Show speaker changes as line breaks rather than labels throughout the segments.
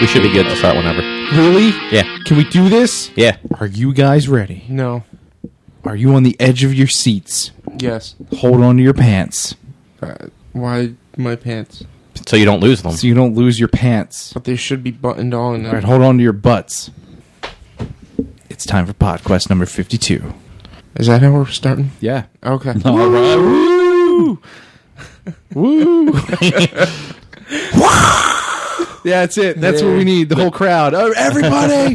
We should be good to start whenever.
Really?
Yeah.
Can we do this?
Yeah.
Are you guys ready?
No.
Are you on the edge of your seats?
Yes.
Hold on to your pants
Uh, why my pants?
So you don't lose them.
so you don't lose your pants.
But they should be buttoned on.
All right, hold on to your butts. It's time for podcast number 52.
Is that how we're starting?
Yeah.
Okay.
All right.
Yeah, that's it. That's what we need. The whole crowd. Oh, everybody!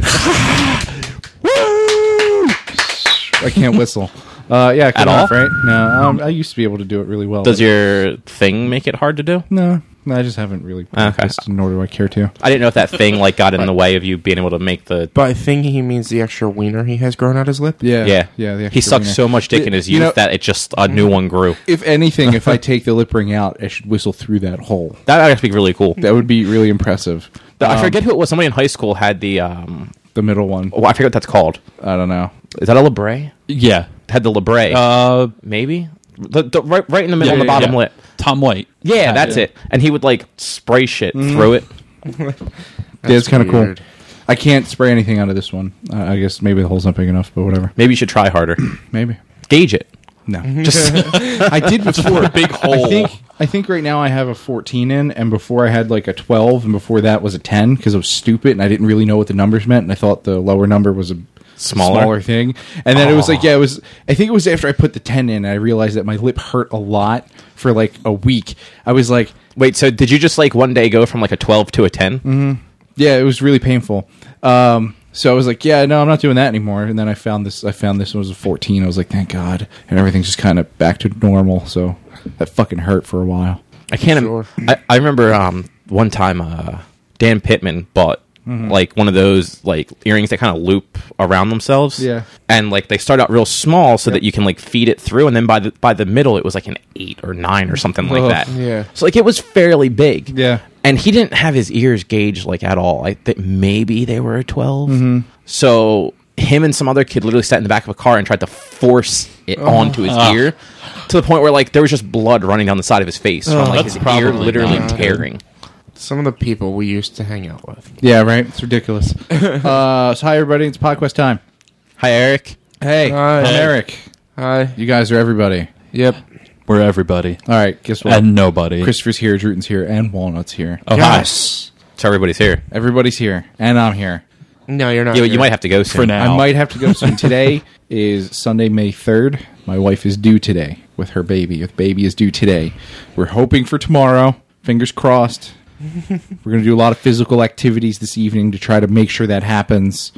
Woo! I can't whistle. Uh, yeah,
At
cut off,
all?
right? No, um, I used to be able to do it really well.
Does your thing make it hard to do?
no, no, I just haven't really
Okay.
practiced, nor do I care to.
I didn't know if that thing like got in the way of you being able to make the.
By thing, he means the extra wiener he has grown out his lip.
Yeah,
Yeah,
yeah. the
he
extra
sucked
wiener.
so much dick in his
You
youth
know-
that it just a new one grew.
If anything, if I take the lip ring out, I should whistle through that hole.
That would actually be really cool.
That would be really impressive.
I
Um,
forget who it was. Somebody in high school had the. um
the middle one.
oh, I forget what that's called.
I don't know.
Is that a labre?
Yeah.
Had the labre?
Uh,
Maybe. The, the, right, right in the middle, of
yeah,
the
yeah,
bottom
yeah.
lip.
Tom White.
Yeah, that's
yeah.
it. And he would like spray shit
Mm-hmm.
through it.
yeah, it's kind of cool.
weird.
I can't spray anything out of this one. Uh, I guess maybe the hole's not big enough, but whatever.
Maybe you should try harder.
Maybe.
Gauge it.
No.
Just
I did before.
Big hole.
I think I think right now I have a 14 in, and before I had like a 12, and before that was a 10 because I was stupid and I didn't really know what the numbers meant, and I thought the lower number was a
Smaller?
thing. And then it was like, yeah, it was. I think it was after I put the 10 in, I realized that my lip hurt a lot for like a week. I was like,
wait. So did you just like one day go from like a twelve to a 10
yeah, it was really painful. Um, so I was like, yeah, no, I'm not doing that anymore. And then I found this. I found this one was a 14. I was like, thank God, and everything's just kind of back to normal. So that fucking hurt for a while.
I can't.
Sure.
I, I remember um, one time uh, Dan Pittman bought like one of those like earrings that kind of loop around themselves.
Yeah.
and like they start out real small so that you can like feed it through, and then by the by the middle it was like an eight or nine or something like
Ugh.
that.
Yeah.
so like it was fairly big.
Yeah.
and he didn't have his ears gauged like at all. I think maybe they were a 12 So. Him and some other kid literally sat in the back of a car and tried to force it onto his ear to the point where like there was just blood running down the side of his face from like
That's
his ear
probably
literally
not good.
tearing.
Some of the people we used to hang out with.
Yeah, right. It's ridiculous. uh, so hi everybody, it's podcast time.
Hi, Eric.
Hey,
Hi.
I'm
Hey.
Eric.
Hi.
You guys are everybody.
Yep.
We're everybody.
All right, guess what?
And nobody.
Christopher's here, Druton's here, and Walnut's here.
Oh, hi.
Yes.
So everybody's here.
Everybody's here, and I'm here.
No, you're not.
You,
here.
you might have to go soon.
For now.
I might have to go soon. today is Sunday, May 3rd. My wife is due today with her baby. The baby is due today. We're hoping for tomorrow. Fingers crossed. We're going to do a lot of physical activities this evening to try to make sure that happens.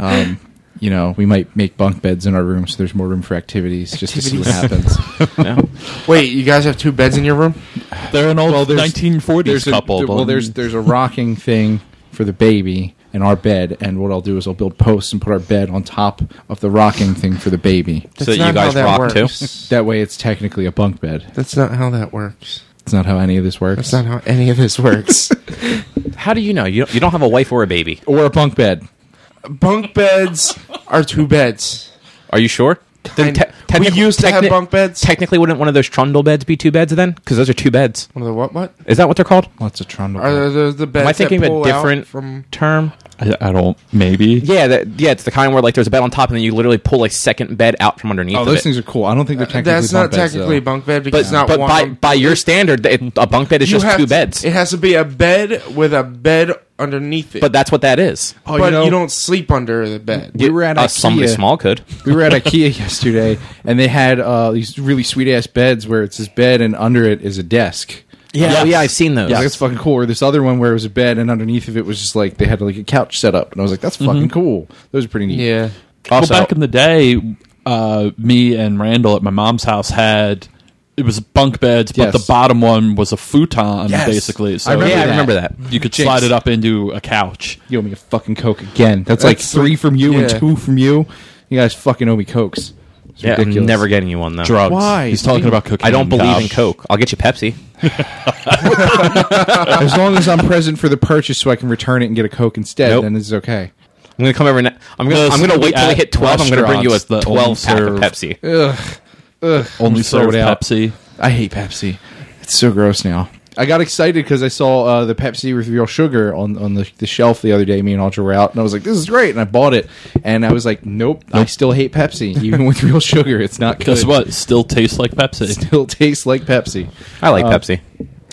um, you know, we might make bunk beds in our room so there's more room for activities just to see what happens.
Wait, you guys have two beds in your room?
They're an old
there's-
1940s
there's a-
couple.
there-
but-
well, there's there's a rocking thing for the baby in our bed, and what I'll do is I'll build posts and put our bed on top of the rocking thing for the baby.
So that you
not how
guys
that
rock too?
works.
That way, it's technically a bunk bed.
That's not how that works.
That's not how any of this works.
That's not how any of this works.
How do you know? You don't, you don't have a wife or a baby.
or a bunk bed.
bunk beds are two beds.
Are you sure?
Kind- we
technic-
used to have
technic-
bunk beds.
Technically, wouldn't one of those trundle beds be two beds then? Because those are two beds.
One of the what? What
Is that what they're called?
Lots of trundle.
are the, the, the beds?
Am I thinking
that
of
pull
a
out
different
from?
term?
I, I don't. Maybe.
Yeah, that, yeah. It's the kind where like there's a bed on top, and then you literally pull a second bed out from underneath.
oh,
of
those
it.
things are cool. I don't think they're technically.
That's not
bunk beds,
technically a
though.
bunk bed
But,
because it's not
but
one.
by by your standard, it, a bunk bed is
You
just
have
two
to-
beds.
It has to be a bed with a bed underneath it.
but that's what that is.
Oh,
but
you, know,
don't sleep under the bed.
We were at
uh,
IKEA.
somebody small could.
we were at IKEA yesterday, and they had uh, these really sweet ass beds where it's this bed, and under it is a desk.
Yeah, oh,
Yes.
yeah. I've seen those.
I was like, that's fucking cool. Or this other one where it was a bed and underneath of it was just like they had like a couch set up, and I was like, that's
Mm-hmm.
fucking cool. Those are pretty neat.
yeah.
Also,
well, back in the day, uh, me and Randall at my mom's house had it was bunk beds,
Yes.
but the bottom one was a futon,
Yes.
basically. So
I remember
yeah, I
that.
remember that.
you could
Jinx.
slide it up into a couch.
You owe me a fucking coke again. That's, like
That's-
three from you and
yeah.
two from you. You guys fucking owe me cokes. It's
Yeah, I'm
ridiculous.
never getting you one though.
Drugs.
Why?
He's talking about cocaine.
I don't believe
Kyle.
in Coke. I'll get you Pepsi.
as long as I'm present for the purchase, so I can return it and get a coke instead.
Nope.
Then it's okay.
I'm gonna come over. Ne- I'm gonna.
Those
I'm gonna wait till I
at
hit twelve. I'm gonna bring you a
restaurants that
twelve pack of
only
Pepsi.
Ugh, ugh.
Only
Just throw
serve
it out.
Pepsi.
I hate Pepsi. It's so gross now. I got excited because I saw uh, the Pepsi with real sugar on, on the, the shelf the other day. Me and Ultra were out, and I was like, "This is great!" And I bought it, and I was like, "Nope, I still hate Pepsi, even with real sugar. It's not good.
Guess what? Still tastes like
It
Pepsi.
still tastes like Pepsi."
I like Pepsi.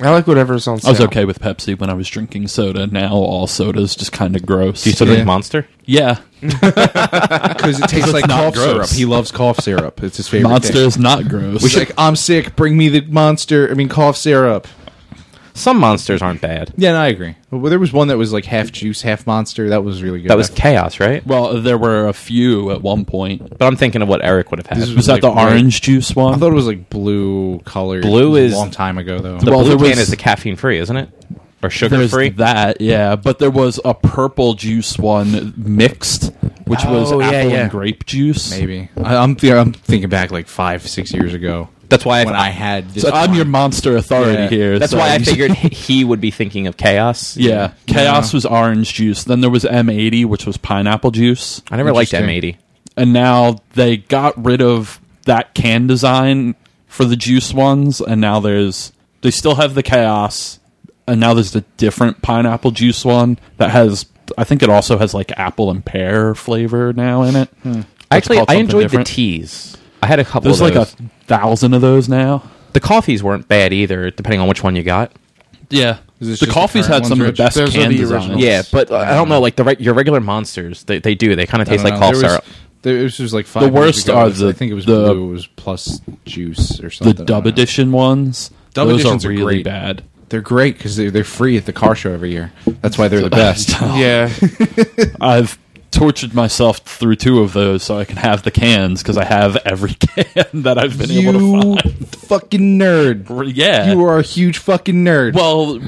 I like whatever's on sale.
I was okay with Pepsi when I was drinking soda. Now all soda's just kind of gross.
Do you still drink
Yeah.
Monster?
yeah,
because it tastes like cough
not
syrup.
gross.
He loves cough syrup. It's his favorite.
Monster
Thing.
is not gross.
He's like, I'm sick. Bring me the monster. I mean, cough syrup.
Some monsters aren't bad.
Yeah, no, I agree. Well, there was one that was like half juice, half monster. That was really good.
That was chaos, right?
well, there were a few at one point.
But I'm thinking of what Eric would have had.
This
Was that
Like
the
white-
orange juice one?
I thought it was like blue color.
Blue
it was
is-
a long time ago though.
the
well,
blue
there
can
was-
is the caffeine free, isn't it? Or sugar
There's
free?
that, yeah. But there was a purple juice one mixed, which was
Oh,
apple
yeah, yeah.
and grape juice.
Maybe I, I'm th- I'm thinking back like five six years ago
That's why
when
I,
I had this.
So I'm
wine.
your monster authority
Yeah.
here.
that's
so-
why I figured he would be thinking of chaos.
Yeah, chaos was orange juice. Then there was M80, which was pineapple juice,
I never liked
Interesting.
M80.
and now they got rid of that can design for the juice ones, and now there's they still have the chaos, and now there's the different pineapple juice one that has. I think it also has like apple and pear flavor now in it.
Actually,
called
Hmm. I
something
enjoyed
different.
the teas. I had a couple
There's
of
like a
those.
thousand of those now.
the coffees weren't bad either, depending on which one you got.
Yeah,
Is this
the
just the
coffee's
current
had some
ones,
of the
Rich?
best
Those are
can
the
designs.
originals.
Yeah, but uh, I don't know. Like the re- your regular monsters, they, they do. They kind of
Um, I
taste
don't
like
know.
cough
Uh, There was-
syrup.
There, it was just like five. years
worst
ago.
are
I
the-
think it was
the-
blue. It was plus juice or
the
something. I
dub
don't know.
edition ones.
Dub
those
editions
are
are
really
great.
bad.
They're great because they're, they're free at the car show every year. That's why they're the best.
Yeah.
I've tortured myself through two of those so I can have the cans because I have every can that I've been able
you
to
fucking nerd.
find. Yeah.
You are a huge fucking nerd.
well,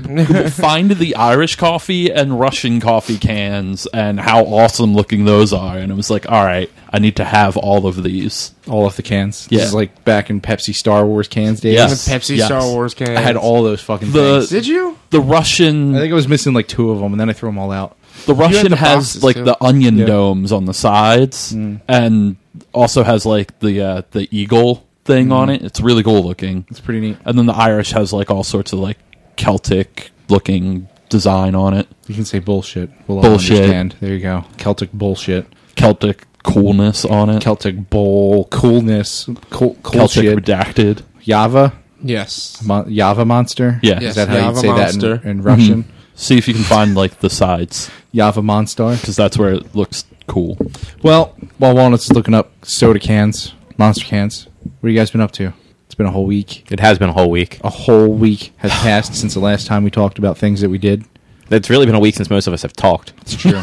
find the Irish coffee and Russian coffee cans and how awesome looking those are. And I was like, all right, I need to have all of these.
all of the cans.
Yeah.
This is like back in Pepsi Star Wars cans days.
Yes.
The Pepsi
Yes.
Star Wars can.
I had all those fucking
The-
things.
Did you?
The
I
Russian,
think I was missing like two of them, and then I threw them all out.
the Russian
the
has
boxes,
like
too.
the onion
Yeah. Mm.
domes on the sides and also has like the uh, the eagle thing on
Mm.
it. It's really cool looking.
It's pretty neat.
and then the Irish has like all sorts of like Celtic looking design on it,
You can say bullshit. We'll all
Bullshit.
understand. There you go. Celtic bullshit.
Celtic coolness on it,
Celtic bull coolness. Cool, cool
Celtic
shit.
redacted.
Java.
Yes.
Mon- Java monster.
Yeah.
Is
Yes,
that
Mm-hmm.
how you
Java
say
monster.
that in, in Russian?
See if you can find like the sides
Java monster.
because that's where it looks cool.
Well, while Walnut's looking up soda cans, monster cans, what have you guys been up to? It's been a whole week.
It has been a whole week.
A whole week has passed since the last time we talked about things that we did.
It's really been a week since most of us have talked.
It's true.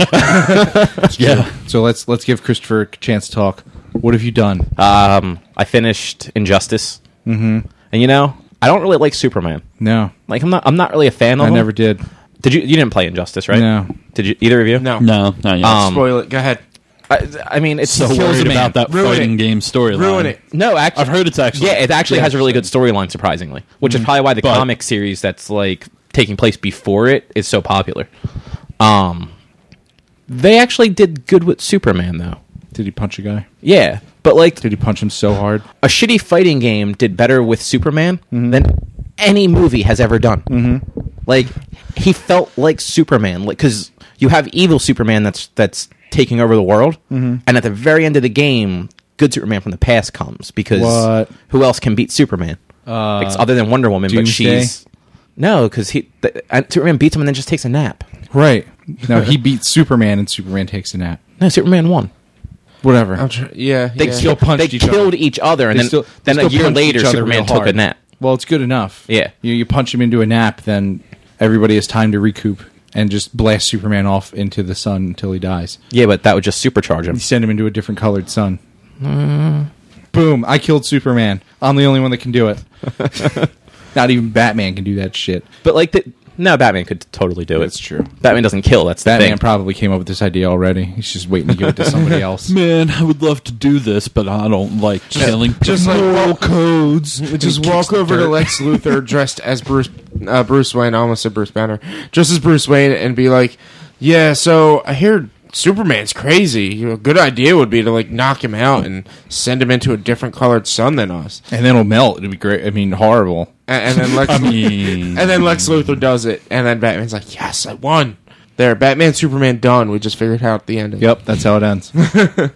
Yeah,
so let's let's give Christopher a chance to talk. What have you done?
Um, I finished Injustice, mm-hmm. and you know, I don't really like Superman.
no,
Like I'm not, I'm not really a fan of.
I
him.
never did.
Did you? You didn't play Injustice, right?
No.
Did you? Either of you?
No.
no, not yet.
Um,
Spoil it. Go ahead.
I, I mean, it's
so
he kills
worried
a man.
about that
Ruin
fighting
it.
game storyline.
Ruin it.
No, actually,
I've heard it's actually-
yeah, it actually has a really good storyline, surprisingly, which is probably why the
But-
comic series that's like taking place before it is so popular. Um, they actually did good with Superman though.
Did he punch a guy?
Yeah, but like
Did he punch him so hard?
a shitty fighting game did better with Superman
Mm-hmm.
than any movie has ever done. Mm-hmm. Like he felt like Superman, like because you have evil Superman that's that's taking over the world,
Mm-hmm.
and at the very end of the game, good Superman from the past comes because
What?
who else can beat Superman? Uh, other than Wonder Woman, but
Doomsday?
she's no, because he th- uh, Superman beats him and then just takes a nap.
Right. No, he beats Superman, and Superman takes a nap.
No, Superman won.
Whatever.
I'm tr- yeah.
They
yeah.
still
killed,
punched
they
each other.
killed each other, and
They
then
still-
then
they
a
still
year
punched
later,
each other
Superman
real
took a
hard.
nap.
Well, it's good enough.
Yeah.
You, you punch him into a nap, then everybody has time to recoup and just blast Superman off into the sun until he dies.
Yeah, but that would just supercharge him.
You send him into a different colored sun. Boom! I killed Superman. I'm the only one that can do it. Not even Batman can do that shit.
But like the no, Batman could totally do it.
That's true.
Batman doesn't kill. That's the
Batman
thing.
probably came up with this idea already. He's just waiting to give it to somebody else.
Man, I would love to do this, but I don't like killing.
just like
Moral codes.
Just walk over to Lex Luthor dressed as Bruce uh, Bruce Wayne. I almost said Bruce Banner, dressed as Bruce Wayne, and be like, "Yeah, so I hear Superman's crazy. You know, a good idea would be to like knock him out and send him into a different colored sun than us."
and then it'll melt. It'll be great. I mean, horrible.
and, and then Lex,
I mean,
and then Lex Luthor does it, and then Batman's like, "Yes, I won." There, Batman, Superman, done. We just figured out the ending.
Yep, that's how it ends. All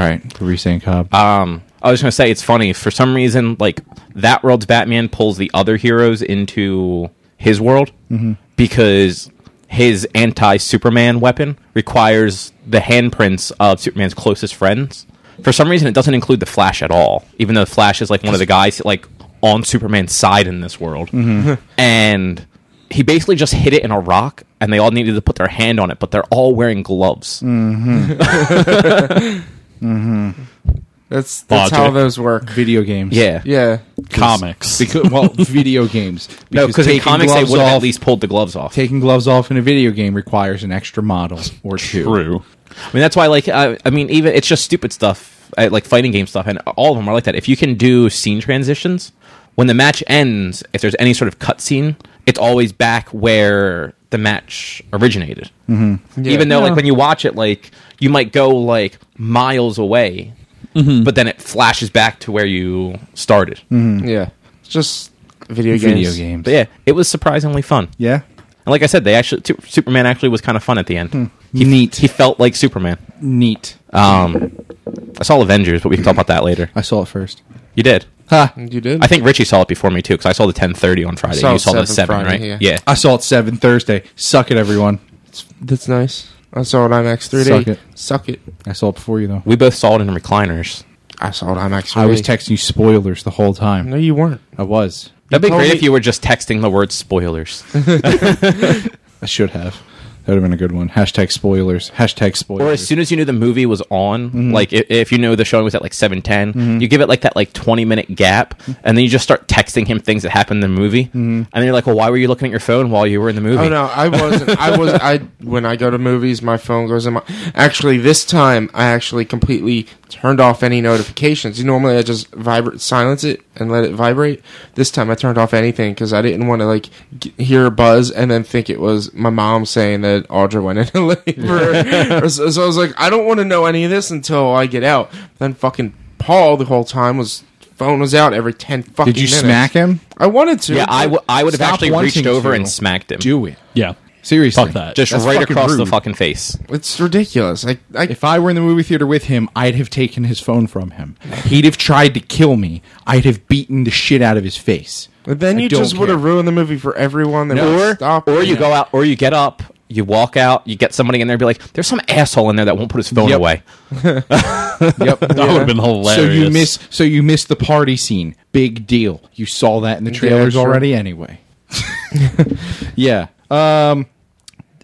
right, what were you saying, Cobb?
Um, I was just gonna say it's funny for some reason. Like that world's Batman pulls the other heroes into his world because his anti-Superman weapon requires the handprints of Superman's closest friends. For some reason, it doesn't include the Flash at all, even though the Flash is like one of the guys like on Superman's side in this world. and he basically just hid it in a rock, and they all needed to put their hand on it, but they're all wearing gloves.
That's that's
Logic.
how those work.
Video games.
Yeah,
Yeah,
comics.
Because well, video games. Because
No, because in
taking
comics they
gloves
would have at
off-
least pulled the gloves off.
taking gloves off in a video game requires an extra model or two.
True.
I mean, that's why, like, I, I mean, even it's just stupid stuff, uh, like fighting game stuff, and all of them are like that. If you can do scene transitions, when the match ends, if there's any sort of cutscene, it's always back where the match originated. Mm-hmm. Even though, like, when you watch it, like, you might go like miles away,
Mm-hmm.
but then it flashes back to where you started.
Mm.
yeah. It's just video games.
Video games.
But yeah, it was surprisingly fun.
Yeah.
And like I said, they actually Tu- Superman actually was kind of fun at the end.
He, Hmm. neat.
He felt like Superman.
neat.
Um, I saw Avengers, but we can talk about that later.
I saw it first.
You did.
Ha.
You did.
I think Richie saw it before me too, because I saw the ten thirty on Friday.
saw
you saw the
7
seven,
Friday,
right?
yeah.
yeah.
I saw it seven Thursday. Suck it, everyone.
that's nice. I saw it on IMAX 3D.
Suck it.
Suck it.
I saw it before you though.
We both saw it in recliners.
I saw it on IMAX 3D.
I was texting you spoilers the whole time.
No, you weren't.
I was.
That'd be
told
great
me-
if you were just texting the word spoilers.
I should have. That would have been a good one. Hashtag spoilers. Hashtag
or as
spoilers.
soon as you knew the movie was on, like if, if you knew the showing was at like seven you give it like that like twenty minute gap, and then you just start texting him things that happened in the movie, and then you're like, well, why were you looking at your phone while you were in the movie?
Oh no, I wasn't. I was. I when I go to movies, my phone goes in my. Actually, this time I actually completely turned off any notifications. You normally I just vibrate, silence it, and let it vibrate. This time I turned off anything because I didn't want to like g hear a buzz and then think it was my mom saying that Audra went into labor. Or so, so I was like, I don't want to know any of this until I get out. Then fucking Paul the whole time was phone was out every ten fucking.
Did you
minutes.
smack him?
I wanted to.
Yeah, I, w- I would have
Stop
actually
wanting
reached over
to.
and smacked him.
Do it.
Yeah.
Seriously.
Fuck that.
just
That's
right
fucking
across the
rude.
fucking face.
It's ridiculous. I, I
If I were in the movie theater with him, I'd have taken his phone from him. He'd have tried to kill me. I'd have beaten the shit out of his face.
But then
I
you
don't
just would have
care.
ruined the movie for everyone. That would stop.
Or you go out, or you get up, you walk out, you get somebody in there, and be like, "There's some asshole in there that won't put his phone
Yep.
away."
Yep.
That would have been
so
hilarious.
you miss so you miss the party scene. Big deal. You saw that in the trailers
sure.
already anyway. yeah. Um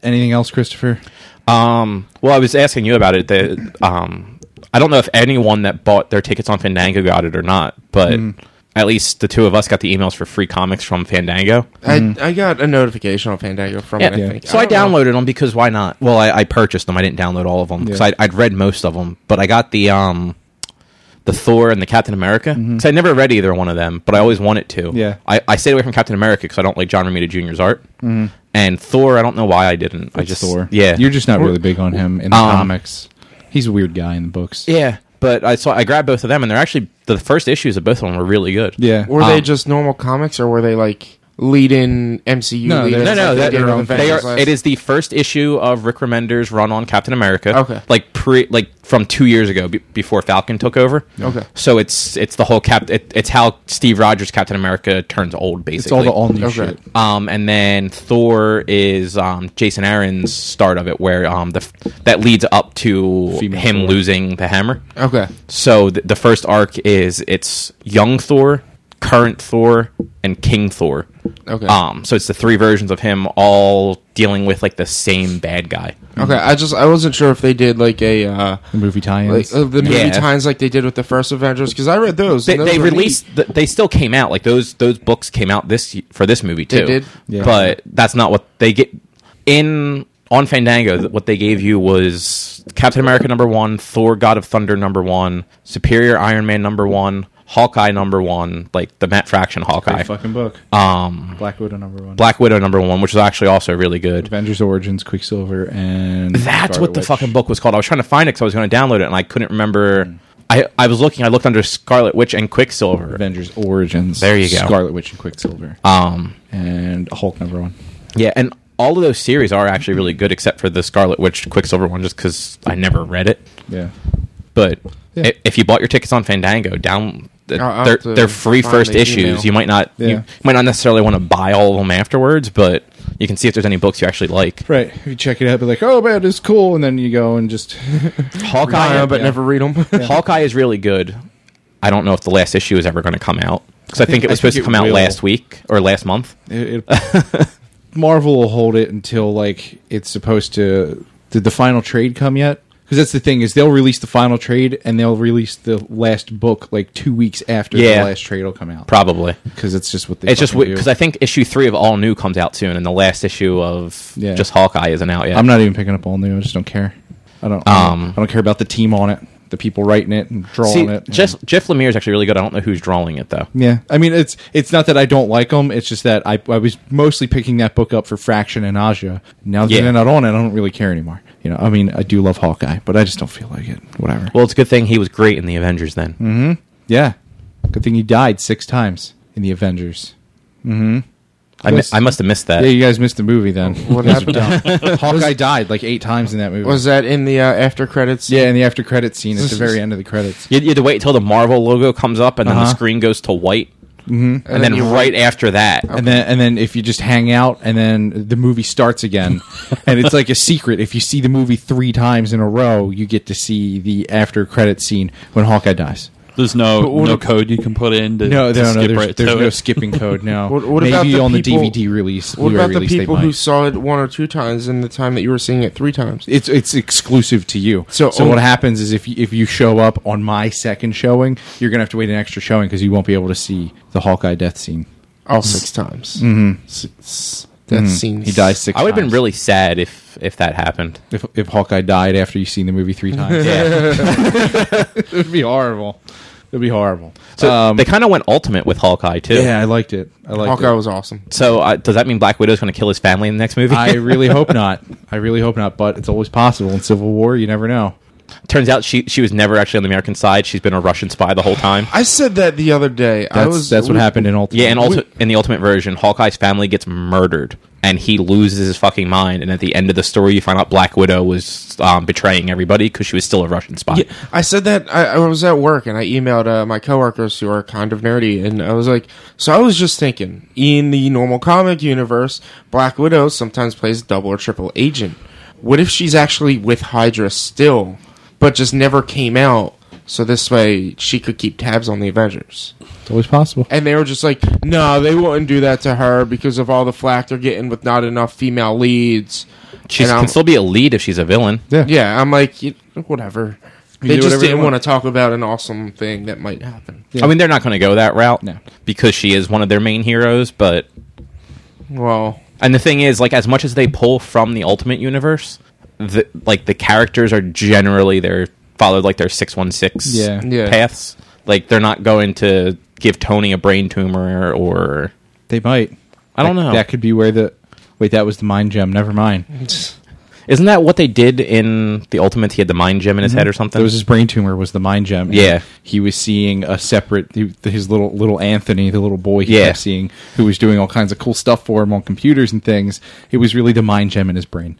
anything else, Christopher?
Um, well, I was asking you about it. The, um, I don't know if anyone that bought their tickets on Fandango got it or not, but at least the two of us got the emails for free comics from Fandango.
I, I got a notification on Fandango from it. I think.
Mm. So I,
don't know.
downloaded them because why not? Well, I, I purchased them. I didn't download all of them because
Yeah.
I'd, I'd read most of them, but I got the um, the Thor and the Captain America because I never read either one of them, but I always wanted to.
Mm-hmm. Yeah.
I, I stayed away from Captain America because I don't like John Romita Jr.'s art, and Thor. I don't know why I didn't. I just
Mm-hmm. Thor.
Yeah,
You're just not really big on him in the
Um,
comics. He's a weird guy in the books.
yeah. But I saw I grabbed both of them, and they're actually the first issues of both of them were really good.
Yeah. Ah,
Were they
Um,
just normal comics, or were they like lead in MCU?
No,
lead
they're-
No,
It's
no,
like
that,
they did on
they
Avengers
are. It is the first issue of Rick Remender's run on Captain America.
Okay.
like pre, like from two years ago, be, before Falcon took over.
Okay.
so it's it's the whole cap. It, it's how Steve Rogers Captain America turns old, basically.
It's all the all new
Okay.
shit.
Um, and then Thor is um, Jason Aaron's start of it, where um, the f- that leads up to
Female
him
Thor.
losing the hammer.
Okay.
So th- the first arc is it's young Thor, current Thor, and King Thor.
Okay.
Um, so it's the three versions of him all dealing with like the same bad guy.
Okay. I just I wasn't sure if they did like a uh,
The movie tie-ins.
like uh, the movie
Yeah.
times like they did with the first Avengers because I read those.
They,
and those
they
were neat.
released. th they still came out. Like those those books came out this y- for this movie too.
They did?
Yeah.
But that's not what they get in on Fandango. th- What they gave you was Captain America number one, Thor God of Thunder number one, Superior Iron Man number one, Hawkeye number one, like the Matt Fraction Hawkeye,
fucking book.
um,
Ah. Black Widow number one.
Black Widow number one, which is actually also really good.
Avengers Origins, Quicksilver, and
Hmm.
That's what the fucking book was called. I was trying to find it because I was going to download it and I couldn't remember. I, I was looking. I looked under Scarlet Witch and Quicksilver.
Avengers Origins.
There you go.
Scarlet Witch and Quicksilver.
Um,
and Hulk number one.
yeah, and all of those series are actually really good, except for the Scarlet Witch Quicksilver one, just because I never read it.
Yeah.
But
Yeah.
i- if you bought your tickets on Fandango, down
I'll- I'll
they're,
have to
they're free
find
first
the
issues.
email.
You might not
Yeah.
you might not necessarily want to buy all of them afterwards, but you can see if there's any books you actually like.
Right. You check it out, be like, oh man, it's cool, and then you go and just
Hawkeye,
but
yeah.
never read them.
Hawkeye is really good. I don't know if the last issue is ever going to come out because I, think,
think-
it was
I think
supposed to
it
come out
will.
last week or last month.
it, it- Marvel will hold it until like it's supposed to. Did the final trade come yet? Because that's the thing is they'll release the final trade and they'll release the last book like two weeks after
Yeah.
the last trade will come out.
Probably.
Because it's just what they.
It's just
fucking do.
because I think issue three of All New comes out soon, and the last issue of
Yeah.
just Hawkeye isn't out yet.
I'm not even picking up all new. I just don't care. I don't.
Um,
I don't care about the team on it, the people writing it and drawing
See,
it.
Jeff, Jeff Lemire is actually really good. I don't know who's drawing it though.
Yeah, I mean it's it's not that I don't like them. It's just that I, I was mostly picking that book up for Fraction and Nausea. Now that
Yeah.
they're not on it, I don't really care anymore. You know, I mean I do love Hawkeye, but I just don't feel like it. Whatever.
Well, it's a good thing he was great in the Avengers then.
Mm-hmm. yeah, good thing he died six times in the Avengers.
I, mi-
Yes.
I must have missed that.
Yeah, you guys missed the movie then.
What happened?
Hawkeye died like eight times in that movie.
Was that in the uh, after credits?
yeah, in the after credit scene at the very end of the credits.
You, you had to wait till the Marvel logo comes up, and then
Uh-huh.
the screen goes to white,
and,
and, then,
you
right after that,
and then and then if you just hang out and then the movie starts again and it's like a secret if you see the movie three times in a row you get to see the after credit scene when hawkeye dies
There's no
But what
no
ab-
code you can put in to,
no
to
no, no
skip
there's,
right
there's
to
no
it.
skipping code no
What- what
maybe
about the
on
people-
the dvd release
What
Blu-ray
about the
release, they
people
might.
who saw it one or two times in the time that you were seeing it three times?
it's it's exclusive to you. So,
So
so
on-
what happens is if you, if you show up on my second showing, you're gonna have to wait an extra showing because you won't be able to see the Hawkeye death scene.
All Oh, six times. Mm-hmm. Six, that seems.
Mm-hmm. Hmm. He dies six.
I would have been
times.
really sad if if that happened.
if, if Hawkeye died after you've seen the movie three times.
Yeah.
it would be horrible. It would be horrible.
so
um,
they kind of went ultimate with Hawkeye too.
yeah, I liked it. I liked
Hawkeye
it.
was awesome.
So uh, does that mean Black Widow's going to kill his family in the next movie?
I really hope not. I really hope not. But it's always possible in Civil War. You never know.
Turns out she she was never actually on the American side. She's been a Russian spy the whole time.
I said that the other day. I
That's
was
that's what
we-
happened in Ultimate.
Yeah, in, ulti- in the Ultimate version, Hawkeye's family gets murdered, and he loses his fucking mind. And at the end of the story, you find out Black Widow was um, betraying everybody because she was still a Russian spy.
Yeah, I said that I, I was at work and I emailed uh, my coworkers who are kind of nerdy, and I was like, "So I was just thinking, in the normal comic universe, Black Widow sometimes plays double or triple agent. What if she's actually with Hydra still, but just never came out? So this way she could keep tabs on the Avengers."
It's always possible.
And they were just like, "No, they wouldn't do that to her because of all the flack they're getting with not enough female leads."
She
And um, I'm-
can still be a lead if she's a villain.
Yeah.
yeah, I'm like, y- whatever.
do
They just
whatever they
didn't
want.
want to talk about an awesome thing that might happen.
Yeah.
I mean, they're not going to go that route
No.
because she is one of their main heroes. But
Well,
and the thing is, like, as much as they pull from the Ultimate Universe, the, like the characters are generally they're followed like their six one six
Yeah.
Yeah.
paths. Like they're not going to give Tony a brain tumor or
They might.
I don't
That-
know.
That could be where the. Wait, that was the mind gem. Never mind.
Isn't that what they did in the Ultimate? He had the mind gem in his head or something.
That Mm-hmm. was his brain tumor. Was the mind gem? And
Yeah.
he was seeing a separate he, his little little Anthony, the little boy he
Yeah.
kept seeing, who was doing all kinds of cool stuff for him on computers and things. It was really the mind gem in his brain.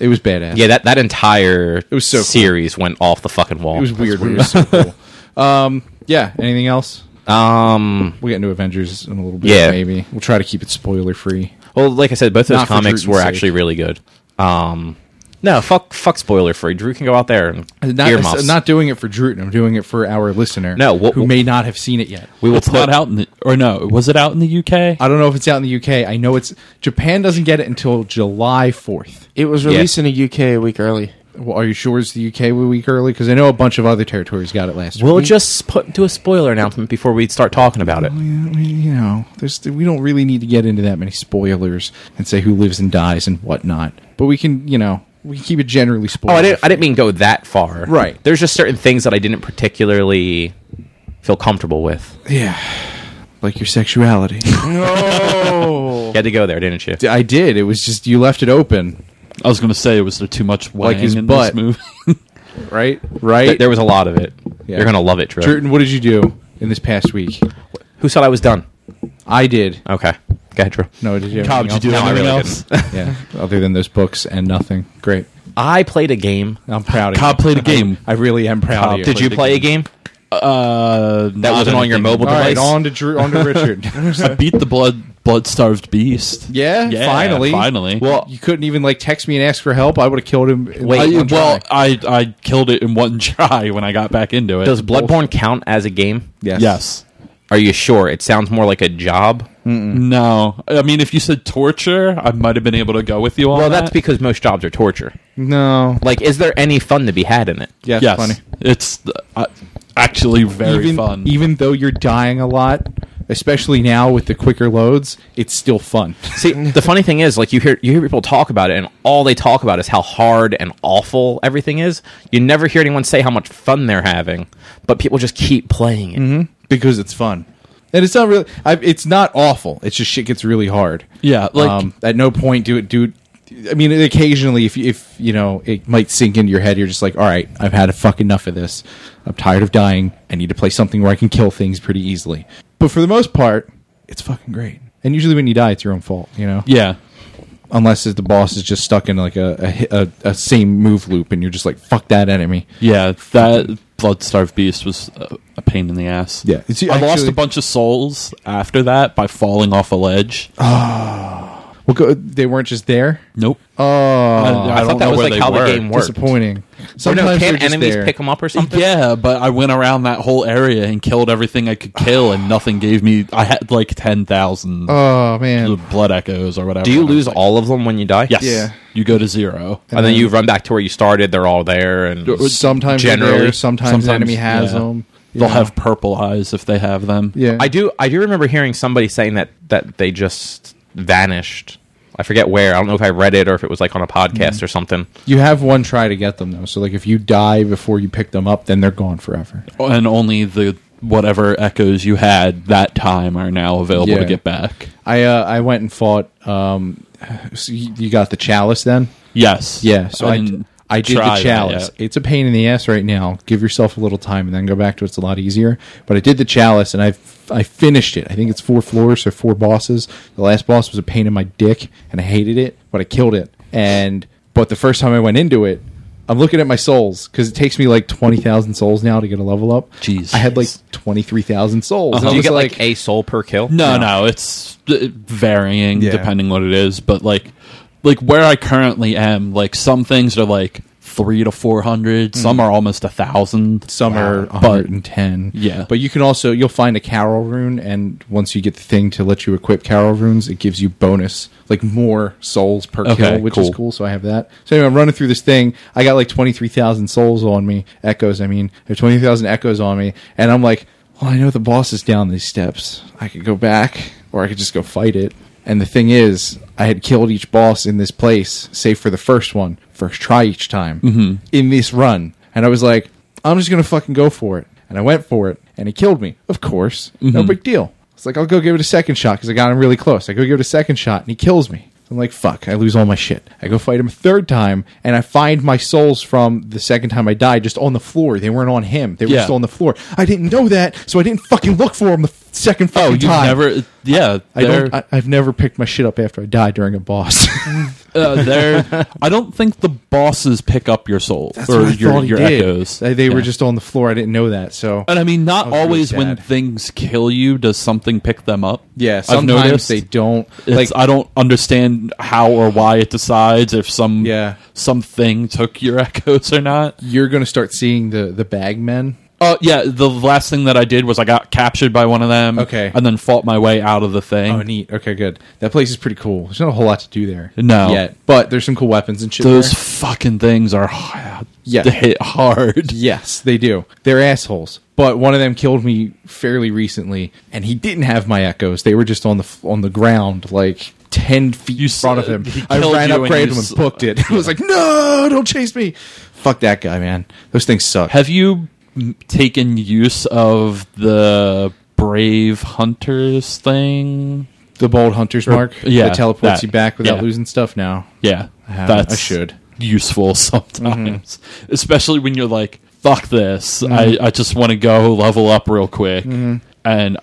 it was badass.
yeah, that that entire
was so cool.
series went off the fucking wall.
it was weird. but It was so cool. Um, yeah. Anything else?
um,
We'll get into Avengers in a little bit.
Yeah.
maybe we'll try to keep it spoiler free.
well, like I said, both those
Not for
comics
Drewton's
were
sake.
actually really good. Um, no, fuck, fuck, spoiler free. Drew can go out there and
Not,
earmuffs.
not doing it for Druten. I'm doing it for our listener.
No, what-
who may not have seen it yet.
we will
It's
put
not out in the or no, was it out in the UK?
I don't know if it's out in the UK. I know it's Japan doesn't get it until July 4th.
it was released in the UK a week early.
Well, are you sure it's the UK week early? Because I know a bunch of other territories got it last
We'll
week.
just put do a spoiler announcement before we start talking about it.
Yeah, we- you know, there's we don't really need to get into that many spoilers and say who lives and dies and whatnot. But we can, you know, we keep it generally spoiled.
Oh, I didn't. I didn't mean go that far.
Right.
There's just certain things that I didn't particularly feel comfortable with.
yeah, like your sexuality.
No,
You
Oh.
had to go there, didn't you?
I did. It was just you left it open,
I was going to say was there too much wang
Like his
in
butt.
this movie?
right? Right.
There was a lot of it.
Yeah.
You're gonna love it, Drew.
Jordan, what did you do in this past week?
Who said I was done?
I did.
Okay, go ahead, Drew.
No, did you? have
Cobb, did you
anything
do
else?
No, I
anything
really
else?
yeah, other than those books and nothing. Great.
I played a game.
I'm proud of
Cobb
you.
played a game.
I really am proud
Cobb
of you.
Did Oh, you play a game?
Uh, that
wasn't on your mobile
All right,
device?
on to Drew, on to Richard.
I beat the blood blood starved beast.
yeah,
Yeah,
finally,
finally.
Well, you couldn't even like text me and ask for help. I would have killed him. in,
Wait,
like,
I,
one
well,
try.
I I killed it in one try when I got back into it.
Does Bloodborne count as a game?
yes,
yes.
Are you sure? It sounds more like a job.
No, I mean if you said torture, I might have been able to go with you on
Well,
that.
that's because most jobs are torture.
no,
Like, is there any fun to be had in it?
yes,
yes,
funny.
it's uh, actually very
even,
fun.
Even though you're dying a lot, especially now with the quicker loads, it's still fun.
See, the funny thing is, like you hear you hear people talk about it, and all they talk about is how hard and awful everything is. You never hear anyone say how much fun they're having, but people just keep playing it.
Mm-hmm.
because it's fun. And it's not really. I, it's not awful. It's just shit gets really hard. Um,
Yeah, like-
at no point do it do. I mean, occasionally, if if you know, it might sink into your head. You're just like, all right, I've had a fuck enough of this. I'm tired of dying. I need to play something where I can kill things pretty easily. But for the most part, it's fucking great. And usually, when you die, it's your own fault. You know,
yeah,
unless it's the boss is just stuck in like a a, hi- a a same move loop, and you're just like, fuck that enemy.
yeah, that blood starved beast was a, a pain in the ass.
Yeah, it's-
I lost
actually-
a bunch of souls after that by falling off a ledge.
Oh. Well, go, they weren't just there.
Nope.
Oh,
I,
thought
don't
that
know
was,
where
like,
they
how the
were.
game worked.
disappointing.
Or no,
they're
can't
just
enemies
there.
pick them up or something?
Yeah, but I went around that whole area and killed everything I could kill, and nothing gave me. I had like ten thousand
Oh man,
blood echoes or whatever.
Do you
and I was
lose
like,
all of them when you die?
Yes.
Yeah.
You go to zero.
And, then, you run back to where you started. They're all there, and
sometimes generally,
generally,
sometimes, the enemy has
yeah.
them. you
They'll
know.
have purple eyes if they have them.
yeah.
I do. I do remember hearing somebody saying that that they just vanished. I forget where. I don't know if I read it or if it was like on a podcast
Mm-hmm.
or something.
you have one try to get them though. So like, if you die before you pick them up, then they're gone forever.
Oh, And only the whatever echoes you had that time are now available
Yeah.
to get back.
I uh, I went and fought. Um, so you you got the chalice then.
Yes.
Yeah, so I,
didn't
I did
try
the
that
chalice.
yet.
It's a pain in the ass right now. Give yourself a little time and then go back to it. It's a lot easier. But I did the chalice and I I finished it. I think it's four floors so four bosses. The last boss was a pain in my dick and I hated it, but I killed it. And but the first time I went into it, I'm looking at my souls because it takes me like twenty thousand souls now to get a level up.
Jeez. Uh-huh.
I had like twenty three thousand souls. And I
Do you
was
get like, a soul per kill?
No, no, it's uh, varying
Yeah.
depending what it is, but like like where I currently am, like some things are like 3 to 400, some are almost a 1000.
Mm. some are
But-
110
Yeah.
but you can also you'll find a carol rune and once you get the thing to let you equip carol runes it gives you bonus like more souls per
Okay,
kill which is
cool.
cool so i have that so anyway i'm running through this thing i got like 23000 souls on me echoes i mean I have 20000 echoes on me and i'm like well i know the boss is down these steps i could go back or i could just go fight it and the thing is i had killed each boss in this place save for the first one first try each time
Mm-hmm.
in this run and i was like I'm just gonna fucking go for it. And I went for it, and he killed me. Of course, no
Mm-hmm.
big deal. It's like I'll go give it a second shot because I got him really close. I go give it a second shot, and he kills me. I'm like, fuck, I lose all my shit. I go fight him a third time, and I find my souls from the second time I died just on the floor. They weren't on him. They were
Yeah.
just on the floor. I didn't know that, so I didn't fucking look for him the f- second
Oh,
fucking
you
time.
never yeah,
I don't.
they're-
I, I've never picked my shit up after I died during a boss.
uh, they're I don't think the bosses pick up your soul or
what I
your,
thought he
your
did.
echoes.
They, they were
Yeah.
just on the floor. I didn't know that. So
And I mean, not
really
always when
sad.
things kill you does something pick them up.
yeah,
I've
sometimes
noticed.
they don't.
It's-
Like
I don't understand how or why it decides if some
Yeah.
something took your echoes or not.
you're going to start seeing the the bag men.
Uh, yeah, the last thing that I did was I got captured by one of them.
Okay.
and then fought my way out of the thing.
Oh, neat. Okay, good. That place is pretty cool. There's not a whole lot to do there.
No.
Yet, but there's some cool weapons and shit.
Those
there.
fucking things are hard-
Yeah.
they hit hard.
yes, they do. They're assholes. But one of them killed me fairly recently, and he didn't have my echoes. They were just on the f- on the ground, like ten feet
You
in front of
said
him.
he
I
killed
ran
you
up
and
right
you
to him and
s-
booked it. I was like, "No, don't chase me." Fuck that guy, man. Those things suck.
Have you m- taken use of the brave hunters thing?
the bold hunter's mark
yeah,
that teleports
that.
you back without
Yeah.
losing stuff. Now,
Yeah,
haven't. I should. Mm-hmm.
useful sometimes, especially when you're like fuck this. I, I just want to go level up real quick.
Mm-hmm.
And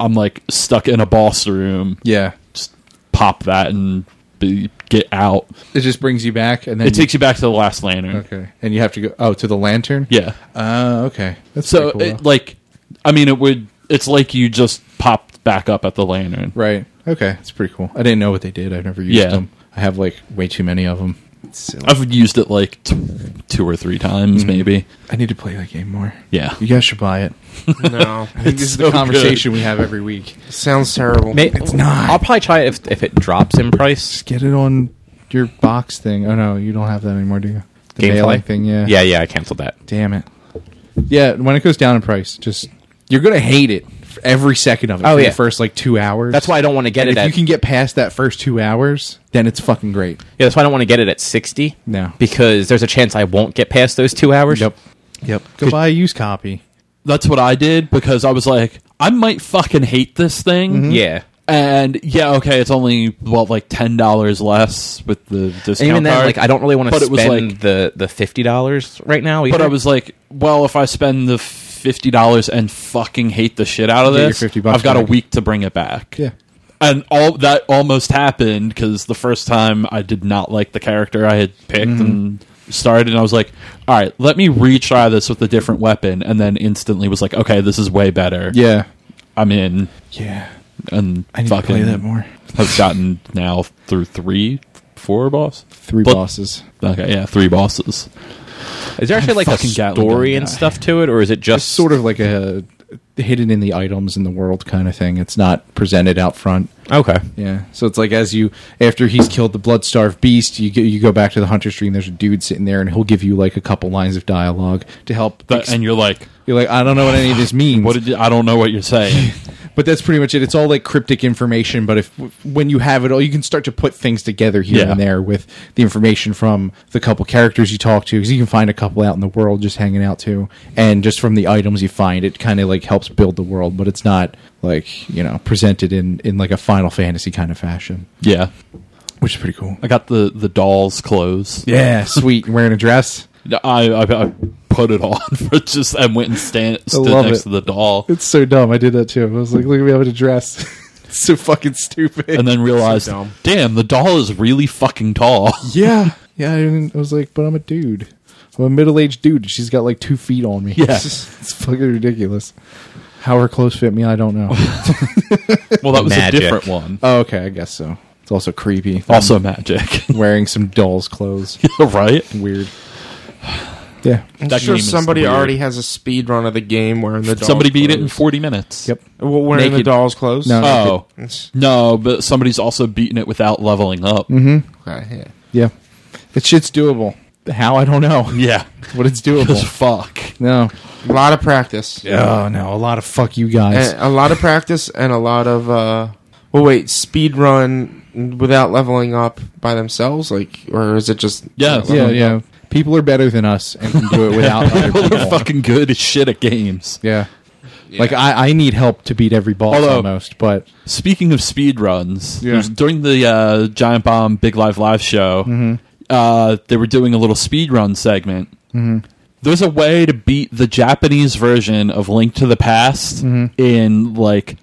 I'm like stuck in a boss room.
Yeah.
Just pop that and be, get out.
It just brings you back, and then
It takes you back to the last lantern.
Okay, and you have to go. Oh, to the lantern.
Yeah.
Oh, okay. That's
So,
pretty cool.
it, like, I mean, it would. It's like you just popped back up at the lantern.
right. Okay, it's pretty cool. I didn't know what they did. I've never used
Yeah.
them. I have like way too many of them.
I've used it like t- two or three times,
Mm-hmm.
maybe.
I need to play that game more.
Yeah.
You guys should buy it.
No,
This is
so
the conversation we have every week.
sounds terrible.
it's
not.
I'll probably try it if, if it drops in price.
Just get it on your box thing. Oh no, you don't have that anymore, do you? The
Gamefly?
mailing thing. Yeah.
Yeah, yeah, I canceled that.
Damn it. Yeah, when it goes down in price, just you're gonna hate it for every second of it.
Oh,
for
yeah.
The first like two hours.
That's why I don't want to get
And
it
if
at
you can get past that first two hours, then it's fucking great.
Yeah, that's why I don't want to get it at 60.
No.
Because there's a chance I won't get past those 2 hours.
Yep. Go buy a used copy.
That's what I did because I was like, I might fucking hate this thing.
Mm-hmm.
Mm-hmm. Yeah.
And yeah, okay, it's only well like ten dollars less with the discount
And even then
card.
like I don't really want to
But it
spend
was like-
the the $50 right now
But
either.
I was like, well, if I spend the fifty dollars and fucking hate the shit out of
Get your
this,
50 bucks
I've got a
back.
week to bring it back.
Yeah.
and all that almost happened because the first time I did not like the character I had picked
Mm-hmm.
and started, and I was like, all right, let me retry this with a different weapon, and then instantly was like, okay, this is way better.
Yeah.
I'm in,
Yeah.
and
I need
fucking
to play that more.
have gotten now through three, four boss.
Three
But-
bosses.
Okay, yeah, three bosses.
is there actually like a
fucking Gatling gun
story and
guy.
stuff to it or is it
It's
just
sort of like a hidden in the items in the world kind of thing. It's not presented out front.
Okay.
Yeah. So it's like as you after he's killed the blood starved beast, you go, you go back to the hunter's dream. There's a dude sitting there, and he'll give you like a couple lines of dialogue to help.
But,
ex-
and you're like,
you're like, I don't know what any of this means.
what did you, I don't know what you're saying.
but that's pretty much it. It's all like cryptic information. But if when you have it all, you can start to put things together here
Yeah.
and there with the information from the couple characters you talk to, because you can find a couple out in the world just hanging out too, and just from the items you find, it kind of like helps build the world. But it's not like you know presented in in like a Final Fantasy kind of fashion,
yeah,
which is pretty cool.
I got the the doll's clothes.
Yeah, sweet. You're Wearing a dress.
I, I, I put it on for just and went and stand, stood
love
next
it.
to the doll,
It's so dumb. I did that too. I was like, look at me having a dress. it's so fucking stupid.
and then realized,
dumb.
damn, the doll is really fucking tall.
yeah, yeah. I, didn't, I was like, but I'm a dude. I'm a middle aged dude. She's got like two feet on me.
Yeah.
it's fucking ridiculous. How her clothes fit me, I don't know.
Well, that was
Magic.
a different one.
oh, okay, I guess so. It's also creepy.
Also magic,
wearing some doll's clothes.
right?
Weird. Yeah.
I'm
That
sure
game is
somebody
weird.
already has a speed run of the game wearing the doll's
Somebody beat it in
clothes.
forty minutes.
Yep.
Well, wearing the
Naked.
doll's clothes.
No.
Oh
It's-
no, but somebody's also beaten it without leveling up.
Mm-hmm.
Okay, yeah.
Yeah. That shit's doable. How I don't know,
Yeah,
but it's
because
doable.
fuck.
No.
A lot of practice.
Oh no, a lot of fuck you guys.
And a lot of practice and a lot of. uh Well, wait, speed run without leveling up by themselves, like, or is it just?
Yeah.
leveling
yeah,
up?
yeah. People are better than us and can do it without other
People are
people.
fucking good as shit at games.
yeah. Like I, I need help to beat every boss
Although-
almost, but
Speaking of speed runs,
Yeah.
there's- during the uh, Giant Bomb Big Live Live show,
Mm-hmm.
uh, they were doing a little speed run segment.
Mm-hmm.
There's a way to beat the Japanese version of Link to the Past
Mm-hmm.
in like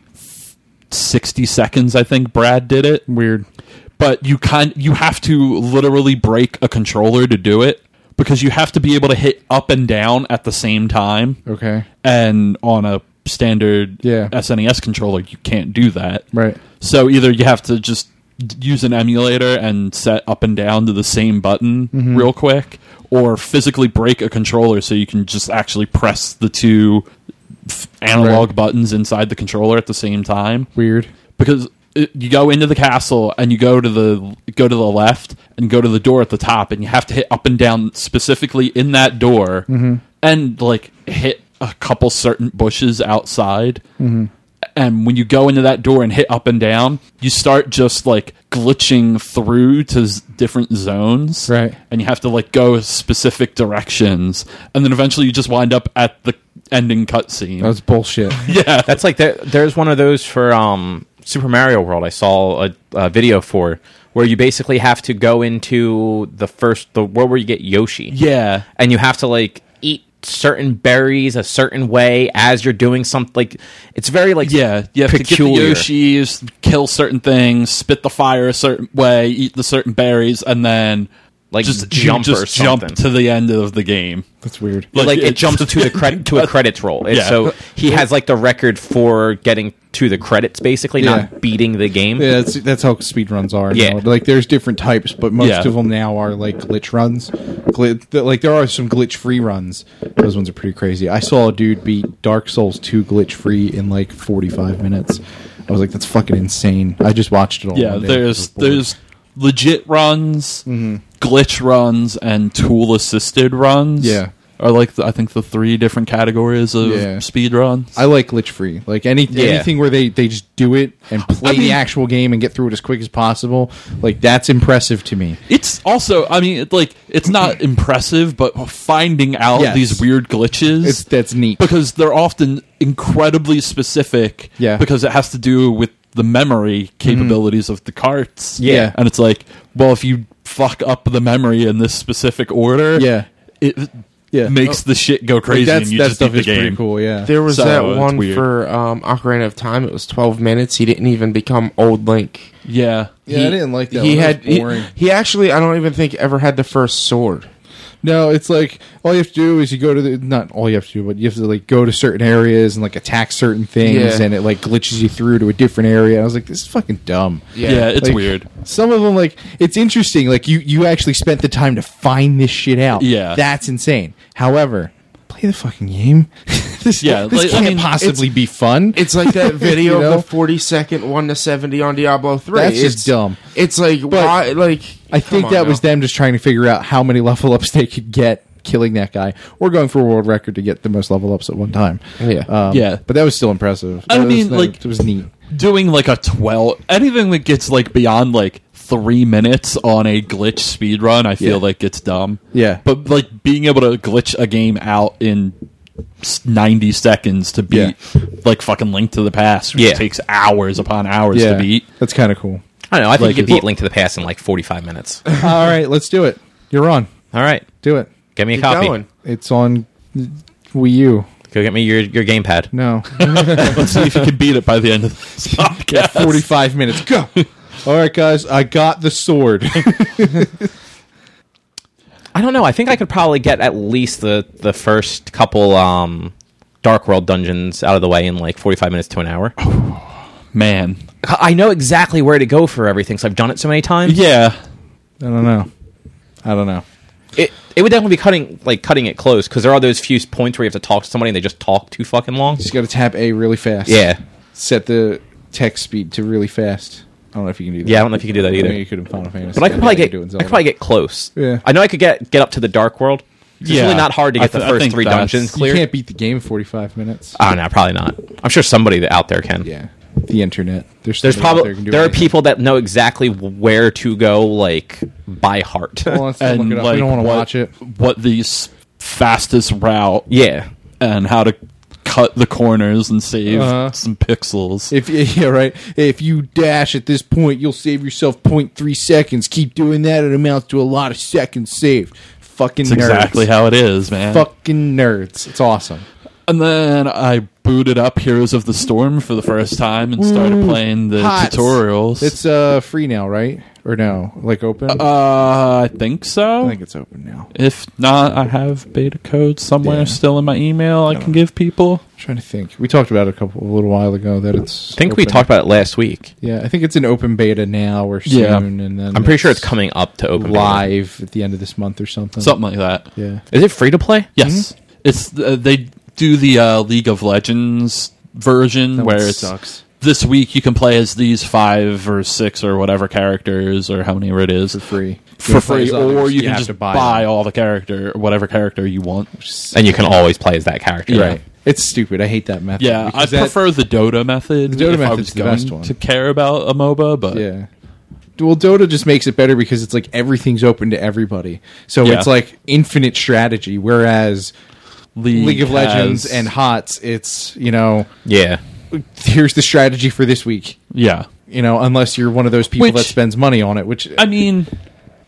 60 seconds. I think Brad did it,
weird.
but you kind you have to literally break a controller to do it because you have to be able to hit up and down at the same time,
Okay.
and on a standard
Yeah.
SNES controller, you can't do that.
Right.
So either you have to just d- use an emulator and set up and down to the same button
Mm-hmm.
real quick, or physically break a controller so you can just actually press the two f- analog
Right.
buttons inside the controller at the same time.
Weird.
Because it, you go into the castle and you go to the go to the left and go to the door at the top, and you have to hit up and down specifically in that door,
Mm-hmm.
and like hit a couple certain bushes outside
Mm-hmm.
and when you go into that door and hit up and down, you start just like glitching through to z- different zones.
Right.
And you have to like go specific directions. And then eventually you just wind up at the ending cutscene.
That was bullshit.
yeah.
That's like there, there's one of those for um, Super Mario World. I saw a, a video for where you basically have to go into the first the world where you get Yoshi,
Yeah.
and you have to like eat certain berries a certain way as you're doing something. Like it's very like
Yeah, you have
peculiar.
to get the Yoshis, kill certain things, spit the fire a certain way, eat the certain berries, and then
Like
just
jump
you
or
just jump
something.
to the end of the game.
That's weird.
like, it
it's-
jumps to the credit to a credits roll. It's
Yeah.
So he has like the record for getting to the credits, basically
Yeah.
not beating the game.
Yeah, that's that's how speed runs are.
Yeah.
now. like there's different types, but most
Yeah.
of them now are like glitch runs. Gli- th- like there are some glitch free runs. Those ones are pretty crazy. I saw a dude beat Dark Souls two glitch free in like 45 minutes. I was like, that's fucking insane. I just watched it all.
Yeah,
one day.
there's
I was bored.
there's legit runs,
Mm-hmm.
glitch runs, and tool assisted runs.
Yeah.
are like the, I think the three different categories of
Yeah.
speed runs.
I like glitch free. Like any
Yeah.
anything where they they just do it and play the
mean-
actual game and get through it as quick as possible. Like that's impressive to me.
It's also, I mean, it, like it's not impressive, but finding out
Yes.
these weird glitches
It's that's neat.
because they're often incredibly specific.
Yeah.
because it has to do with the memory capabilities of the carts.
Yeah.
and it's like, well, if you fuck up the memory in this specific order,
Yeah.
it
Yeah. Oh.
makes the shit go
Like,
crazy, and you
that
just beat
stuff
the
is pretty
game.
cool. Yeah, uh,
There was
So,
that
it's
one
weird.
for um, Ocarina of Time. It was 12 minutes. He didn't even become Old Link.
Yeah,
Yeah, I didn't like that.
He
one. That
had
was
he,
boring.
he actually I don't even think ever had the first sword.
No, it's like all you have to do is you go to the not all you have to do, but you have to like go to certain areas and like attack certain things,
Yeah.
and it like glitches you through to a different area. I was like, this is fucking dumb.
yeah, it's
Like,
weird.
Some of them like it's interesting. Like you you actually spent the time to find this shit out.
Yeah.
that's insane. However, play the fucking game. this
Yeah,
this
like, I
can't
mean,
possibly be fun.
It's like that video
You know?
of the 40 second 1 to 70 on Diablo 3.
That's
it's,
just dumb.
It's like why like
I
come
think
on
that was
now.
them just trying to figure out how many level ups they could get killing that guy or going for a world record to get the most level ups at one time.
Yeah.
Um,
Yeah.
But that was still impressive.
I
That was-
mean,
that-
like-
it was neat.
doing like a 12 anything that gets like beyond like three minutes on a glitch speed run i feel
Yeah.
like it's dumb
Yeah.
but like being able to glitch a game out in s- 90 seconds to beat like fucking link to the past which
Yeah.
takes hours upon hours
Yeah.
to beat
That's kind of cool.
I don't know. I think
Like,
you could
it's-
beat Link to the Past in like 45 minutes. All
All right, let's do it. You're on.
right,
Do it.
get me a
Keep
copy.
going.
It's on Wii U.
Go get me your your gamepad.
No.
let's see if you can beat it by the end of this podcast
45 minutes. Go. All right, guys. I got the sword.
I don't know. I think I could probably get at least the the first couple um, Dark World dungeons out of the way in like 45 minutes to an hour.
man
I know exactly where to go for everything, so I've done it so many times.
yeah
I don't know. I don't know.
it it would definitely be cutting like cutting it close because there are those few points where you have to talk to somebody and they just talk too fucking long.
Just got to tap A really fast.
Yeah,
set the text speed to really fast. I don't know if you can do that.
yeah. I don't know if you can do that
I think you
either,
could in Final Fantasy.
but I could
think
probably
you
get
do in
I
Zelda.
could probably get close.
Yeah.
I know I could get get up to the dark world. It's
Yeah.
really not hard to
I
get
th-
the
I
first
think
three
that's-
dungeons
You
clear.
can't beat the game in 45 minutes.
Oh no, probably not. I'm sure somebody that out there can.
yeah, the internet. There's
There's
somebody out
probably
who can do
there are
anything.
people that know exactly where to go like by heart.
Well, let's look
and
it up.
like
we don't want to
what-
watch it.
what the s- fastest route
yeah.
and how to cut the corners and save
Uh-huh.
some pixels.
If yeah, right. If you dash at this point, you'll save yourself 0.3 seconds. Keep doing that; it amounts to a lot of seconds saved. Fucking
That's
nerds.
exactly how it is, man.
Fucking nerds. It's awesome.
And then I booted up Heroes of the Storm for the first time and started playing the
Mm, Hot.
tutorials.
It's uh free now, right? Or no? Like open?
uh, I think so.
I think it's open now.
if not, I have beta codes somewhere
Yeah.
still in my email I can give people.
trying to think. We talked about it a couple a little while ago that it's.
I think we
open.
talked about it last week.
Yeah, I think it's an open beta now or soon,
Yeah.
and then
I'm pretty sure it's coming up to open beta.
live at the end of this month or something.
Something like that.
Yeah. Mm-hmm.
Is it free to play?
Yes. It's uh, they do the uh, League of Legends version
That
where
one
it's
sucks.
this week you can play as these five or six or whatever characters or how many it is
for free.
for free, or you can
have
just
to
buy,
them.
all the character, whatever character you want.
And you can always play as that character.
Yeah.
Right. It's stupid. I hate that method.
Yeah, I
because that-
prefer the Dota method.
The Dota
if I
method's
was
the
going
best one.
to care about a MOBA, but
Yeah. Well, Dota just makes it better because it's like everything's open to everybody. So
Yeah.
it's like infinite strategy. Whereas
League,
League of Legends
has-
and HOTS, it's, you know,
Yeah.
here's the strategy for this week.
yeah,
you know, unless you're one of those people
Which-
that spends money on it, which
I mean,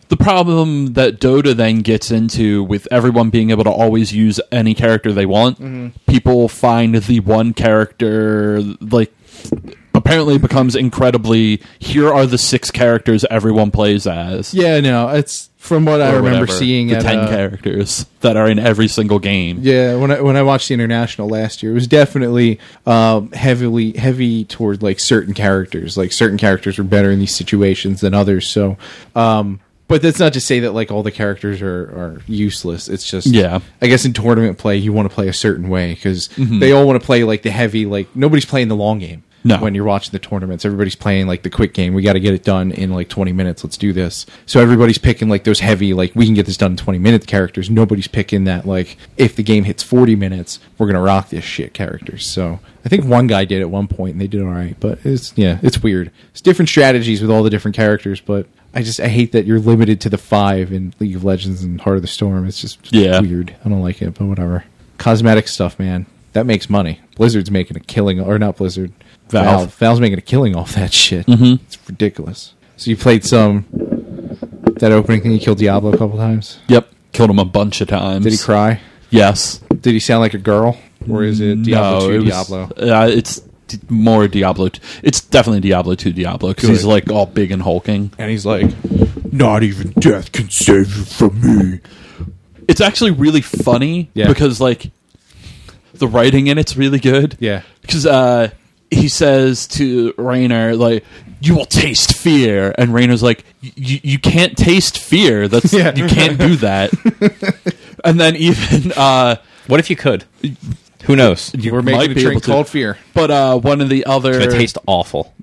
the problem that Dota then gets into with everyone being able to always use any character they want,
Mm-hmm.
people find the one character like apparently it becomes incredibly here are the six characters everyone plays as.
Yeah, no, it's from what I
or
remember
whatever,
seeing
the
at
ten
uh,
characters that are in every single game.
Yeah, when I when I watched the international last year, it was definitely um, heavily heavy toward like certain characters. Like certain characters were better in these situations than others. So, um, but that's not to say that like all the characters are are useless. It's just
Yeah.
I guess in tournament play, you want to play a certain way because they all want to play like the heavy. Like nobody's playing the long game.
Mm-hmm. No.
when you're watching the tournaments, everybody's playing like the quick game. We got to get it done in like 20 minutes. Let's do this. So everybody's picking like those heavy, like we can get this done in 20 minutes characters. Nobody's picking that like if the game hits 40 minutes, we're gonna rock this shit characters. So I think one guy did at one point and they did all right, but it's yeah, it's weird. It's different strategies with all the different characters, but I just I hate that you're limited to the five in League of Legends and Heart of the Storm. It's just
Yeah.
weird. I don't like it, but whatever. Cosmetic stuff, man. That makes money. Blizzard's making a killing, or not Blizzard.
Valve. Mm-hmm.
Valve. Valve's making a killing off that shit. It's ridiculous. So you played some that opening thing. You killed Diablo a couple times.
Yep, killed him a bunch of times.
Did he cry?
Yes.
Did he sound like a girl, or is it Diablo
Mm, No,
two?
it was-
Diablo.
Uh, it's d- more Diablo. T- it's definitely Diablo two Diablo because he's
Good.
like all big and hulking.
And he's like,
Not even death can save you from me.
It's actually really funny
Yeah.
because like the writing in it's really good.
Yeah.
because uh, he says to Rainer like. You will taste fear, and Rainer's like, "Y- "You you can't taste fear. That's
Yeah.
you can't do that." and then even uh,
What if you could? Who knows?
you
"We're
might
making a
be able
drink
to-
called Fear."
But uh, one of the other
It tastes awful.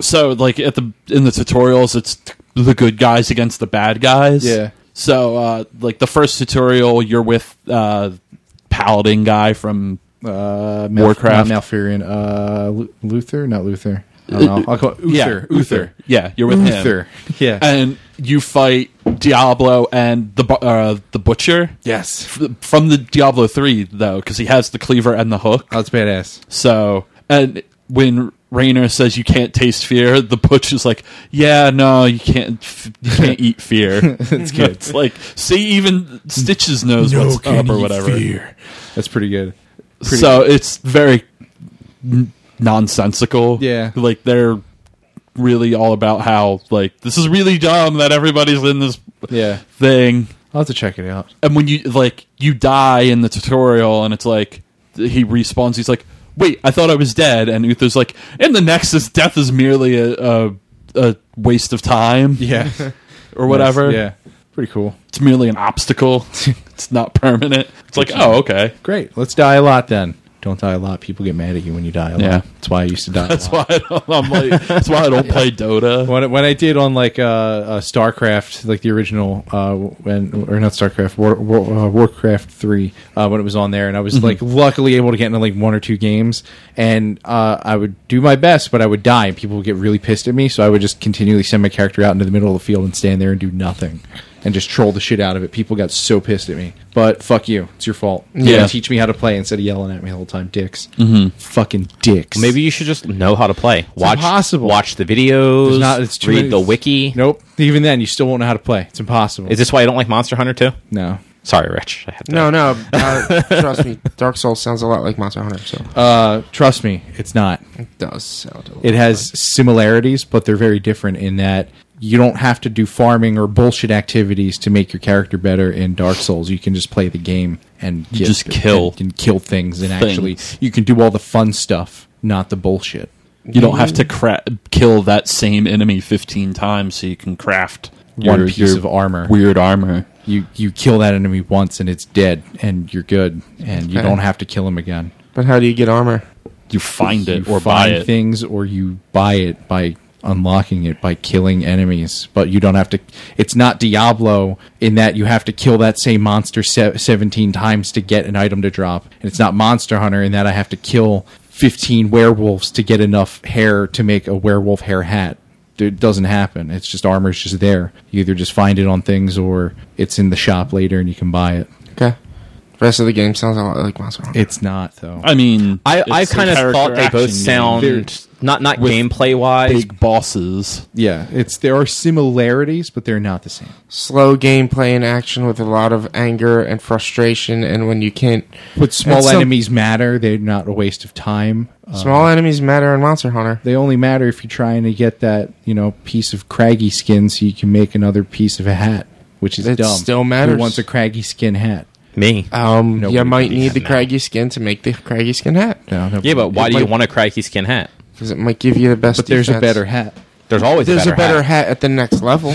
so like at the in the tutorials it's the good guys against the bad guys
Yeah.
so uh like the first tutorial you're with uh paladin guy from
Uh, Malf-
Warcraft.
not Malfurion. Uh, Lu- Luther, not Luther. I don't know. I'll call it Uther.
yeah
Uther.
yeah you're with
Uther.
him
Yeah.
and you fight diablo and the bu- uh the butcher
yes.
F- from the diablo 3 though because he has the cleaver and the hook
Oh, it's badass.
So, and when Rainer says you can't taste fear, the butch is like, "Yeah, no, you can't. f- You can't eat fear." it's good. it's like, see, even Stitches knows
No
what's
can
up or
eat
whatever.
fear.
That's pretty good.
So it's very n- nonsensical.
Yeah.
like they're really all about how like this is really dumb that everybody's in this
Yeah.
thing
I'll have to check it out.
and when you like you die in the tutorial and it's like th- he respawns he's like wait i thought i was dead and uther's like in the nexus death is merely a, a, a waste of time
Yeah.
or whatever
Yeah. Pretty cool.
it's merely an obstacle it's not permanent it's like oh okay
Great. Let's die a lot then. Don't die a lot. People get mad at you when you die a lot.
Yeah.
That's why I used to die.
that's
a lot.
why I don't, i'm like that's why i don't play dota
When, I- when I did on like uh, uh, StarCraft, like the original, uh, when or not StarCraft, War, War, uh, Warcraft three, uh, when it was on there, and I was like luckily able to get into like one or two games, and uh, I would do my best, but I would die, and people would get really pissed at me, so I would just continually send my character out into the middle of the field and stand there and do nothing, and just troll the shit out of it. People got so pissed at me, but fuck you, it's your fault. You
Yeah.
gotta teach me how to play instead of yelling at me the whole time, dicks, fucking dicks.
Maybe you should just know how to play. watch
impossible.
watch the videos.
There's not- it's too
read
many-
the wiki.
Nope. Even then, you still won't know how to play. It's impossible.
Is this why I don't like Monster Hunter too?
No.
Sorry, Rich. I had to.
No, no. Uh, trust me, Dark Souls sounds a lot like Monster Hunter, so
Uh, trust me, it's not.
it does sound a lot.
It has similarities, but they're very different in that you don't have to do farming or bullshit activities to make your character better in Dark Souls. You can just play the game and get-
just kill
and, and kill things, and actually
things.
you can do all the fun stuff, not the bullshit.
you don't
Mm.
have to cra- kill that same enemy 15 times so you can craft
One piece of armor.
weird armor
You you kill that enemy once and it's dead, and you're good, and you
Okay.
don't have to kill him again.
But how do you get armor?
you find it
you
or buy
find
it
things or you buy it by unlocking it by killing enemies but you don't have to it's not diablo in that you have to kill that same monster se- 17 times to get an item to drop and it's not monster hunter in that i have to kill 15 werewolves to get enough hair to make a werewolf hair hat it doesn't happen it's just armor's just there you either just find it on things or it's in the shop later and you can buy it
Okay. rest of the game sounds a lot like Miles Morales.
It's not though.
I mean,
I,
it's
I
a
kind of
character
thought they
action
both
game.
sound
They're
not not gameplay wise.
big bosses.
yeah, it's there are similarities, but they're not the same.
Slow gameplay and action with a lot of anger and frustration, and when you can't,
But small
And some-
enemies matter. They're not a waste of time. Uh,
small enemies matter in Monster Hunter.
they only matter if you're trying to get that you know piece of craggy skin so you can make another piece of a hat, which is
It
dumb.
still matters.
Who wants a craggy skin hat?
Me.
Um,
Nobody
you might
believes
need
that
the
now.
craggy skin to make the craggy skin hat
No, no.
yeah, but why do you
might-
want a crikey skin hat?
because it might give you the best.
But there's a
defense.
better hat,
There's always
There's
a better, hat.
hat. at the next level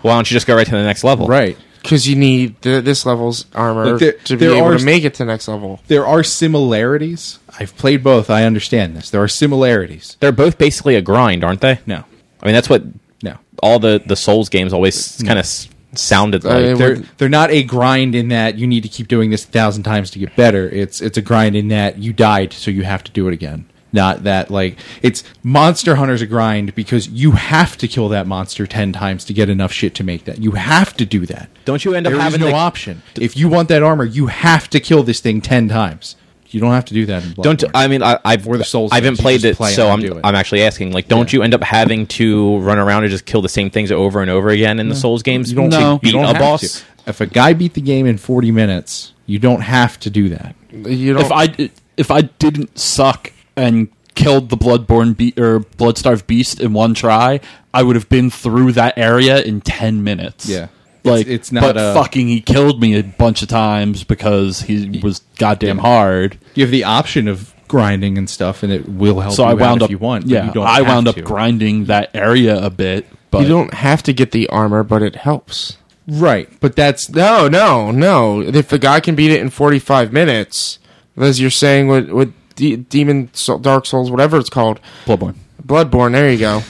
Why don't you just go right to the next level?
right?
because you need the, this level's armor
Like there-
to be
there
able
are-
to make it to next level.
There are similarities. I've played both. I understand this. There are similarities.
They're both basically a grind, aren't they?
No,
I mean, that's what
no.
all the the Souls games always kind of sounded
I mean,
like.
They're
Would-
they're not a grind in that you need to keep doing this a thousand times to get better. It's it's a grind in that you died, so you have to do it again. Not that like it's Monster Hunter's a grind because you have to kill that monster ten times to get enough shit to make that. You have to do that.
Don't you end up
There is
having
no
the-
option. If you want that armor, you have to kill this thing ten times. You don't have to do that. In
don't
Bloodborne.
I mean I, I've
Or the Souls
I haven't
games, you
played
just
it,
play it
so
and
I'm
do it.
I'm actually asking. Like, don't you end up having to run around and just kill the same things over and over again in the Souls games?
You don't
to
No.
beat
you don't
a
have
boss.
to. If a guy beat the game in forty minutes, you don't have to do that.
You don't.
If I if I didn't suck and killed the bloodborne be- or bloodstarved beast in one try, I would have been through that area in ten minutes.
Yeah.
Like
It's- it's not
but
a-
fucking he killed me a bunch of times because he was goddamn hard.
you have the option of grinding and stuff, and it will help.
So
you
I wound
out if
up
you want. but
yeah,
you don't
I
have
wound up
to.
grinding that area a bit, but
you don't have to get the armor, but it helps.
right, but that's
No, no, no. If the guy can beat it in 45 minutes, as you're saying with, with De- Demon Soul, Dark Souls, whatever it's called,
bloodborne.
Bloodborne, there you go.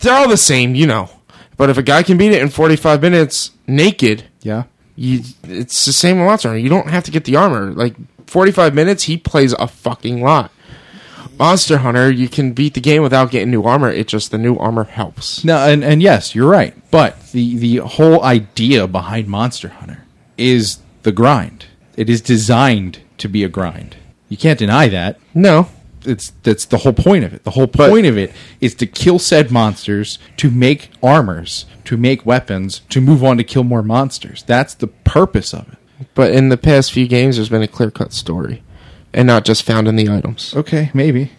They're all the same, you know. But if a guy can beat it in 45 minutes naked,
yeah.
you, it's the same with Monster Hunter. You don't have to get the armor. Like, 45 minutes, he plays a fucking lot. Monster Hunter, you can beat the game without getting new armor. It just, the new armor helps.
No, and, and yes, you're right. But the the whole idea behind Monster Hunter is the grind. It is designed to be a grind. You can't deny that.
No.
It's that's the whole point of it. The whole point of it is to kill said monsters, to make armors, to make weapons, to move on to kill more monsters. That's the purpose of it.
But in the past few games, there's been a clear cut story, and not just found in the items.
Okay, maybe.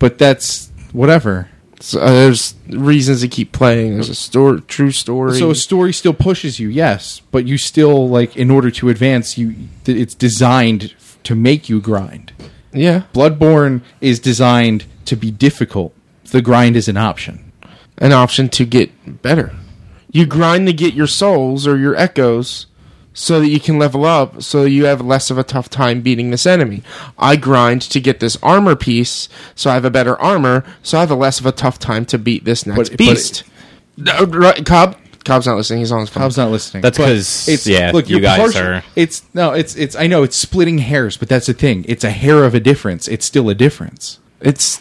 But that's whatever.
So, uh, there's reasons to keep playing. There's a story, true story.
So a story still pushes you, yes, but you still like in order to advance, you th- it's designed f- to make you grind.
yeah,
Bloodborne is designed to be difficult. The grind is an option.
an option to get better. You grind to get your souls or your echoes, so that you can level up. So you have less of a tough time beating this enemy. I grind to get this armor piece, so I have a better armor. So I have a less of a tough time to beat this
But-
next
but-
beast. No, right, Cobb, Cobb's not listening. He's on his phone.
Bob's not listening.
That's
But
'cause, yeah, you
you're
guys are-
It's no, it's it's. I know it's splitting hairs, but that's the thing. It's a hair of a difference. It's still a difference.
It's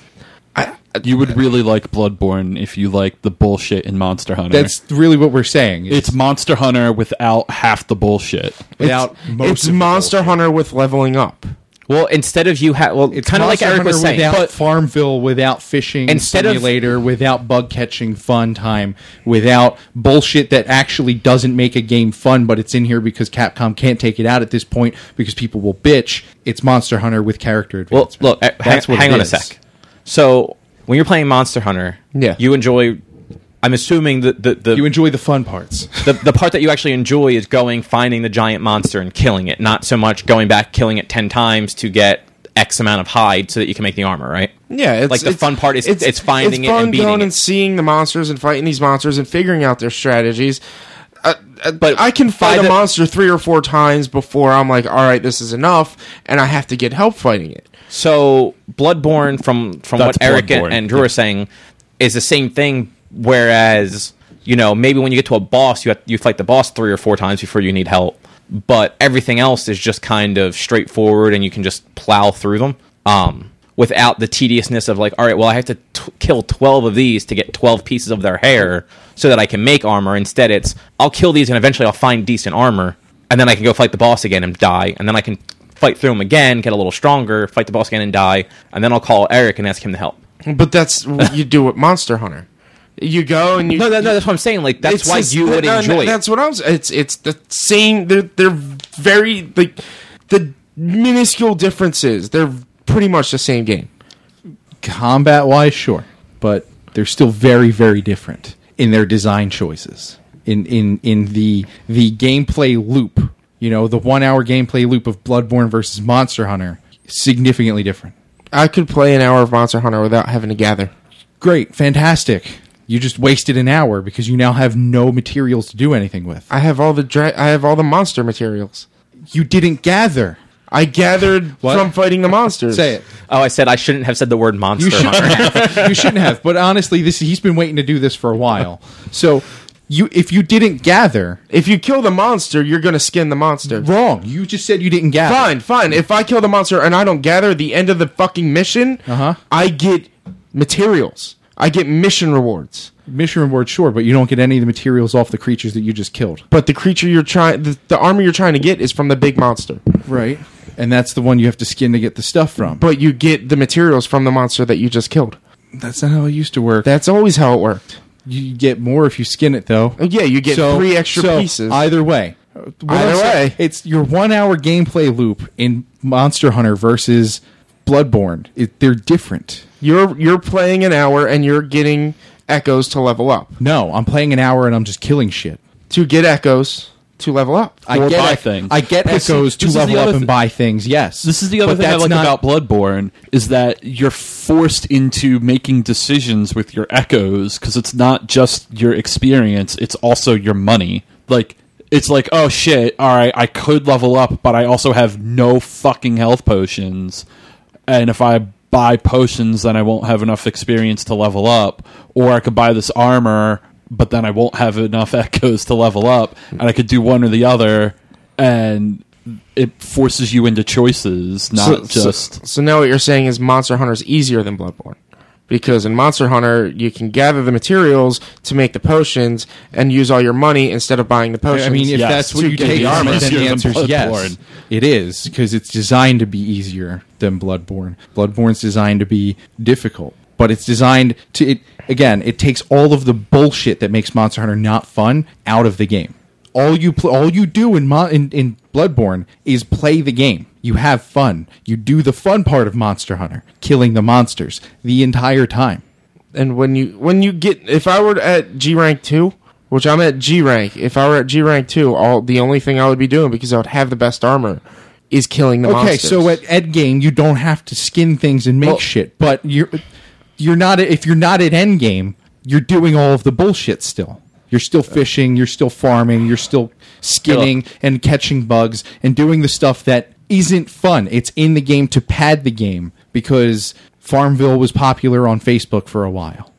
You would really like Bloodborne if you like the bullshit in Monster Hunter.
That's really what we're saying.
it's Monster Hunter without half the bullshit.
without most
it's
of the
Monster
bullshit.
Hunter with leveling up.
Well, instead of you have well,
It's
kind of like
Monster
Eric was
Hunter
saying,
without
but
Farmville, without fishing
Instead of-
simulator, without bug catching fun time, without bullshit that actually doesn't make a game fun, but it's in here because Capcom can't take it out at this point because people will bitch. It's Monster Hunter with character
Well,
advancement.
look, uh, hang,
what
hang
it
on
is.
a sec. So when you're playing Monster Hunter,
Yeah.
you enjoy. I'm assuming the the the,
You enjoy the fun parts.
the the part that you actually enjoy is going finding the giant monster and killing it, not so much going back killing it ten times to get X amount of hide so that you can make the armor, right?
Yeah, it's,
like the
it's-
fun part is it's, finding
it's
it
fun
and beating
going and
it.
seeing the monsters and fighting these monsters and figuring out their strategies. Uh, uh,
But
I can
by
fight a
the-
monster three or four times before I'm like, all right, this is enough, and I have to get help fighting it.
So Bloodborne, from from what
That's
Eric and,
Bloodborne.
and Drew are saying, is the same thing. Whereas you know maybe when you get to a boss, you have, you fight the boss three or four times before you need help. But everything else is just kind of straightforward, and you can just plow through them um, without the tediousness of like, all right, well, I have to t- kill twelve of these to get twelve pieces of their hair so that I can make armor. Instead, it's I'll kill these, and eventually I'll find decent armor. and then I can go fight the boss again and die, and then I can fight through him again, get a little stronger, fight the boss again and die, and then I'll call Eric and ask him to help.
But that's you do with Monster Hunter. You go and you.
No, no, no, that's what I'm saying. Like that's
It's
why
just-
you would
no, no,
enjoy it.
That's what I was. It's it's the same. They're they're very like the minuscule differences. They're pretty much the same game.
combat wise, sure, but they're still very, very different in their design choices. In in in the the gameplay loop, you know, the one hour gameplay loop of Bloodborne versus Monster Hunter, significantly different.
I could play an hour of Monster Hunter without having to gather.
Great, fantastic. You just wasted an hour because you now have no materials to do anything with.
I have all the dra- I have all the monster materials.
You didn't gather.
I gathered
What?
from fighting the monsters.
Say it.
oh, I said I shouldn't have said the word monster.
You
Hunter.
should. you shouldn't have. But honestly, this he's been waiting to do this for a while. So, you if you didn't gather,
If you kill the monster, you're gonna skin the monster.
wrong. You just said you didn't gather.
Fine, fine. If I kill the monster and I don't gather at the end of the fucking mission,
Uh-huh.
I get materials. I get mission rewards.
mission reward, sure, but you don't get any of the materials off the creatures that you just killed.
But the creature you're trying, the, the armor you're trying to get is from the big monster.
Right. And that's the one you have to skin to get the stuff from.
But you get the materials from the monster that you just killed.
that's not how it used to work.
That's always how it worked.
you get more if you skin it, though.
Oh, Yeah, you get
So-
three extra
so
pieces.
Either way. What
Either
I'm saying-
way.
It's your one hour gameplay loop in Monster Hunter versus Bloodborne. It, they're different.
you're you're playing an hour and you're getting echoes to level up.
No, I'm playing an hour and I'm just killing shit.
To get echoes to level up.
I
Or
get
buy
ec-
things.
I get
This is-
echoes to
this is the
level up
other
and
thi-
buy things, yes.
This is the other
But
thing I
that's
like
not-
about Bloodborne is that you're forced into making decisions with your echoes because it's not just your experience; it's also your money. Like it's like, oh shit, all right, I could level up, but I also have no fucking health potions, and if I buy potions, then I won't have enough experience to level up, or I could buy this armor, but then I won't have enough echoes to level up, and I could do one or the other, and it forces you into choices, not just.
So, now what you're saying is Monster Hunter is easier than Bloodborne. Because in Monster Hunter, you can gather the materials to make the potions and use all your money instead of buying the potions.
I mean, if
Yes.
that's what
To
you
get
take,
the
the
armor,
then
easier
the
than
answer is yes.
Bloodborne.
It is because it's designed to be easier than Bloodborne. Bloodborne's designed to be difficult, but it's designed to it. Again, it takes all of the bullshit that makes Monster Hunter not fun out of the game. All you pl- all you do in, Mon- in in Bloodborne is play the game. You have fun. You do the fun part of Monster Hunter, killing the monsters the entire time.
and when you when you get if I were at G rank two, which I'm at G rank, if I were at G rank two, all the only thing I would be doing because I would have the best armor is killing the
okay,
monsters.
so at Ed game you don't have to skin things and make
Well-
shit, but you're you're not if you're not at end game, you're doing all of the bullshit still. You're still fishing, you're still farming, you're still skinning and catching bugs and doing the stuff that isn't fun. It's in the game to pad the game because Farmville was popular on Facebook for a while.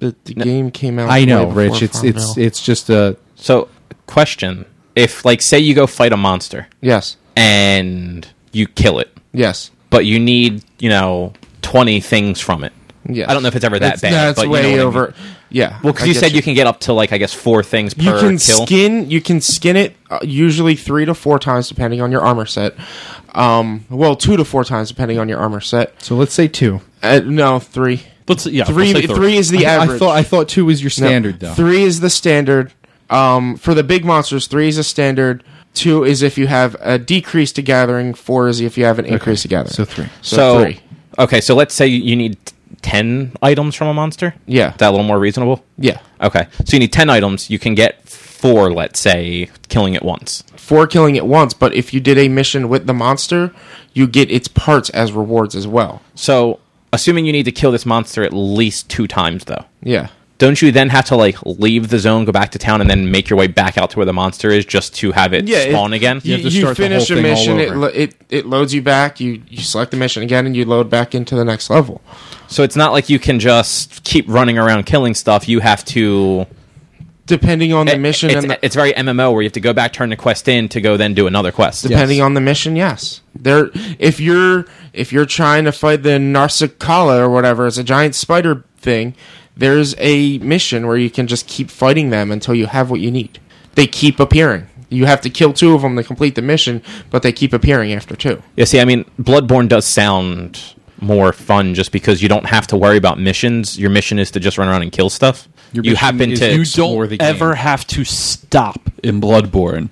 the, the game came out.
I
way
know,
before
Rich. It's it's
Farmville.
it's just a
So, question: If like say you go fight a monster
yes,
and you kill it,
yes.
but you need you know twenty things from it.
Yes.
I don't know if it's ever that
That's-
bad.
That's
but you know
way
what I mean.
over. Yeah.
Well, because
I
you
get
said you. can get up to like I guess four things per
you can
kill.
skin you can skin it uh, usually three to four times depending on your armor set um well two to four times depending on your armor set
so let's say two.
uh, no three
Let's yeah, we'll
three
say
three is the
I,
average
I thought I thought two was your
No,
standard though.
three is the standard um for the big monsters three is a standard two is if you have a decrease to gathering four is if you have an increase to gathering
So three.
so,
So,
three
okay, so let's say you- you need t- ten items from a monster.
Yeah.
is that a little more reasonable.
yeah
Okay, so you need ten items. You can get four, let's say, killing it once.
four killing it once but if you did a mission with the monster you get its parts as rewards as well
So, assuming you need to kill this monster at least two times, though,
yeah
don't you then have to like leave the zone, go back to town, and then make your way back out to where the monster is just to have it
yeah, it-
spawn again?
You,
have to
you
start the whole
finish a
thing all
mission, it,
over.
lo- it it loads you back. You you select the mission again, and you load back into the next level.
So it's not like you can just keep running around killing stuff. You have to.
Depending on the
it-
mission
it's,
and the,
it's very MMO where you have to go back, turn the quest in to go then do another quest.
depending on the mission, yes. There, if you're if you're trying to fight the Narsicala or whatever, it's a giant spider thing. There's a mission where you can just keep fighting them until you have what you need. They keep appearing. You have to kill two of them to complete the mission, but they keep appearing after two.
Yeah, see, I mean, Bloodborne does sound more fun just because you don't have to worry about missions. Your mission is to just run around and kill stuff.
Your
you
mission
happen
is
to
you
You
Explore the
don't ever
game.
have to stop in Bloodborne.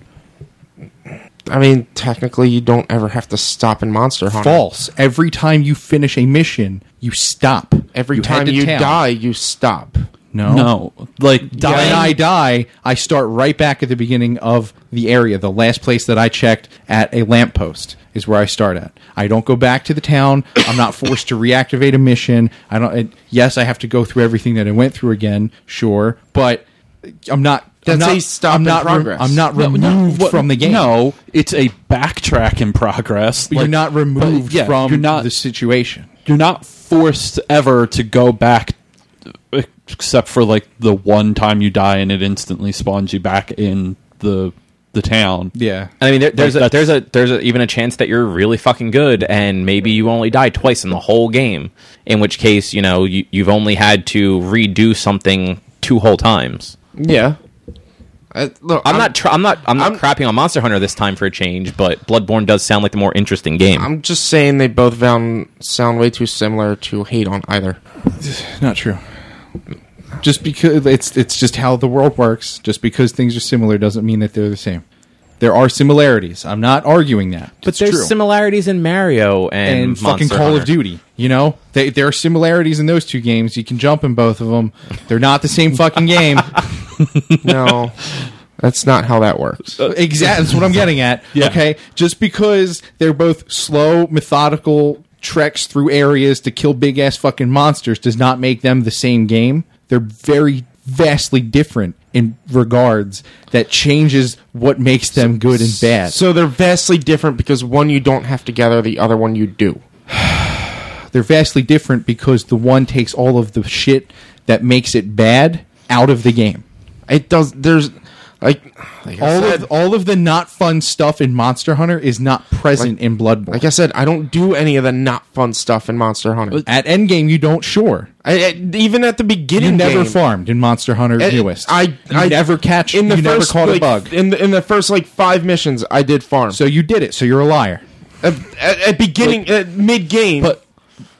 I mean, technically, you don't ever have to stop in Monster Hunter.
False. Every time you finish a mission, you stop.
Every
head
time
to
you
town.
die, you stop.
No.
No, like dying.
When I die, I start right back at the beginning of the area. The last place that I checked at a lamppost is where I start at. I don't go back to the town. I'm not forced to reactivate a mission. I don't. It, yes, I have to go through everything that I went through again. Sure, but I'm not.
That's
I'm not,
a stop
I'm
in
not re-
progress.
I'm not
No,
removed
no, what-
from the game.
No, it's a backtrack in progress.
you're
Like,
not
but
removed
yeah,
from
You're not.
the situation.
you're not forced ever to go back, except for like the one time you die and it instantly spawns you back in the the town.
Yeah.
I mean, there, there's a,
Like,
there's a there's a, even a chance that you're really fucking good, and maybe you only die twice in the whole game. In which case, you know, you, you've only had to redo something two whole times.
Yeah. I, Uh, look,
I'm, not tr- I'm not I'm not
I'm-
crapping on Monster Hunter this time for a change, but Bloodborne does sound like the more interesting game.
I'm just saying they both found, sound way too similar to hate on either.
Not true. Just because it's it's just how the world works. Just because things are similar doesn't mean that they're the same. There are similarities. I'm not arguing that.
but
It's
there's
true.
similarities in Mario and,
and fucking
Monster
Call of
Hunter.
Duty. You know, they, there are similarities in those two games. You can jump in both of them. They're not the same fucking game.
No, that's not how that works.
exactly. That's what I'm getting at.
Yeah.
Okay. Just because they're both slow, methodical treks through areas to kill big ass fucking monsters does not make them the same game. They're very vastly different in regards that changes what makes them good and bad. So
So they're vastly different because one you don't have to gather, the other one you do.
they're vastly different because the one takes all of the shit that makes it bad out of the game.
It does. There's like, like I
All
said,
of all of the not fun stuff in Monster Hunter is not present in Bloodborne.
like I said, I don't do any of the not fun stuff in Monster Hunter.
at endgame, you don't sure.
I, I- even at the beginning,
You never
game,
farmed in Monster Hunter
I-
newest.
I,
you
I
never catch.
in the
you
first,
never caught
like,
a bug.
in the, in the first like five missions. I did farm.
So you did it. So you're a liar.
at, at, at beginning, at mid game,
But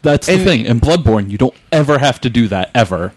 that's the
And-
thing. In Bloodborne, you don't ever have to do that ever.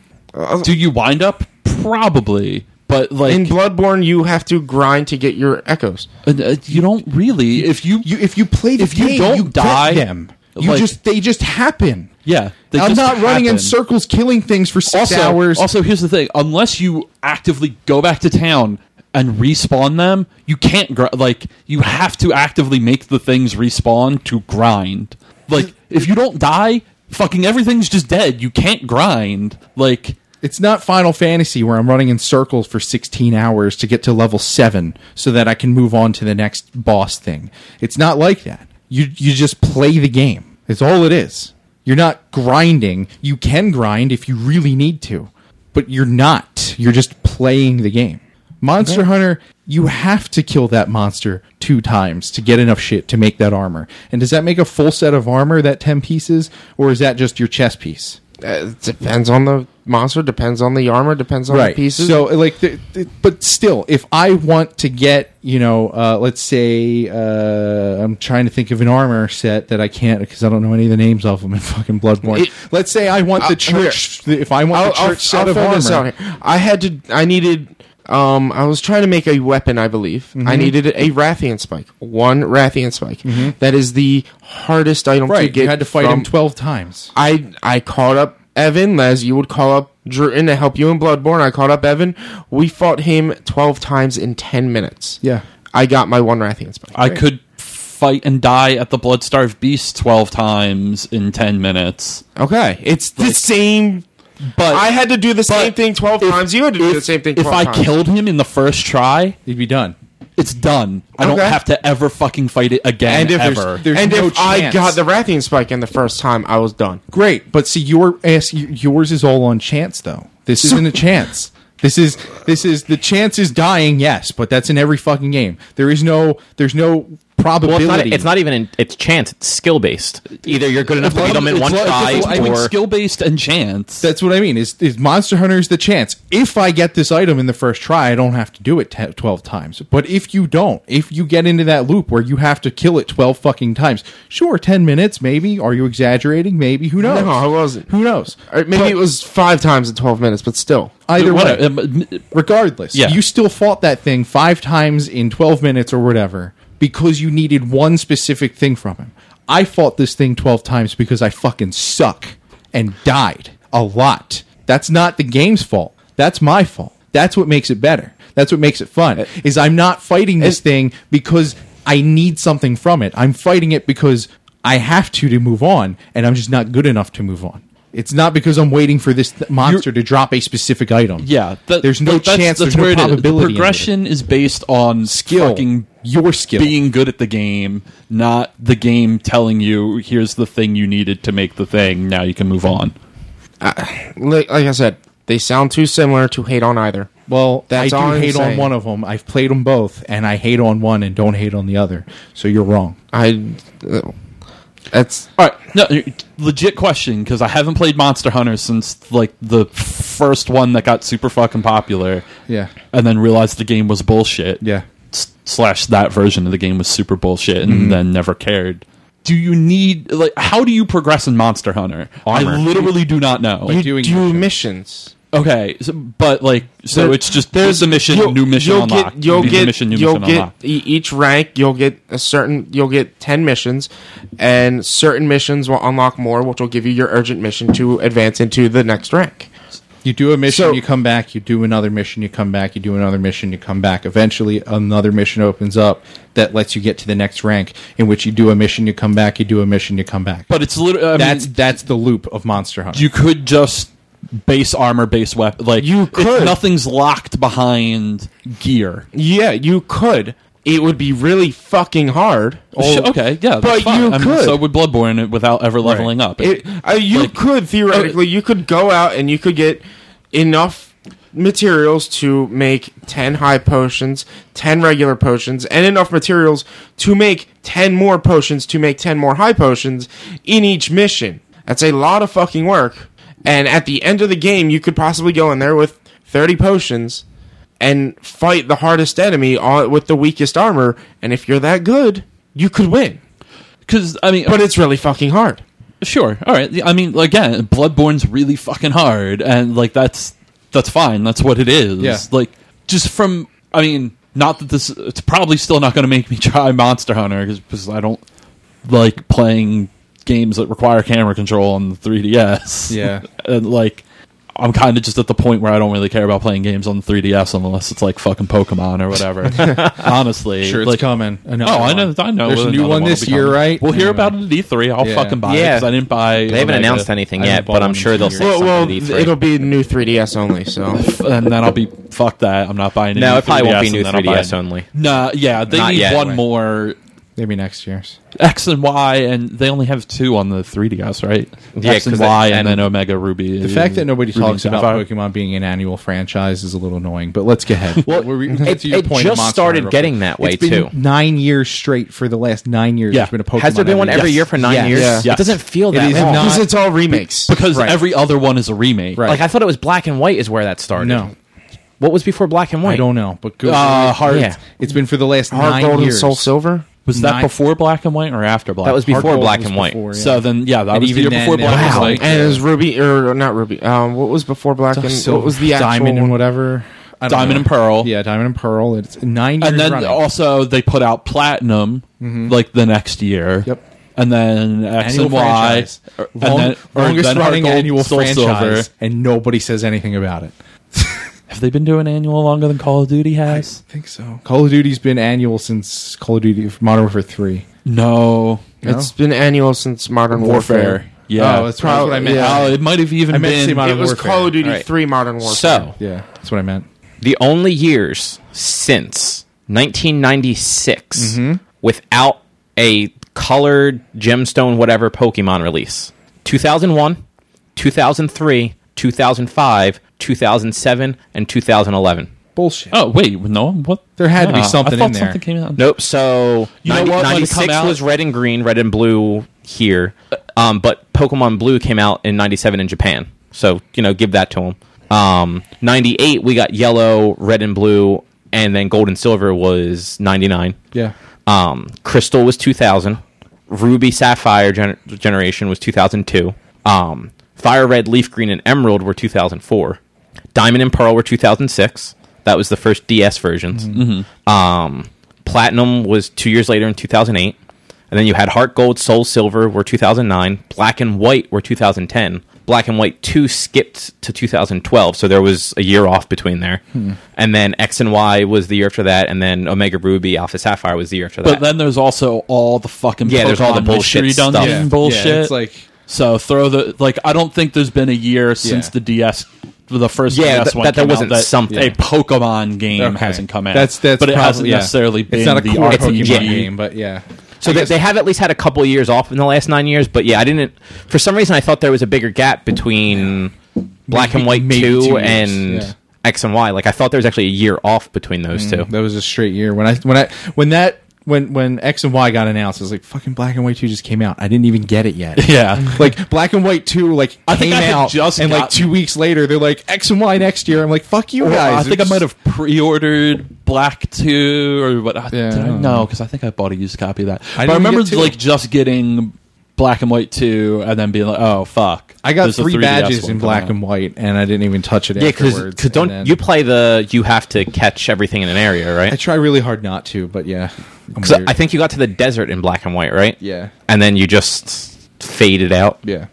do you wind up? Probably, but like
in Bloodborne, you have to grind to get your echoes.
uh, uh, you don't really. If you,
You if you play the
If you
game,
don't
you get
die,
them. You
like-
just they just happen.
yeah, they
I'm
just
not running in
happen.
circles killing things for six
also,
hours.
Also, here's the thing: unless you actively go back to town and respawn them, you can't gr- like you have to actively make the things respawn to grind. Like if you don't die, fucking everything's just dead. You can't grind. Like
it's not Final Fantasy where I'm running in circles for 16 hours to get to level 7 so that I can move on to the next boss thing. It's not like that. You you just play the game. It's all it is. You're not grinding. You can grind if you really need to, but you're not. You're just playing the game. Monster Hunter, you have to kill that monster two times to get enough shit to make that armor. And does that make a full set of armor, that 10 pieces, or is that just your chest piece?
Uh, it depends on the monster, depends on the armor, depends on the pieces.
So like, the, the- but still, if I want to get, you know, uh, let's say uh, I'm trying to think of an armor set that I can't because I don't know any of the names of them in fucking Bloodborne.
It-
let's say I want the
I'll-
church. If I want
I'll,
the church set
I'll, I'll
of
throw
armor,
this out here. I had to. I needed. Um, I was trying to make a weapon. I believe I needed a Rathian spike. One Rathian spike. That is the hardest item to
right?
get.
You had to fight
from-
him twelve times.
I I called up Evan, Les. You would call up Druin to help you in Bloodborne. I called up Evan. We fought him twelve times in ten minutes.
Yeah.
I got my one Rathian spike.
I could fight and die at the blood-starved beast twelve times in ten minutes.
okay, it's the same.
But
I had to do the same
but
thing twelve times. You had to do the same thing.
if
12
I
times.
killed him in the first try,
You'd be done.
it's done. I don't
Okay.
have to ever fucking fight it again.
And if there's-
ever.
there's
and
no
if I
chance.
got the Rathian spike in the first time, I was done.
Great, but see, your ass, y- yours is all on chance though. This isn't a chance. This is this is the chance is dying. Yes, but that's in every fucking game. There is no there's no
Well,
probability.
it's not, it's not even in, it's chance. It's skill based. Either you're good enough to beat them in
It's
one
like-
try,
it's like- I think
or
skill based and chance.
That's what I mean. Is is Monster Hunter is the chance. If I get this item in the first try, I don't have to do it 10, 12 times. But if you don't, if you get into that loop where you have to kill it 12 fucking times, sure, 10 minutes maybe. Are you exaggerating? Maybe. Who knows?
No, I wasn't.
Who knows?
Or maybe
But
it was five times in twelve minutes, but still.
either
What-
way.
um,
regardless,
Yeah.
you still fought that thing 5 times in 12 minutes or whatever because you needed one specific thing from him. I fought this thing 12 times because I fucking suck and died a lot. That's not the game's fault. That's my fault. That's what makes it better. That's what makes it fun. Is I'm not fighting this thing because I need something from it. I'm fighting it because I have to to move on and I'm just not good enough to move on. It's not because I'm waiting for this th- monster to drop a specific item.
Yeah, that-
there's no
that- that's-
chance.
That's
there's no
where it is.
probability. in
The
it.
progression is based on
skill,
fucking
your skill.
being good at the game, not the game telling you here's the thing you needed to make the thing. Now you can move on.
Like, like I said, they sound too similar to hate on either.
well,
That's
I do
all I'm
hate on
saying.
one of them. I've played them both, and I hate on one and don't hate on the other. So you're wrong.
I. uh, That's
All right, no, legit question because I haven't played Monster Hunter since like the first one that got super fucking popular.
Yeah.
and then realized the game was bullshit.
Yeah.
S- slash that version of the game was super bullshit, and
Mm-hmm.
then never cared. Do you need like how do you progress in Monster Hunter? I
Armor.
literally do not know.
you
doing
do
missions.
missions.
Okay, so, but like, so
There-
it's just there's a mission,
you'll-
new mission
you'll
unlocked.
Get, you'll
New
get
mission, new
you'll
mission
get
unlocked.
e- each rank. You'll get a certain. You'll get ten missions, and certain missions will unlock more, which will give you your urgent mission to advance into the next rank.
You do a mission,
So-
you come back. You do another mission, you come back. You do another mission, you come back. Eventually, another mission opens up that lets you get to the next rank, in which you do a mission, you come back. You do a mission, you come back.
But it's literally I
that's
mean,
that's the loop of Monster Hunter.
you could just base armor, base weapon. Like
You
it's-
could.
nothing's locked behind gear.
Yeah, you could. It would be really fucking hard.
Sh- okay, yeah, that's
but
fine.
you
I mean,
could.
so would Bloodborne without ever leveling up.
It, uh, you
like-
could theoretically, you could go out and you could get enough materials to make 10 high potions, 10 regular potions, and enough materials to make 10 more potions to make 10 more high potions in each mission. That's a lot of fucking work. And at the end of the game, you could possibly go in there with 30 potions and fight the hardest enemy all, with the weakest armor. And if you're that good, you could win.
Because I mean,
But it's really fucking hard.
Sure. All right. I mean, again, Bloodborne's really fucking hard, and like that's that's fine. That's what it is.
Yeah.
Like just from, I mean, not that this. It's probably still not going to make me try Monster Hunter because I don't like playing games that require camera control on the 3DS.
Yeah.
and like. I'm kind of just at the point where I don't really care about playing games on the 3DS unless it's like fucking Pokemon or whatever. Honestly,
sure, it's
like,
coming. Another
Oh, I
one.
know, I know.
There's a
another
new one
will
this
be
year,
coming.
right?
We'll hear
Anyway.
about it at E3. I'll
Yeah.
fucking buy it
Yeah.
because I didn't buy.
they haven't
Omega.
announced anything
I
yet.
haven't bought
But I'm
one
sure
in
they'll
two
say
years.
Well,
something.
well,
to
th-
E3.
it'll be new 3DS only. So
and then I'll be fuck that. I'm not buying. a
No,
new
it probably won't
3DS,
be new
and then I'll buy
3DS
a-
only.
Nah, yeah, they
Not
need
yet,
one
anyway.
more
Maybe next year's.
X and Y, and they only have two on the 3DS, right?
Yeah,
X and
'cause
Y,
it- and-
and, then Omega Ruby.
The fact that nobody
Ruby
talks
and
about
Sapphire.
Pokemon being an annual franchise is a little annoying, but let's get ahead. Well, we're, we'll get
it-
to your
it
point of
just
Monster
started
Hunter real
getting
quick.
that way,
It's been
too.
Nine years straight for the last nine years.
Yeah.
There's been a Pokemon.
Has there been one every year for nine
Yes.
years?
Yes.
It doesn't feel that
is
long.
not-
because it's all remakes.
because
Right.
every other one is a remake.
Right.
Like I thought it was black and white is where that started.
No,
What was before black and white?
I don't know. But go,
Uh, hard.
Yeah.
it's been for the last
Hard
nine
Gold
years.
and Soul Silver.
Was that
Nine-
before Black and White or after Black?
That was
Hard
before
Gold
black
was
and white.
before, yeah.
So then, yeah, that
And
was the
even
year
then,
before
it
Black
was
and
like-
White.
And it was Ruby or not Ruby. Um, what was before Black and
Silver,
what was the actual
Diamond and
one?
whatever? I don't
Diamond
know.
and Pearl.
Yeah, Diamond and Pearl. It's nine years.
and then
running. Mm-hmm.
also they put out platinum like the next year.
Yep.
And then X
Annual
and Y,
franchise.
or- uh, and
Long-
then- or
longest
then Heart
running
Gold,
annual
Soul
franchise,
Silver.
and nobody says anything about it.
Have they been doing annual longer than Call of Duty has?
I think so. Call of Duty's been annual since Call of Duty Modern Warfare Three.
No.
It's been annual since Modern Warfare.
Yeah.
Oh, that's probably what I meant.
Yeah.
Oh, it might have even
I meant to say
been.
Modern
It was
Warfare.
Call of Duty
Right.
Three Modern Warfare.
So
Yeah, that's what I meant.
the only years since 1996
Mm-hmm.
without a colored gemstone whatever Pokemon release 2001, 2003, 2005, 2007, and 2011.
Bullshit.
Oh wait, no. What?
There had to be
Nah,
something
I thought
in there.
Something came out.
Nope. So
You know
90
what, when it
96
come out-
was red and green, red and blue here. Um, but Pokemon Blue came out in 97 in Japan. So, you know, give that to them. Um, 98, we got yellow, red and blue, and then gold and silver was 99.
Yeah.
Um, Crystal was 2000. Ruby Sapphire gen- generation was 2002. Um, Fire Red, Leaf Green, and Emerald were 2004. Diamond and Pearl were 2006. That was the first DS versions. Um, Platinum was two years later in 2008. And then you had Heart Gold, Soul Silver were 2009. Black and White were 2010. Black and White 2 skipped to 2012, so there was a year off between there. And then X and Y was the year after that, and then Omega Ruby, Alpha Sapphire was the year after that.
But then there's also all the fucking
Yeah, there's all the
Pokemon
bullshit
mystery
stuff.
dungeon
Yeah.
bullshit.
Yeah, it's like
so throw the like. I don't think there's been a year since
Yeah.
the DS, the first
Yeah,
DS
that-
one
that there
came out
wasn't
that
something.
a Pokemon game
okay.
hasn't come out.
That's that's
but it
probably-
hasn't
yeah.
necessarily been
It's not a
the
core
RPG.
Pokemon
yeah.
game, but yeah.
so
I
they,
guess-
they have at least had a couple years off in the last nine years, but yeah, I didn't. For some reason, I thought there was a bigger gap between Black and White
Maybe
2,
two years,
and
yeah.
X and Y. Like, I thought there was actually a year off between those two.
That was a straight year. When I when I when that when when X and Y got announced, I was like, fucking Black and White Two just came out. I didn't even get it yet.
Yeah.
Like Black and White Two, like
I
came
think I had
out
just
and like
gotten-
two weeks later, they're like X and Y next year. I'm like, fuck you
Well,
guys.
I think I
It's-
might have pre-ordered Black Two or what? I
Yeah,
did
I
I
don't
know? Because I think I bought a used copy of that.
I
but I
didn't
remember
get two.
like just getting Black and White Two, and then being like, "Oh fuck!"
I got
There's a
three
3DS
badges
one
in
coming
black
out.
and white, and I didn't even touch it
Yeah, because
afterwards. And
don't
then-
you play the you have to catch everything in an area, right?
I try really hard not to, but yeah. I'm
Because
weird.
I think you got to the desert in black and white, right?
Yeah.
And then you just faded out.
yeah.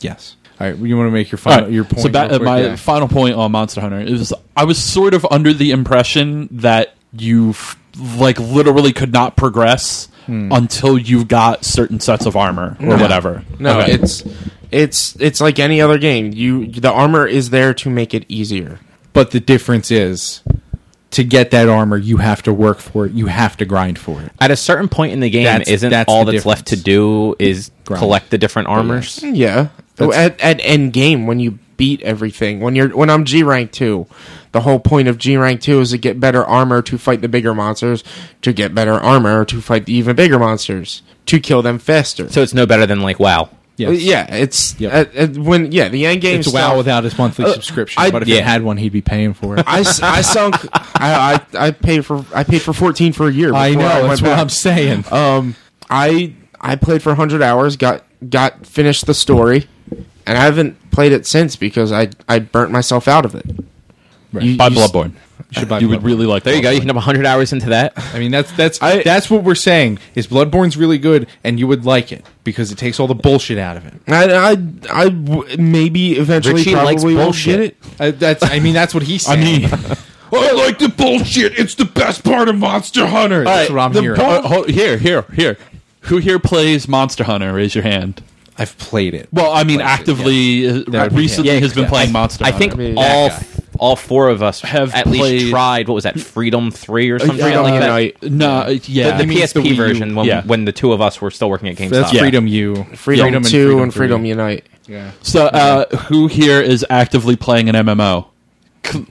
Yes. All right. You want to make your
All
final
right,
Uh, your point?
So ba-
real
uh,
quick?
my
Yeah.
final point on Monster Hunter is I was sort of under the impression that you f- like literally could not progress until you got certain sets of armor or whatever.
No,
Okay.
it's it's it's like any other game. You the armor is there to make it easier.
But the difference is, to get that armor, you have to work for it. You have to grind for it.
At a certain point in the game,
That's-
isn't
that's
all
the
that's left to
difference.
do is
Grind.
collect the different armors?
Yeah. At, at end game when you beat everything when you're when I'm G rank two, the whole point of G rank two is to get better armor to fight the bigger monsters, to get better armor to fight the even bigger monsters, to kill them faster.
So it's no better than like WoW.
Yes.
Uh, Yeah, it's
Yep.
uh, uh, when yeah the end game.
It's
stuff-
WoW without his monthly subscription.
I-
but if
yeah.
he had one, he'd be paying for it.
I, s- I sunk. I, I I paid for I paid for fourteen for a year.
I know.
before went
That's what
back.
I'm saying.
Um, I I played for 100 hours, got got finished the story, and I haven't played it since because I I burnt myself out of it.
Right.
You-
By
you s-
Bloodborne.
You should buy
You would
Bloodborne.
really like
There you go. You
Bloodborne.
can have 100 hours into that.
I mean, that's that's
I-
that's what we're saying. Is Bloodborne's really good, and you would like it because it takes all the bullshit out of it.
I, I, I w- maybe eventually
Richie
probably
likes
will
bullshit.
get it.
I, that's I mean, that's what he's
I
saying.
mean,
I like the bullshit. It's the best part of Monster Hunter.
that's what I'm
the
hearing.
po- hold- here, here, here. Who here plays Monster Hunter? Raise your hand.
I've played it.
Well, I mean, actively uh,
would be
recently
him.
has been
Yeah.
playing Monster
I
Hunter.
think
mean,
all
that
all four of us have
Have
at
played-
least tried what was that Freedom Three
Oh,
or something
Uh,
like that.
no, yeah,
The
mean, it's
PSP
the Wii U.
version when,
Yeah.
when the two of us were still working at
That's
GameStop.
Yeah.
Freedom U,
Freedom,
and
Two and Freedom Unite.
Yeah.
So, uh, who here is actively playing an MMO? C-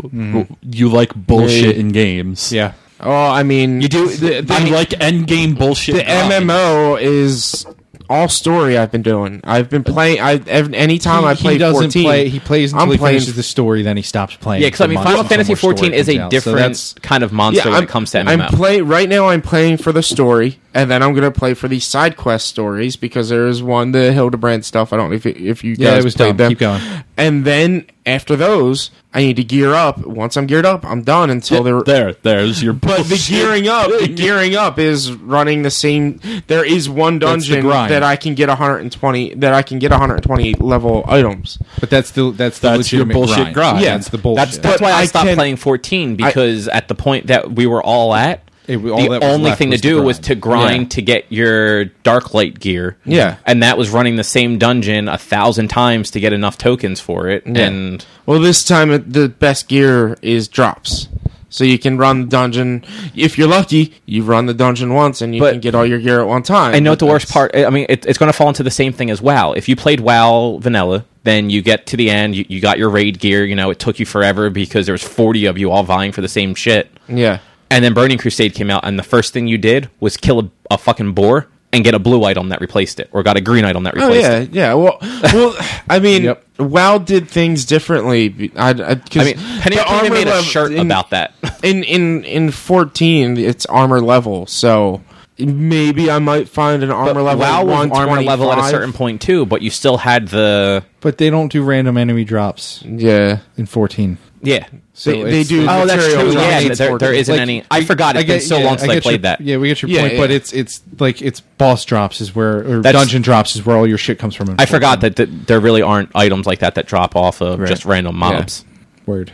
You like bullshit in games.
Mm-hmm. Yeah.
Oh, I mean, you do the, the,
I like end game
Oh,
bullshit.
the MMO is all story. I've been doing. I've been playing. I ev- anytime I
he
play
doesn't
14,
play. He plays until
I'm
he
playing
finishes the story, then he stops playing.
Yeah, because I
for
mean,
months
Final
until
Fantasy
more story
14 is
comes
a
out. So
different
that's-
kind of monster when
I'm-
it comes to MMO.
I'm play right now. I'm playing for the story, and then I'm gonna play for the side quest stories because there is one the Hildebrand stuff. I don't know if if you guys
Yeah, it was
played
dumb.
them.
Keep going.
And then after those, I need to gear up. Once I'm geared up, I'm done until they're.
there, there's your
but the
bullshit.
gearing up, the gearing up is running the same. There is one
That's the
dungeon
grind.
that I can get 120. That I can get 120 level items.
but that's the that's the
That's your
legitimate
bullshit
grind.
grind.
Yeah,
Yeah.
that's the bullshit.
That's that's
But
why I,
I
stopped
can-
playing 14 because at the point that we were all at,
It was- all
the
that was
only
left
thing
was
to
to
do was
grind.
to grind to get your dark light gear.
Yeah.
and that was running the same dungeon a thousand times to get enough tokens for it. And
Well, this time it- the best gear is drops. So you can run the dungeon. If you're lucky, you run the dungeon once and you
But-
can get all your gear at one time.
I know what the
But
worst
that's-
part. I mean, it, it's going to fall into the same thing as WoW. If you played WoW Vanilla, Then you get to the end, you, you got your raid gear. You know, it took you forever because there was forty of you all vying for the same shit.
Yeah.
And then Burning Crusade came out, and the first thing you did was kill a, a fucking boar and get a blue item that replaced it, or got a green item that
Oh
replaced
yeah,
it.
yeah. Well, well. I mean,
Yep.
WoW did things differently. be- I, I, 'cause
I mean, Penny
the
Arcana
armor
made a
level-
shirt
in-
about that.
in in in fourteen. It's armor level, so maybe I might find an armor level.
WoW
at
was armor level at a
125.
certain point too, but you still had the
But they don't do random enemy drops
Yeah,
in 14.
yeah.
So
They- they
it's-
do
Oh, that's
material
true.
drops
Yeah,
in
there- there
14.
isn't any. I forgot. It's been so
yeah,
long since I,
get
played
your-
that.
Yeah, we get your
Yeah,
point, but
yeah.
it's it's like it's boss drops is where or
That's-
dungeon drops is where all your shit comes from. in
I forgot
14.
that th- there really aren't items like that that drop off of
Right.
just random mobs.
word.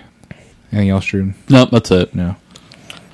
Anything else, Drew?
No, that's it.
No.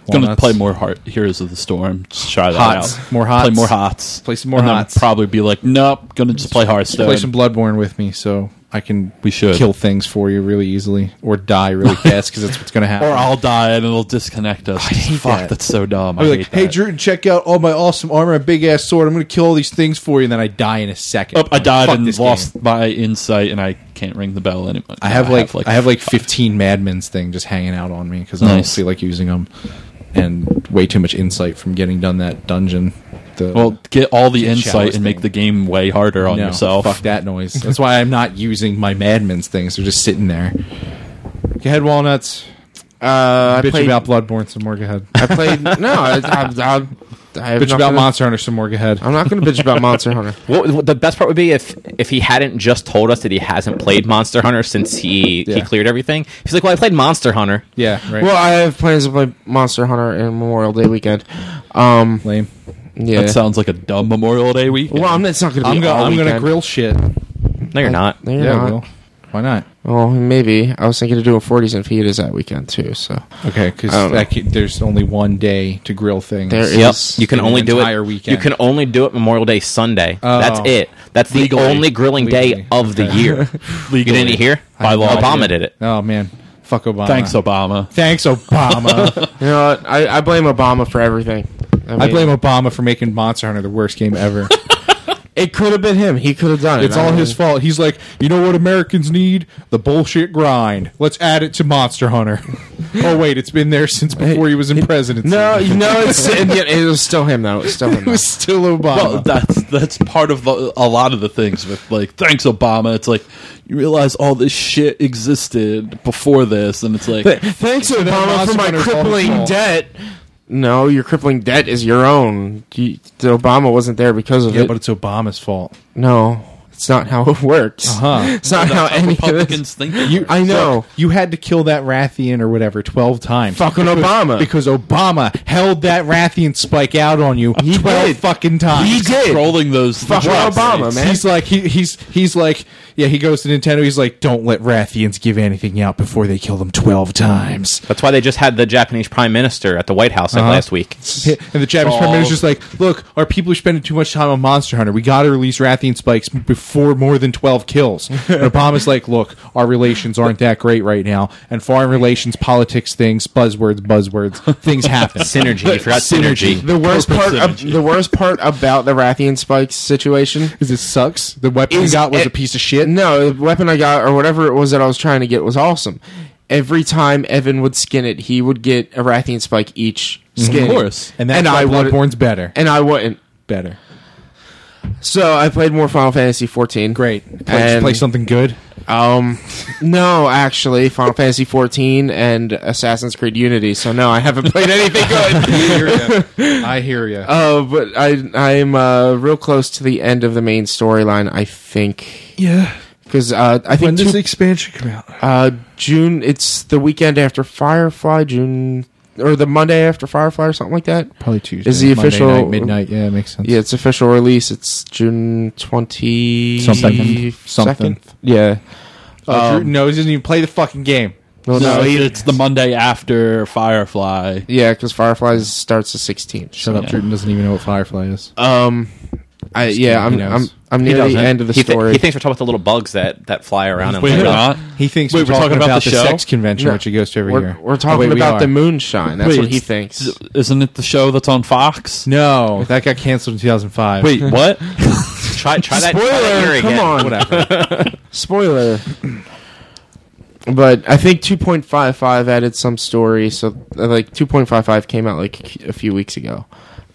I'm gonna
Walnuts?
play more heart, Heroes of the Storm. Just try that
Hots.
out.
More hots.
Play more hots.
Play some more
and then
hots.
Probably be like, nope. Gonna just play Hearthstone.
play some Bloodborne with me, so I can
We should.
kill things for you really easily or die really fast because that's what's gonna happen.
or I'll die and it'll disconnect us. Fuck,
that.
that's so dumb. I
I'll be like,
hate
"Hey,
that.
Drew, check out all my awesome armor and big ass sword. I'm gonna kill all these things for you." And then I die in a second.
Up, I
Like,
died
fuck
and
this
lost
game.
my insight, and I can't ring the bell anymore.
I have
No,
like, I have like
fuck.
15 madmen's thing just hanging out on me because I don't
Nice.
feel like using them, and way too much insight from getting done that dungeon. The,
Well, get all the
Get
insight
showers
and make
thing.
the game way harder on
no,
yourself.
Fuck that noise. That's why I'm not using my madmen's things. They're just sitting there. Go ahead, walnuts.
Uh, I
Bitch
played.
about Bloodborne some more. Go ahead.
I played. No, I, I, I, I have
Bitch
not
about
gonna-
Monster Hunter some more. Go ahead.
I'm not going to bitch about Monster Hunter.
What, what the best part would be if if he hadn't just told us that he hasn't played Monster Hunter since he he
Yeah.
cleared everything. He's like, well, I played Monster Hunter.
Yeah. Right.
Well, I have plans to play Monster Hunter and Memorial Day weekend. Um,
Lame.
yeah.
That sounds like a dumb Memorial Day week.
well, I'm, it's not going to be.
I'm, go-
all
I'm gonna
weekend.
grill shit.
No, you're not.
No, you're
Yeah,
not.
Will. Why not?
Well, maybe. I was thinking of doing 40s and fajitas that weekend too. So
Okay, because
I don't know.
there's only one day to grill things.
There is-
Yep.
It's
You can
an
only do
entire
it.
weekend.
You can only do it Memorial Day Sunday.
Oh.
That's it. That's the
Legally.
only grilling
Legally.
day of the
Okay.
year. you
Legally.
didn't hear?
By law.
Obama
Yeah.
did it.
Oh man, fuck Obama.
Thanks, Obama.
Thanks, Obama.
you know, what? I, I blame Obama for everything. I,
I
mean,
blame Obama for making Monster Hunter the worst game ever.
It could have been him. He could have done it.
it's
I
all
mean,
his fault. He's like, you know what Americans need? The bullshit grind. Let's add it to Monster Hunter. oh wait, it's been there since before he was in presidency.
No, no, it's and yet it was still him though. It was still him.
it was still Obama.
Well, that's that's part of the, a lot of the things with like thanks Obama. It's like you realize all this shit existed before this, and it's like
though. Thanks Obama
Monster
for my
Hunter's all his
crippling
fault.
debt. No, your crippling debt is your own. You, Obama wasn't there because of
yeah,
it.
but it's Obama's fault.
No, it's not how it works.
Huh.
It's not how
that's
any of this.
Republicans think.
You,
I know.
You had to kill that Rathian or whatever twelve times.
Fucking Obama.
because Obama held that Rathian spike out on you
He
twelve
did.
fucking times.
He did.
controlling those
Fucking
drugs.
Obama, man.
He's like he, he's he's like yeah. He goes to Nintendo. He's like, don't let Rathians give anything out before they kill them twelve times.
That's why they just had the Japanese prime minister at the White House like
Uh-huh.
last week.
And the Japanese prime minister's like, look, our people are spending too much time on Monster Hunter. We got to release Rathian spikes before more than twelve kills. And Obama's like, look, our relations aren't that great right now, and foreign relations, politics, things, buzzwords, buzzwords, things happen.
Synergy. You forgot synergy.
The worst part,
Corporate
of,
synergy.
the worst part about the Rathian spikes situation.
Because it sucks. The weapon we
is
got was
it-
a piece of shit.
No, the weapon I got or whatever it was that I was trying to get was awesome. Every time Evan would skin it, he would get a Rathian spike each skin.
Of course.
And that's why
I would-
Bloodborne's better.
and I wouldn't.
better.
So I played more Final Fantasy 14.
Great. Play,
And-
play something good.
Um, no, actually, Final Fantasy 14 and Assassin's Creed Unity. So no, I haven't played anything good.
I hear you.
Uh, but I I'm uh, real close to the end of the main storyline. I think
yeah.
because uh, I think two-
expansion come out?
uh, June. It's the weekend after Firefly, June or the Monday after Firefly or something like that.
Probably Tuesday.
Is the
Monday
official-
night, midnight? Yeah, it makes sense.
Yeah, it's official release. It's June twenty
Something. Something.
Yeah.
Oh, Drew- no, he doesn't even play the fucking game.
Well,
No,
no,
it's,
he-
it's the Monday after Firefly.
yeah, because Firefly starts the sixteenth.
Shut up, Druten doesn't even know what Firefly is.
Um, I
kidding,
yeah, I'm
he knows.
I'm I'm near the
doesn't.
end of the
he, thi-
story.
he thinks we're talking about the little bugs that, that fly around. And
Wait,
land
we're
on-
not.
He thinks
Wait,
we're, talking, about, the,
show?
sex convention,
No.
which he goes to every
we're,
year.
we're
Oh, wait,
talking
we
about
are.
the moonshine. That's
Wait,
what he
it's-
thinks.
Isn't it the show that's on Fox?
No, that got canceled in 2005.
Wait, what?
try try that. try that
Spoiler!
ear
Come
again.
on, whatever. Spoiler. But I think 2.55 added some story, so uh, like 2.55 came out like a few weeks ago,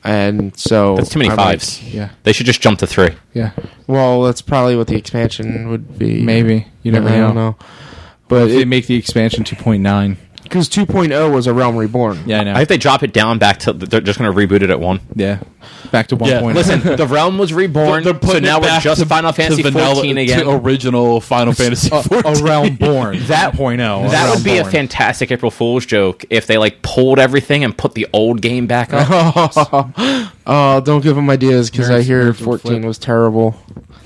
and so
That's too many
I'm like,
fives.
Yeah,
They should just jump to three.
yeah,
well, that's probably what the expansion would be.
maybe. You never
I
know.
don't know. But
If they make the expansion 2.9.
because 2.0 was a realm reborn.
Yeah, I know.
I think they drop it down back to they're just going to reboot it at one.
yeah, back to one
Yeah,
point.
Listen, the realm was reborn,
They're putting
so now
it
we're
back
just
to-
Final
to
Fantasy
vanilla-
14 again.
to original Final Fantasy.
a, a realm born.
That-
2.0. a
that
realm
would be a
born.
fantastic April Fool's joke if they like pulled everything and put the old game back up.
Oh, don't give them ideas because
Nerds-
I
nerds
hear
will
14
flip.
was terrible.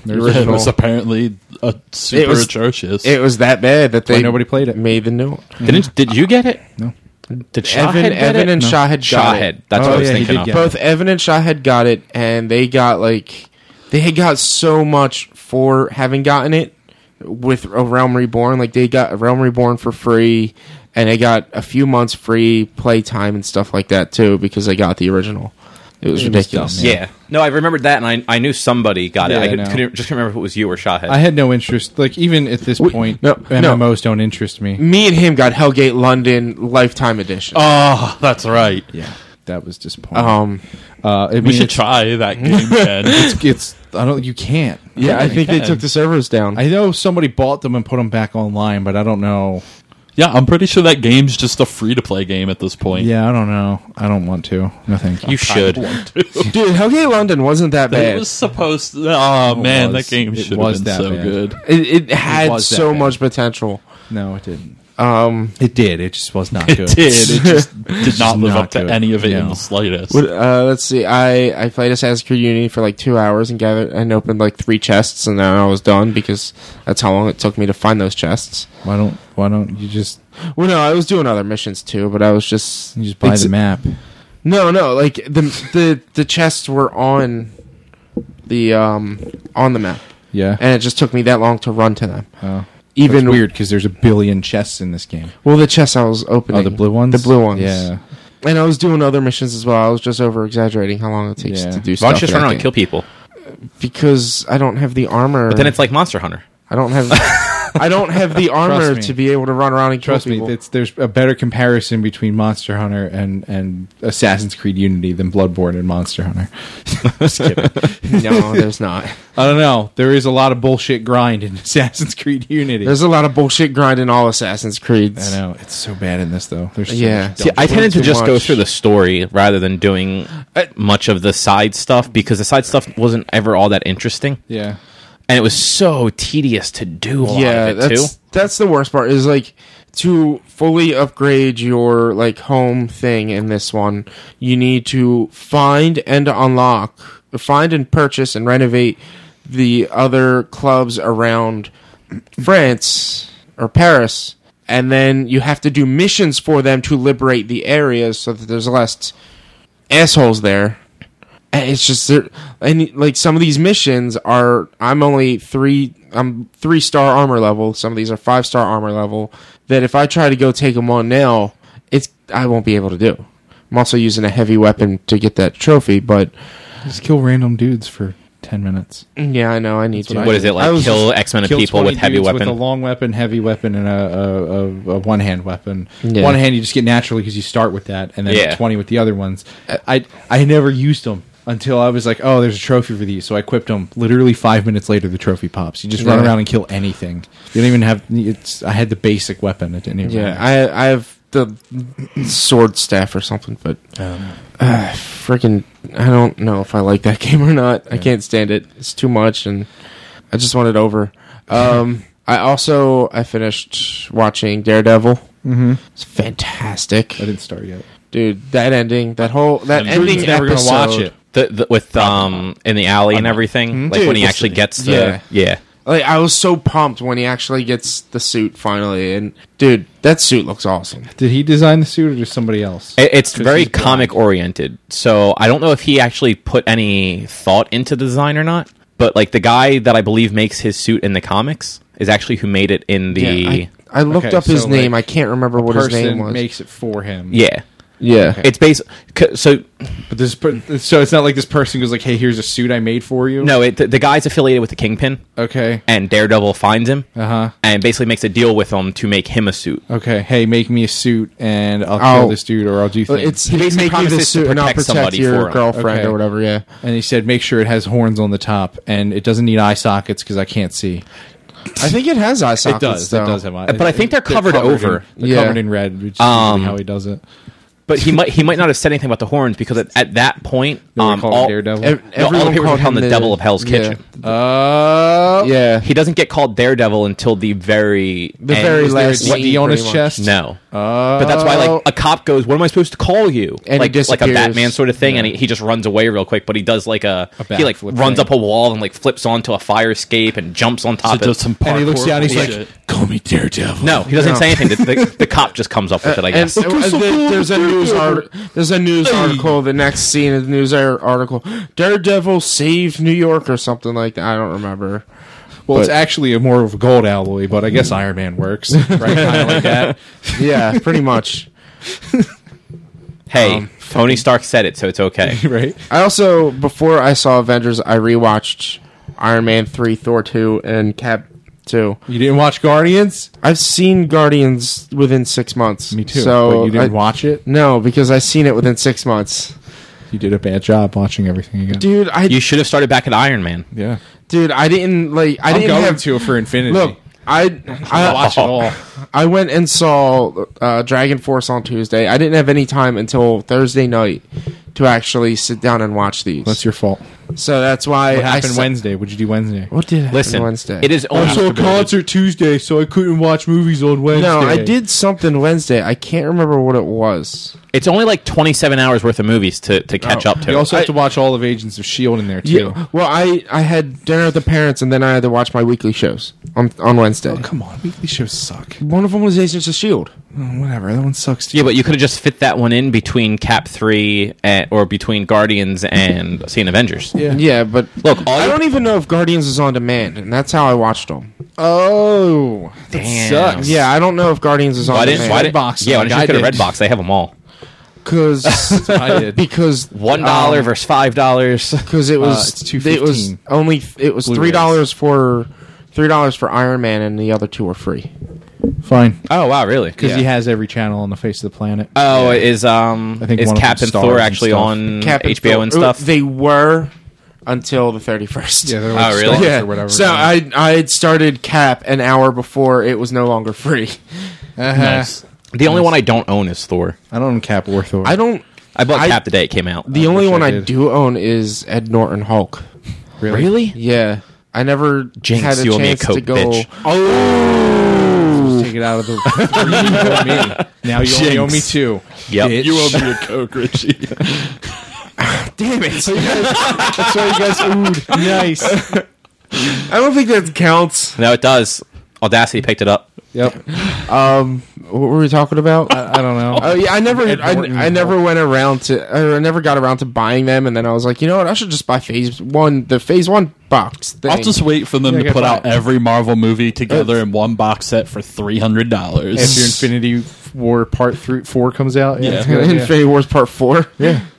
The
Yeah, it
original.
was apparently a
It
super
was-
atrocious.
It was that bad that they
nobody played it.
Made the new one.
Didn't did you get it?
No.
Did Shahid
Evan,
get
Evan
it?
and
No.
Shahid got
Shahid.
it.
That's
Oh,
what I was
yeah, he
thinking
did
of.
get it.
Both Evan and Shahid got it, and they got like they had got so much for having gotten it with a Realm Reborn. Like they got a Realm Reborn for free, and they got a few months free playtime and stuff like that too because they got the original. It was
It was
ridiculous.
dumb,
Yeah. No, I remembered that, and I, I knew somebody got
Yeah,
it. I,
I
could-
know.
couldn't just remember if it was you or Shahid.
I had no interest. Like even at this
Wait,
point,
no, no.
MMOs don't interest me.
Me and him got Hellgate London Lifetime Edition.
oh, that's right.
Yeah, that was disappointing.
um,
uh, I mean,
We should
it's-
try that game again.
It's, it's I don't. You can't.
yeah, I
You
think they
can.
took the servers down.
I know somebody bought them and put them back online, but I don't know.
yeah, I'm pretty sure that game's just a free to play game at this point.
Yeah, I don't know. I don't want to. No thank you.
you should.
Dude, Hellgate London wasn't that
It
bad.
was supposed to. Oh, man,
was.
that game
It
should
was
have been
that
so
bad.
good.
It, it had
was that
so
bad.
much potential.
No, it didn't.
Um,
It did. It just was not good.
It did. It just did not live
not
up to
good.
any of it in
No.
the slightest.
what- uh, let's see. I, I played Assassin's Creed Unity for like two hours and gathered and opened like three chests, and then I was done because that's how long it took me to find those chests.
Why don't Why don't you just
Well, no, I was doing other missions too, but I was just
you just buy
Ex-
the map?
No, no, like the the the chests were on the um on the map,
Yeah.
and it just took me that long to run to them.
oh. Even
Even
weird because there's a billion chests in this game.
Well, the chests I was opening.
Oh, the blue ones.
The blue ones.
Yeah.
And I was doing other missions as well. I was just over exaggerating how long it takes
Yeah.
to do
Why
stuff.
don't you just
in
run
that
around and
game.
kill people?
because I don't have the armor.
But then it's like Monster Hunter.
I don't have I don't have the armor
me.
to be able to run around and kill
Trust me,
people.
it's, there's a better comparison between Monster Hunter and, and Assassin's Creed Unity than Bloodborne and Monster Hunter. Just kidding.
no, there's not.
I don't know. There is a lot of bullshit grind in Assassin's Creed Unity.
There's a lot of bullshit grind in all Assassin's Creeds.
I know it's so bad in this though. There's so
Yeah.
much
See,
dumb-
I tended to
too
just go
much.
through the story rather than doing
Uh,
much of the side stuff because the side stuff wasn't ever all that interesting,
yeah.
and it was so tedious to do a lot
Yeah,
of it too.
that's that's the worst part. Is like to fully upgrade your like home thing in this one, you need to find and unlock, find and purchase and renovate the other clubs around France or Paris, and then you have to do missions for them to liberate the areas so that there's less assholes there. And it's just there, and like some of these missions are. I'm only three. I'm three star armor level. Some of these are five star armor level. That if I try to go take them on now, it's I won't be able to do. I'm also using a heavy weapon to get that trophy, but
Just kill random dudes for ten minutes.
yeah, I know I need to.
What is it
I
like?
was
Kill X Men of
Kill
people with
20
heavy
dudes
weapon.
with a long weapon, heavy weapon, and a, a, a, a one hand weapon.
Yeah.
One hand you just get naturally because you start with that, and then
Yeah.
twenty with the other ones.
Uh,
I I never used them until I was like, oh, there's a trophy for these, so I equipped them. Literally five minutes later, the trophy pops. You just run
Yeah.
around and kill anything. You don't even have. It's I had the basic weapon. It didn't even
Yeah,
matter.
I I have the sword staff or something, but
Um,
uh, freaking, I don't know if I like that game or not. I can't stand it. It's too much, and I just want it over. Um, I also I finished watching Daredevil. Mm-hmm. It's fantastic,
I didn't start yet.
dude. That ending, that whole that
Drew's
ending
never gonna
episode.
watch it.
the, the, with um in the alley and everything, like
Uh, mm-hmm. Dude,
when he
we'll
actually
see.
gets the
Yeah.
yeah.
Like I was so pumped when he actually gets the suit finally, and dude, that suit looks awesome.
Did he design the suit or just somebody else?
It- it's very
he's blind.
comic oriented, so I don't know if he actually put any thought into the design or not. But like the guy that I believe makes his suit in the comics is actually who made it in the
Yeah, I, I looked
Okay,
up his
so,
name.
like,
I can't remember what his
person
name was.
makes it for him.
yeah.
Yeah.
It's based so
But this, per- so it's not like this person goes like, "Hey, here's a suit I made for you."
no, it, the, the guy's affiliated with the Kingpin,
Okay.
and Daredevil finds him
Uh-huh.
and basically makes a deal with him to make him a suit.
Okay. Hey, make me a suit, and I'll
Oh.
kill this dude, or I'll do things.
It's
He
he
basically
basically promises
promises to
suit and not
protect
protect
somebody for
your
him.
girlfriend
Okay.
or whatever. Yeah.
and he said, "Make sure it has horns on the top, and it doesn't need eye sockets because I can't see."
I think it has eye sockets.
It does.
Though.
It does have eye.
But I think they're covered over.
In, they're
Yeah.
covered in red, which is
Um,
usually how he does it.
But he might he might not have said anything about the horns because at, at that point,
They were
um,
called
all,
Daredevil.
Ev-
no, all the
everyone
people were
called
calling
him
the devil of Hell's
yeah.
Kitchen.
Uh,
Yeah.
He doesn't get called Daredevil until the very
The
end.
very
Was there-
last
what,
scene,
D on his
pretty much.
chest?
No,
Uh,
but that's why like a cop goes, "What am I supposed to call you?"
And he
like like a
disappears.
Batman sort of thing, and he, he just runs away real quick. But he does like a,
A
he like
backflip
runs
thing.
up a wall and like flips onto a fire escape and jumps on
So
top of
does some
and he looks
parkour
down. He's
bullshit.
like, "Call me Daredevil."
No, he doesn't
No.
say anything. The, the, the cop just comes up with it, I
And
guess.
so- uh, the- there's a news art, there's a news article. The next scene of the news ar- article: Daredevil saved New York or something like that. I don't remember.
Well, it's actually a more of a gold alloy, but I guess Iron Man works, right? kind of like that.
Yeah, pretty much.
Um,
hey, Tony Stark said it, so it's okay.
Right?
I also before I saw Avengers, I rewatched Iron Man three, Thor two, and Cap two.
You didn't watch Guardians?
I've seen Guardians within six months.
Me too.
So
but you didn't
I-
watch it.
No, because I seen it within six months,
You did a bad job watching everything again.
dude. I
You should have started back at Iron Man.
yeah,
dude, I didn't like. I
I'm
didn't
going
have
to for Infinity.
look. I I
watch it all.
I went and saw uh, Dragon Force on Tuesday. I didn't have any time until Thursday night to actually sit down and watch these.
That's your fault.
so that's why
What
I
happened
sa-
Wednesday? What'd you do Wednesday?
What did happen
Listen,
Wednesday?
it is only
concert Tuesday, so I couldn't watch movies on Wednesday.
no. I did something Wednesday. I can't remember what it was.
it's only like 27 hours worth of movies to, to catch up to.
Oh, You also
I-
have to watch all of Agents of Shield E in there too.
Yeah. Well, I I had dinner with the parents, and then I had to watch my weekly shows on on Wednesday.
Oh, Come on, weekly shows suck.
One of them was Agents of Shield.
Oh, whatever, that one sucks too.
yeah, but you could have just fit that one in between Cap 3 and, or between Guardians and seeing Avengers.
Yeah.
Yeah, but
Look, all
I
you-
don't even know if Guardians is on demand, and that's how I watched them.
Oh, that
Damn.
sucks.
Yeah, I don't know if Guardians is on
Oh,
why didn't,
demand.
why didn't,
Redbox,
yeah, why
like
didn't you
I
get a
did.
red box? They have them all.
Because
I did.
because
One
Um,
dollar versus five dollars.
because it
Uh,
was
it's
it was
$2.15.
only it was
Blu-rays.
three dollars for three dollars for Iron Man, and the other two were free.
Fine,
Oh wow, really?
because he has every channel on the face of the planet.
Oh, is um
I think
is
one of
Cap
them
and
stars
Thor
and
actually
stuff.
on
Cap and
HBO
Thor-
uh,
and stuff?
They were until the thirty first.
yeah, they're
Oh,
like
really?
stars
yeah.
or whatever.
so I I had started Cap an hour before it was no longer free.
Uh-huh.
Nice.
the only one I don't own is Thor.
I don't cap or Thor.
I don't.
I bought
I-
Cap the day it came out.
The only
wish
one
I
I,
did.
do own is Ed Norton Hulk.
really.
really?
Yeah, I never
Jinx,
had a
you owe
chance
me a
to
Coke,
go. Oh!
bitch.
Take it out of the. you owe me. Now you only owe me
Jinx.
two.
Yep.
Bitch.
You owe me a Coke, Richie.
Damn it!
That's why you guys oohed. Nice.
I don't think that counts.
No, it does. Audacity picked it up.
Yep.
Um, what were we talking about?
I don't know.
Oh yeah, I never,
Ed
I,
Norton
I never went around to, or I never got around to buying them, and then I was like, you know what, I should just buy Phase One, the Phase One box. Thing.
I'll just wait for them
Yeah,
to put
goodbye.
out every Marvel movie together in one box set for three hundred
After
dollars.
Infinity War Part Three, Four comes out,
Yeah.
it's a good idea.
Infinity Wars Part Four,
Yeah.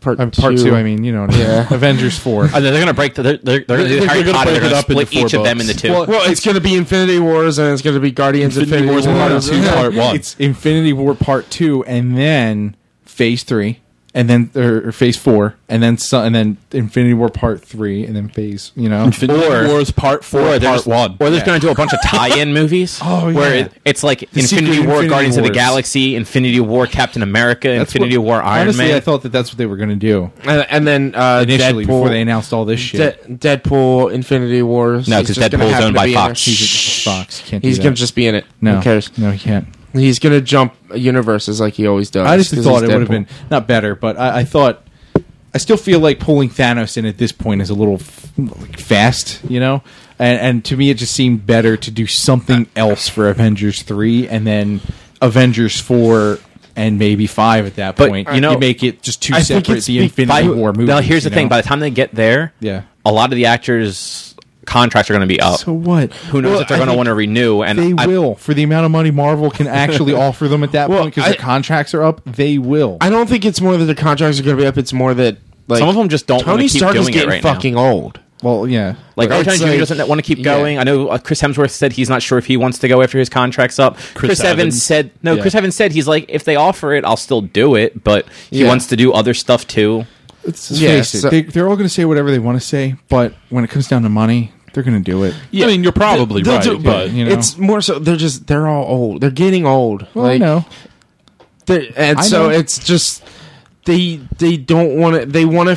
Part
Um, part two. I mean, you know, what I mean.
Yeah.
Avengers Four.
Uh, they're going to break. The, they're they're, they're going to do
They're
Harry
gonna
Potter.
break
They're going
it
to
up into
split each
four
of them
books.
into two.
Well, it's gonna be Infinity Wars, and it's gonna be Guardians
Infinity
Infinity,
Wars Part
Wars.
Two, Part One.
It's Infinity War Part Two, and then Phase Three, and then or, or Phase Four, and then so, and then Infinity War Part Three, and then Phase. You know,
Infinity
Or-
Wars Part Four,
Or
Part
they're just-
One.
Or they're going to do a bunch of tie-in movies.
Oh, yeah.
Where it, it's like Infinity
secret
War,
Infinity
Guardians of the
Wars.
Galaxy, Infinity War, Captain America,
That's
Infinity
what-
War, Iron
honestly,
Man.
I thought that that's what they were going to do
and, and then uh,
initially
Deadpool,
before they announced all this shit.
De- Deadpool, Infinity Wars.
No,
He's
'cause
just gonna
Deadpool's
happen
owned
to
by
be in
Fox.
there.
He's a Fox. Can't do
He's
that.
gonna just be in it.
no
Who cares?
No, he can't.
He's gonna jump universes like he always does.
I just
'cause
thought it
he's
would have
Deadpool.
been not better, but I, I thought I still feel like pulling Thanos in at this point is a little f- like, fast, you know. And, and to me, it just seemed better to do something
Uh,
else for Avengers three, and then Avengers four, and maybe five at that
But,
point.
you know-
make it just two
I think
separate
it's
the
be-
Infinity
By-
War movies.
Now, here's the
you
thing:
know?
by the time they get there,
Yeah.
a lot of the actors contracts are going to be up.
So what?
Who knows
Well,
if they're
I
going to
think
want to renew? And
They
I-
will for the amount of money Marvel can actually offer them at that
Well,
point because their
I-
contracts are up. They will.
I don't think it's more that the contracts are going to be up. It's more that like
Some of them just don't wanna
Tony
keep
Stark is
doing it
getting
right now.
fucking old.
well, yeah.
Like Robert Downey
It's
Jr.
like-
doesn't want to keep
yeah.
going. I know uh, Chris Hemsworth said he's not sure if he wants to go after his contract's up. Chris, Evans.
Evans.
said no.
Yeah.
Chris Evans said he's like, if they offer it, I'll still do it, but he
Yeah.
wants to do other stuff too.
Let's just
Yeah,
face it.
so-
they, they're all going to say whatever they want to say, but when it comes down to money, they're going to do it.
I mean, you're probably
They'll
right,
do-
but
you know.
it's more so they're just they're all old. They're getting old.
Well, I know.
They- and
I
so
know.
it's just they they don't want to they want to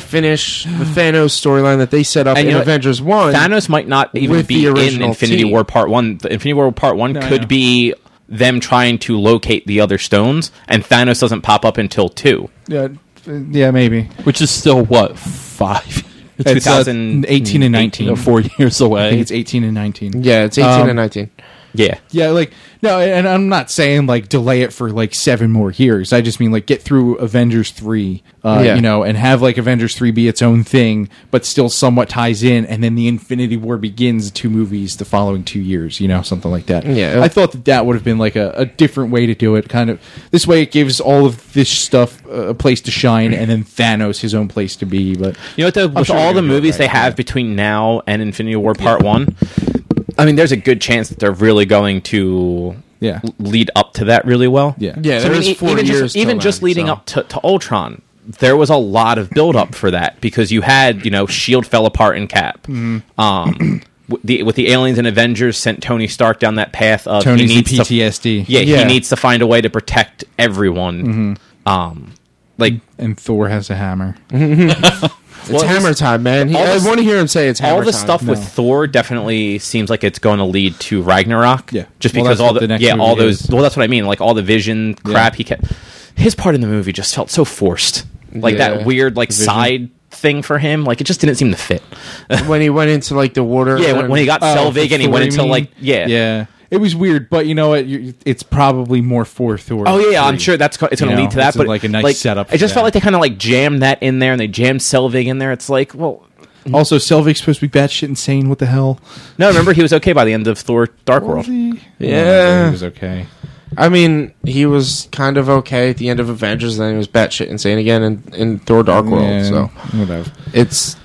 finish the Thanos storyline that they set up
And you
in
know what?
Avengers One.
Thanos might not even
With
be
the
in
original
Infinity
team.
War Part One. The Infinity War Part One
I know.
could be them trying to locate the other stones, and Thanos doesn't pop up until two.
Yeah, uh, yeah, maybe.
which is still what five,
It's, uh,
2018
18 and 19.
or four years
oh I think
away.
it's 18 and 19.
yeah, it's eighteen
Um,
and nineteen.
Yeah,
Yeah, like no, and I'm not saying like delay it for like seven more years. I just mean like get through Avengers three, uh,
Yeah.
you know, and have like Avengers three be its own thing, but still somewhat ties in, and then the Infinity War begins two movies the following two years, you know, something like that.
Yeah.
I thought that that would have been like a, a different way to do it. Kind of this way, it gives all of this stuff uh, a place to shine, and then Thanos his own place to be. But
You know what? Though, with
sure
all the
they're gonna do it
movies
right,
they have between now and Infinity War Part One, I mean, there's a good chance that they're really going to
Yeah.
l- lead up to that really well.
Yeah.
Yeah,
So, I
there
mean,
is
e-
four
even
years
just, even
till
just
then,
leading
so.
up to, to Ultron, there was a lot of build up for that because you had you know Shield E fell apart in Cap.
Mm-hmm.
Um, with the, with the aliens and Avengers sent Tony Stark down that path of he
Tony's the
needs to-
PTSD,
yeah,
Yeah.
he needs to find a way to protect everyone. Um, like
and Thor has a hammer.
It's hammer time, man. He-
all
I
this-
want to hear him say it's hammer
all the
time.
stuff with Thor definitely seems like it's going to lead to Ragnarok.
Yeah.
just
Well,
because
that's
all
what
the,
the next
yeah all
movie
those
is.
well that's what I mean like all the Vision crap he kept his part in the movie just felt so forced like
Yeah.
that weird like
Vision.
side thing for him like it just didn't seem to fit.
when he went into like the water.
yeah, when, when he got
Oh,
Selvig
for
and he
Thor,
went
you
into
mean?
like yeah
yeah. It was weird, but you know what? You- It's probably more for Thor.
Oh yeah, yeah, I'm
three.
sure that's co- it's going
You
to
know,
lead to that.
it's
But
like a nice setup for
It just
that.
felt like they kind of like jammed that in there, and they jammed Selvig in there. It's like, well,
Mm-hmm. Also, Selvig's supposed to be batshit insane. What the hell?
no, remember he was okay by the end of Thor: Dark World.
Yeah.
it was okay.
I mean, he was kind of okay at the end of Avengers, and then he was batshit insane again in, in Thor: Dark World.
Yeah,
So
whatever.
it's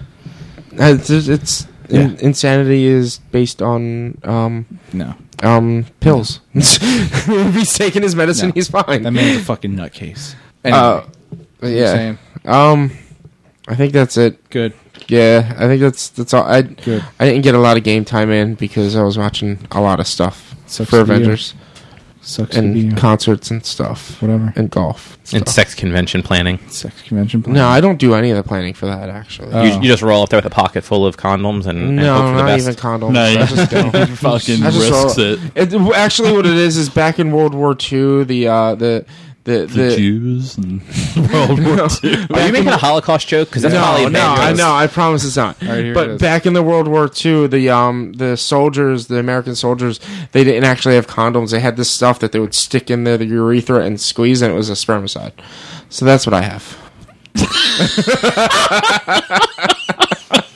it's, it's in, insanity is based on um
No,
um pills. if he's taking his medicine,
No.
he's fine.
that man's a fucking nutcase. Anyway,
uh, yeah.
Same.
Um, I think that's it.
good.
Yeah, I think that's that's all. I
Good.
I didn't get a lot of game time in because I was watching a lot of stuff
Sucks
for
to be you.
Avengers
Sucks to
and
be you.
concerts and stuff
whatever.
and golf.
And sex convention planning.
Sex convention. plan.
No, I don't do any of the planning for that actually.
Oh.
You, you just roll up there with a pocket full of condoms and, and Uh, hope
no,
for the
not
best.
even condoms.
No,
I
you-
just don't.
He fucking
I just
risks
saw-
it.
It, actually, what it is is back in World War II, the uh, the the
The,
the.
Jews and World War II.
Are you making a Holocaust joke? Because that's probably
no, no,
Avengers.
I know. I promise it's not.
right, here
but
it is.
back in the World War II, the um the soldiers, the American soldiers, they didn't actually have condoms. They had this stuff that they would stick in their urethra and squeeze, and it was a spermicide. So that's what I have.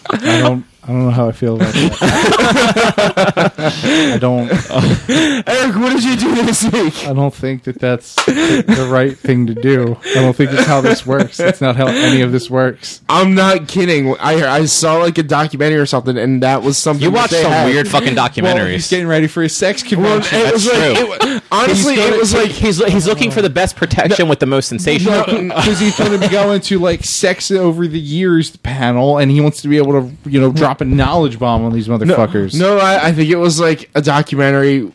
I don't. I don't know how I feel about that. I don't.
Eric, what did you do this week?
I don't think that that's the right thing to do. I don't think that's how this works. That's not how any of this works.
I'm not kidding. I I saw like a documentary or something, and that was something
You
that
watch
they
some
had.
weird fucking
Well, he's
documentaries.
getting ready for his sex
Well,
convention.
it was
That's
like,
true.
it wa- honestly, it was like
he's he's looking for the best protection with the most sensation.
because he's going to go into like sex over the years panel, and he wants to be able to you know drop a knowledge bomb on these motherfuckers.
No, I, I think it was like a documentary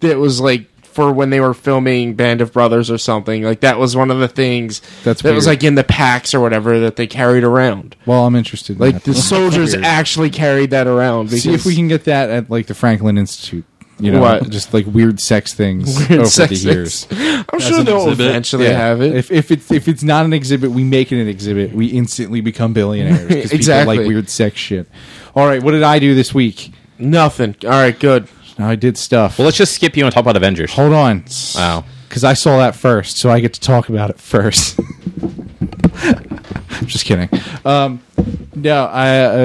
that was like for when they were filming Band of Brothers or something. Like that was one of the things
That's
that was
weird.
like in the packs or whatever that they carried around.
Well, I'm interested. In
Like
that.
the soldiers
Weird.
actually carried that around.
See if
because-
we can get that at like the Franklin Institute. You know,
What?
just like weird sex things
Weird
over
sex-
Oh, the years.
I'm sure
an
they'll
exhibit.
eventually have it.
If, if it's if it's not an exhibit, we make it an exhibit. We instantly become billionaires because
Exactly.
people like weird sex shit. All right, what did I do this week?
Nothing. All right, good.
I did stuff.
well, let's just skip you and talk about Avengers.
Hold on.
Wow.
Because I saw that first, so I get to talk about it first. I'm just kidding. Um, No, I uh,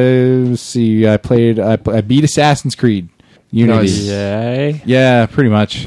let's see. I played. I, pl- I beat Assassin's Creed Unity.
Nice.
Yay.
Yeah, pretty much.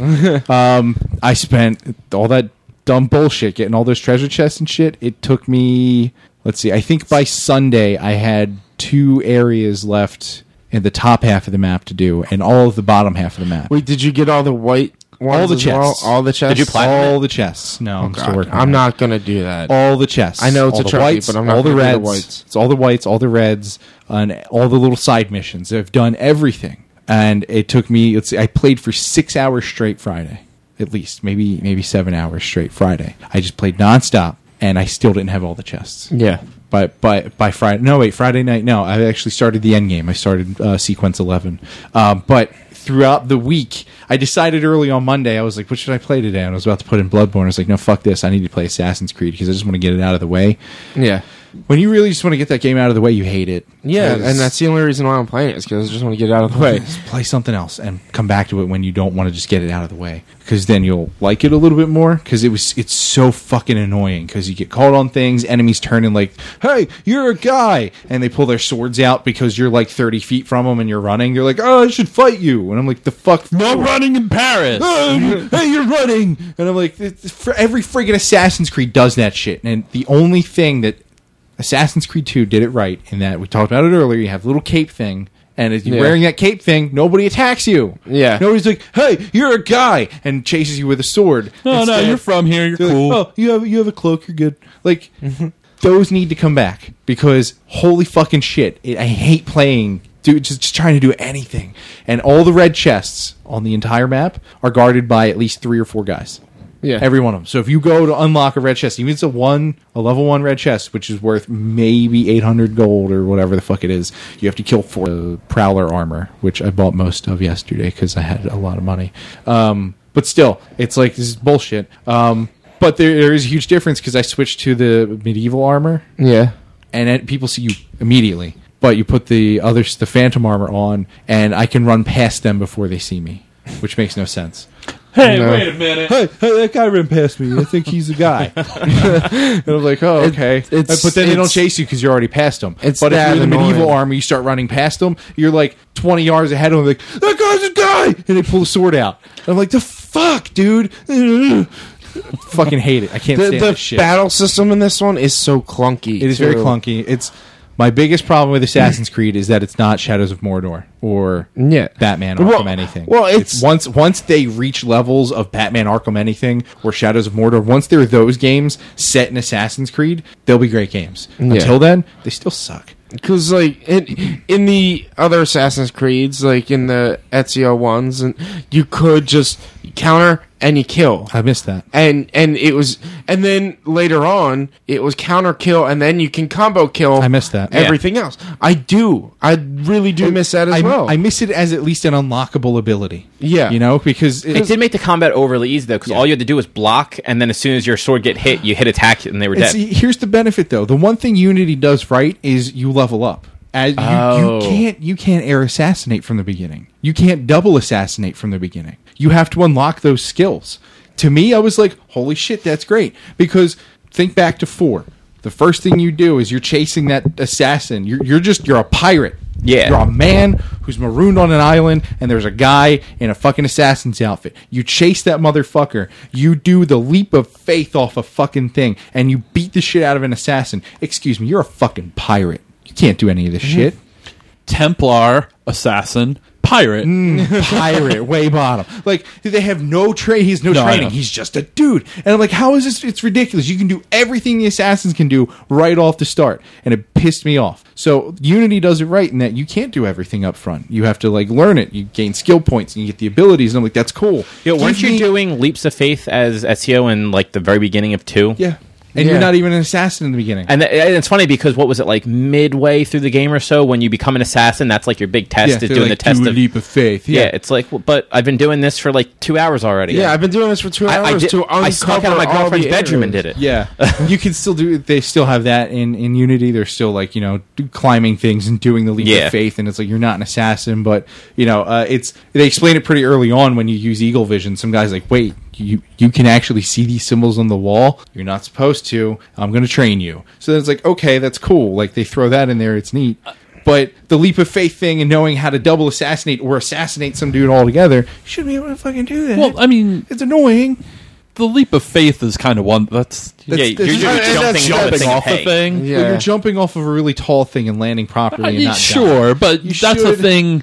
um, I spent all that dumb bullshit getting all those treasure chests and shit. It took me, let's see, I think by Sunday I had two areas left in the top half of the map to do, and all of the bottom half of the map.
Wait, did you get all the white ones?
all the
as well?
chests.
All the chests. Oh,
Did you platinum
all the chests? No, I'm still
God,
working. on
I'm
that.
not gonna do that.
All the chests.
I know it's
all
a
the
trophy,
whites,
but I'm not
all the
gonna do
reds.
the whites.
It's all the whites, all the reds, and all the little side missions. I've done everything, and it took me. Let's see, I played for six hours straight Friday, at least maybe maybe seven hours straight Friday. I just played nonstop, and I still didn't have all the chests.
yeah.
By by by Friday. No, wait, Friday night. No, I actually started the end game. I started uh, sequence eleven. Um, but throughout the week, I decided early on Monday. I was like, "What should I play today?" And I was about to put in Bloodborne. I was like, "No, fuck this. I need to play Assassin's Creed because I just want to get it out of the way."
Yeah.
When you really just want to get that game out of the way, you hate it.
Yeah,
Because-
and that's the only reason why I'm playing it is because I just want to get it out of the way.
play something else and come back to it when you don't want to just get it out of the way because then you'll like it a little bit more because it was it's so fucking annoying because you get caught on things enemies turning like hey you're a guy and they pull their swords out because you're like 30 feet from them and you're running you're like oh i should fight you and i'm like the fuck
No running in Paris.
um, hey, you're running, and I'm like, it's- for every friggin' Assassin's Creed does that shit, and the only thing that Assassin's Creed Two did it right in that we talked about it earlier. You have the little cape thing, and if you're
Yeah.
wearing that cape thing, nobody attacks you.
Yeah.
nobody's like, hey, you're a guy, and chases you with a sword.
No, no,
Instead,
you're from here. You're
they're like,
cool.
oh, you have you have a cloak. You're good. Like. Those need to come back because holy fucking shit! It, I hate playing, dude. Just, just trying to do anything, and all the red chests on the entire map are guarded by at least three or four guys.
Yeah.
every one of them. So if you go to unlock a red chest, even if it's a one, a level one red chest, which is worth maybe eight hundred gold or whatever the fuck it is, you have to kill four uh, prowler armor, which I bought most of yesterday because I had a lot of money. Um, but still, it's like this is bullshit. Um, but there, there is a huge difference because I switched to the medieval armor
yeah.
and then people see you immediately. But you put the other the phantom armor on, and I can run past them before they see me, which makes no sense.
hey, wait a minute.
Hey, hey, that guy ran past me. I think he's a guy. and I'm like, oh, okay.
it's-
but then they don't
it's-
chase you because you're already past them.
It's
but if
that
you're in the medieval
annoying.
army, you start running past them. You're like 20 yards ahead of them. Like that guy's a guy, and they pull the sword out. And I'm like, the fuck, dude. Fucking hate it. I can't
The,
stand
the
this shit.
battle system in this one is so clunky.
It is very
too.
clunky. It's my biggest problem with Assassin's Creed is that it's not Shadows of Mordor or
Yeah.
Batman Arkham
Well-
anything.
well, it's-
once once they reach levels of Batman Arkham anything or Shadows of Mordor. Once they're those games set in Assassin's Creed, they'll be great games. Until then, they still suck.
because like in in the other Assassin's Creeds, like in the Ezio ones, and you could just counter and you kill,
I missed that.
and and it was, and then later on it was counter kill, and then you can combo kill.
I missed that.
Everything else, I do, I really do miss that as
I,
well.
I miss it as at least an unlockable ability.
Yeah.
you know because it-
It did make the combat overly easy though, because all you had to do was block, and then as soon as your sword get hit, you hit attack, and they were
And
dead.
see, e, here's the benefit though. The one thing Unity does right is you level up. As you,
Oh.
you can't you can't air assassinate from the beginning. You can't double assassinate from the beginning. You have to unlock those skills. To me, I was like, holy shit, that's great. Because think back to four. The first thing you do is you're chasing that assassin. You're, you're just you're a pirate.
Yeah.
You're a man who's marooned on an island, and there's a guy in a fucking assassin's outfit. You chase that motherfucker. You do the leap of faith off a fucking thing, and you beat the shit out of an assassin. Excuse me, you're a fucking pirate. You can't do any of this shit.
Templar, assassin, pirate.
Mm. pirate, way bottom. Like they have no trade. He's no,
No, I
training.
know.
He's just a dude. And I'm like, how is this? It's ridiculous. You can do everything the assassins can do right off the start, and it pissed me off. So Unity does it right in that you can't do everything up front. You have to like learn it. You gain skill points and you get the abilities. And I'm like, that's cool.
Yeah, weren't
Give
you
me-
doing leaps of faith as SEO in like the very beginning of two?
Yeah, and
Yeah.
you're not even an assassin in the beginning.
And, th- and it's funny because what was it like midway through the game or so when you become an assassin? That's like your big test is
they're
doing
like,
the test
do a
of
leap of faith.
yeah.
Yeah,
It's like, well, but I've been doing this for like two hours already.
yeah, I've been doing this for two
I,
hours
I, did,
to
I snuck
uncover
out of my
all
girlfriend's
the
bedroom and did it.
areas.
Yeah, you can still do. They still have that in in Unity. They're still like you know do- climbing things and doing the leap
Yeah.
of faith, and it's like you're not an assassin, but you know uh, it's. They explain it pretty early on when you use eagle vision. Some guys like, wait, you you can actually see these symbols on the wall. You're not supposed to. I'm going to train you." So then it's like, "Okay, that's cool." Like they throw that in there. It's neat. But the leap of faith thing and knowing how to double assassinate or assassinate some dude altogether, you shouldn't be able to fucking do that.
Well, I mean,
it's annoying.
the leap of faith is kind of one that's,
That's-
yeah,
that's-
you're
and
just
that's
jumping,
jumping
jumping
off the thing.
Well,
Yeah.
You're jumping off of a really tall thing and landing properly.
I
and
mean,
not dying.
sure, but
You
that's a
should-
thing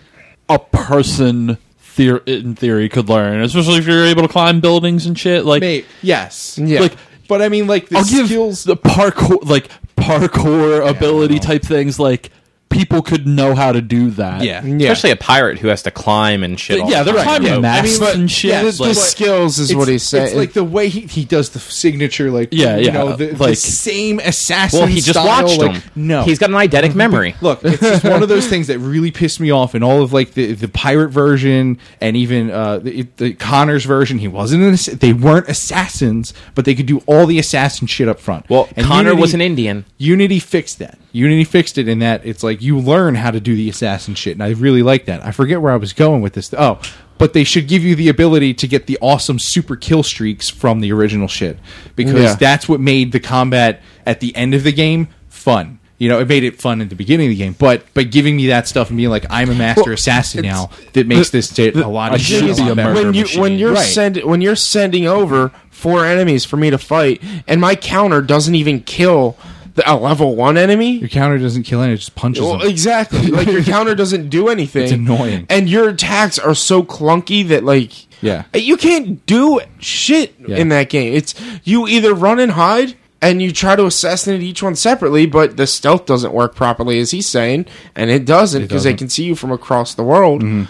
a person theor- in theory could learn, especially if you're able to climb buildings and shit. Like,
Mate, yes.
Yeah.
like
But I mean, like the
I'll give
skills.
the parkour, like parkour ability type things. Like people could know how to do that.
yeah.
Yeah.
Especially a pirate who has to climb and shit.
But
all
yeah,
the
they're
time.
climbing
Yeah.
masts
I mean, but-
and shit.
yeah,
His,
like-
his skills is what he's saying.
It's like the way he, he does the signature, like
Yeah,
you
yeah,
know, the, the
like-
same assassin.
Well, he just
style,
watched
like,
him.
No,
he's got an eidetic memory.
Look, it's just one of those things that really pissed me off in all of like the, the pirate version and even uh, the, the Connor's version. He wasn't an ass- they weren't assassins, but they could do all the assassin shit up front.
Well,
And
Connor
Unity-
was an Indian.
Unity fixed that. Unity fixed it in that it's like you learn how to do the assassin shit, and I really like that. I forget where I was going with this. Oh, but they should give you the ability to get the awesome super kill streaks from the original shit because
Yeah.
that's what made the combat at the end of the game fun. You know, it made it fun at the beginning of the game, but but giving me that stuff and being like, I'm a master assassin now, that makes this shit a lot
I
of shit.
should
a
be
lot
a
better.
murderer.
when you
machine.
when you're
Right.
send when you're sending over four enemies for me to fight, and my counter doesn't even kill the, a level one enemy.
Your counter doesn't kill any, it just punches.
Well, uh,
them.
exactly. Like your counter doesn't do anything.
It's annoying.
and your attacks are so clunky that like
Yeah.
you can't do shit
Yeah.
in that game. It's you either run and hide. And you try to assassinate each one separately, but the stealth doesn't work properly, as he's saying, and it doesn't because they
doesn't. Mm-hmm.
can see you from across the world. Uh,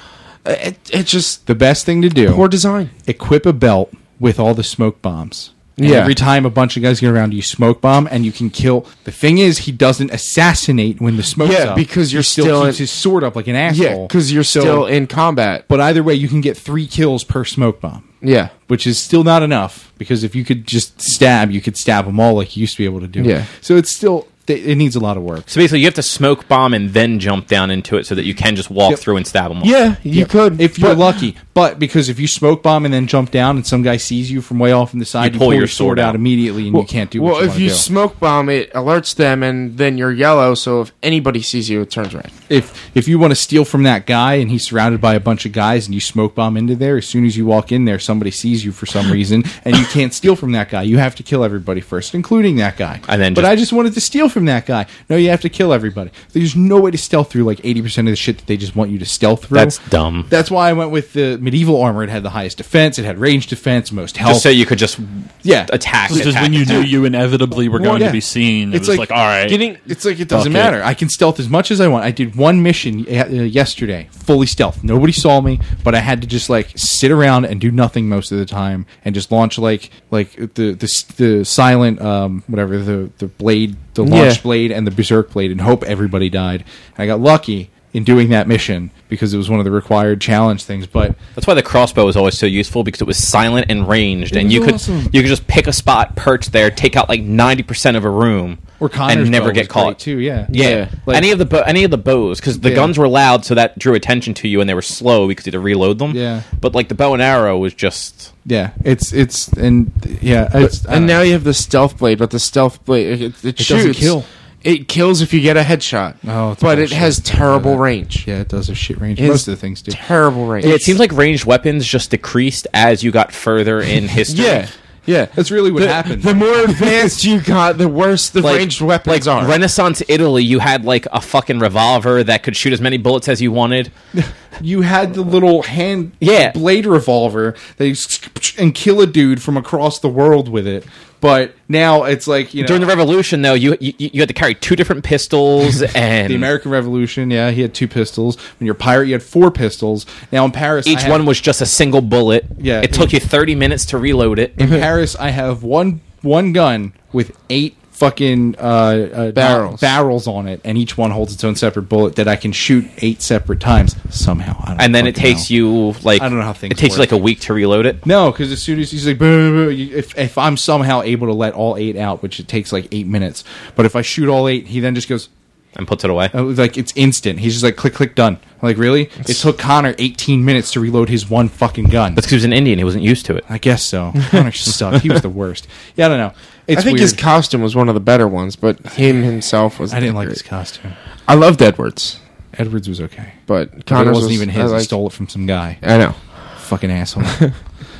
It, it just
The best thing to do
poor design.
equip a belt with all the smoke bombs. And
Yeah.
Every time a bunch of guys get around, you smoke bomb and you can kill. The thing is, he doesn't assassinate when the smoke's
Yeah,
up.
because
He
you're still
keeps
in-
his sword up like an asshole.
Yeah, because you're
So-
still in combat.
But either way, you can get three kills per smoke bomb,
Yeah,
which is still not enough because if you could just stab, you could stab them all like you used to be able to do.
Yeah.
So it's still it it needs a lot of work.
So basically, you have to smoke bomb and then jump down into it so that you can just walk through and stab them. All.
yeah, you could
if you're
but-
lucky. But because if you smoke bomb and then jump down, and some guy sees you from way off in the side, you pull, your, sword out immediately, and you can't do.
Well,
what you
if
wanna
you
do.
smoke bomb, it alerts them, and then you're yellow. So if anybody sees you, it turns red.
if if you want to steal from that guy and he's surrounded by a bunch of guys and you smoke bomb into there, as soon as you walk in there, somebody sees you for some reason and you can't steal from that guy. You have to kill everybody first, including that guy.
And then
but
just-
I just wanted to steal from that guy. No, you have to kill everybody. There's no way to stealth through like eighty percent of the shit that they just want you to stealth through.
That's dumb.
That's why I went with the medieval armor. It had the highest defense. It had range defense, most health.
Just so you could just
yeah,
attack.
It's just
attack,
when you knew
attack.
you inevitably were going
yeah.
to be seen. It was like, all right,
Getting, it's like it doesn't
Fuck it.
matter. I can stealth as much as I want. I did one mission y- uh, yesterday, fully stealth. Nobody saw me, but I had to just like sit around and do nothing most of the time, and just launch like like the the, s- the silent um whatever the the blade the launch
Yeah.
blade and the berserk blade, and hope everybody died. And I got lucky in doing that mission because it was one of the required challenge things, but.
That's why the crossbow was always so useful because it was silent and ranged, and you could you could just pick a spot, perch there, take out like ninety percent of a room,
Or Connor's
and never
bow was
get
great,
caught
too, yeah.
yeah.
Yeah, like-
any of the bo- any of the bows because the
Yeah.
guns were loud, so that drew attention to you, and they were slow. We could either reload them,
Yeah.
But like the bow and arrow was just
Yeah, it's it's and yeah, it's, I
and
don't know.
now you have the stealth blade, but the stealth blade it, it, it
uh, doesn't
shoots.
kill.
It kills if you get a headshot.
Oh, it's
but it
bullshit.
has terrible range.
yeah, it does a shit range.
It's
Most of the things do.
Terrible range.
it seems like ranged weapons just decreased as you got further in history.
yeah, yeah.
That's really what
the,
happened.
The more advanced you got, the worse the
Like-
ranged weapons
like
are.
Renaissance Italy, you had like a fucking revolver that could shoot as many bullets as you wanted.
you had the little hand
Yeah.
blade revolver that you s- and kill a dude from across the world with it. But now it's like you know
During the Revolution, though, you you, you had to carry two different pistols and
the American Revolution. Yeah, he had two pistols. When you're a pirate, you had four pistols. Now in Paris,
each
I have-
one was just a single bullet.
Yeah,
it
it
took
was-
you thirty minutes to reload it.
in Paris, I have one one gun with eight fucking uh, uh,
Barrels.
barrels on it, and each one holds its own separate bullet that I can shoot eight separate times somehow. I don't
and then it takes you like
I don't know how things
it takes you
work.
like a week to reload it.
No, because as soon as he's like, "Boo, boo, boo," you- if, if I'm somehow able to let all eight out, which it takes like eight minutes, but if I shoot all eight, he then just goes,
and puts it away.
Uh, Like it's instant. He's just like click, click, done. I'm like really? It took Connor 18 minutes to reload his one fucking gun.
That's because he was an Indian. He wasn't used to it.
I guess so. Connor sucked. He was the worst. Yeah, I don't know. It's
I think
weird.
his costume was one of the better ones, but him himself was.
I didn't like his costume.
I loved Edwards,
Edwards was okay.
but
Connor
Connor
it wasn't even
I,
his. he
liked-
stole it from some guy.
I know.
Fucking asshole. I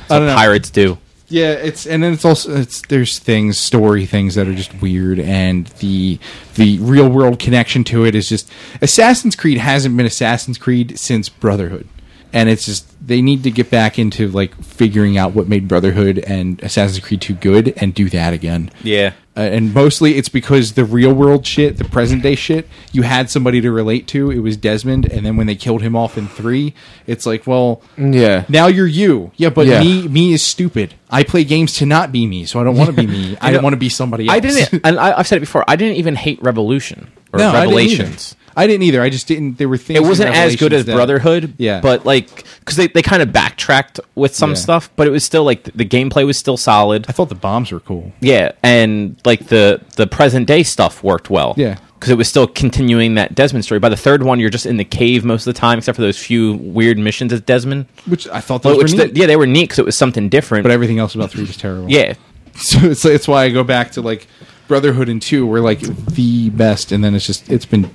don't know.
Pirates do.
Yeah, it's and then it's also it's there's things story things that are just weird and the the real world connection to it is just Assassin's Creed hasn't been Assassin's Creed since Brotherhood. And it's just they need to get back into like figuring out what made Brotherhood and Assassin's Creed 2 good and do that again.
Yeah.
Uh, and mostly it's because the real world shit, the present day shit, you had somebody to relate to. It was Desmond, and then when they killed him off in three, it's like, well,
Yeah.
now you're you, yeah, but
Yeah.
me, me is stupid. I play games to not be me, so I don't want to be me. I e-
You know,
don't want to be somebody else.
I didn't, e- and I, I've said it before. I didn't even hate Revolution or
no, I didn't either.
Revelations.
I didn't either. I just didn't. There were things.
It
in
wasn't as good
Revelations
as
that-
Brotherhood,
Yeah,
But like, because they, they kind of backtracked with some
Yeah.
stuff, but it was still like the, the gameplay was still solid.
I thought the bombs were cool.
Yeah, and like the the present day stuff worked well.
Yeah.
because it was still continuing that Desmond story. By the third one, you're just in the cave most of the time, except for those few weird missions as Desmond.
Which I thought those
Well,
were
which
neat.
the- yeah, they were neat because it was something different.
but everything else about three was terrible.
yeah,
so it's it's why I go back to like Brotherhood and two were like the best, and then it's just it's been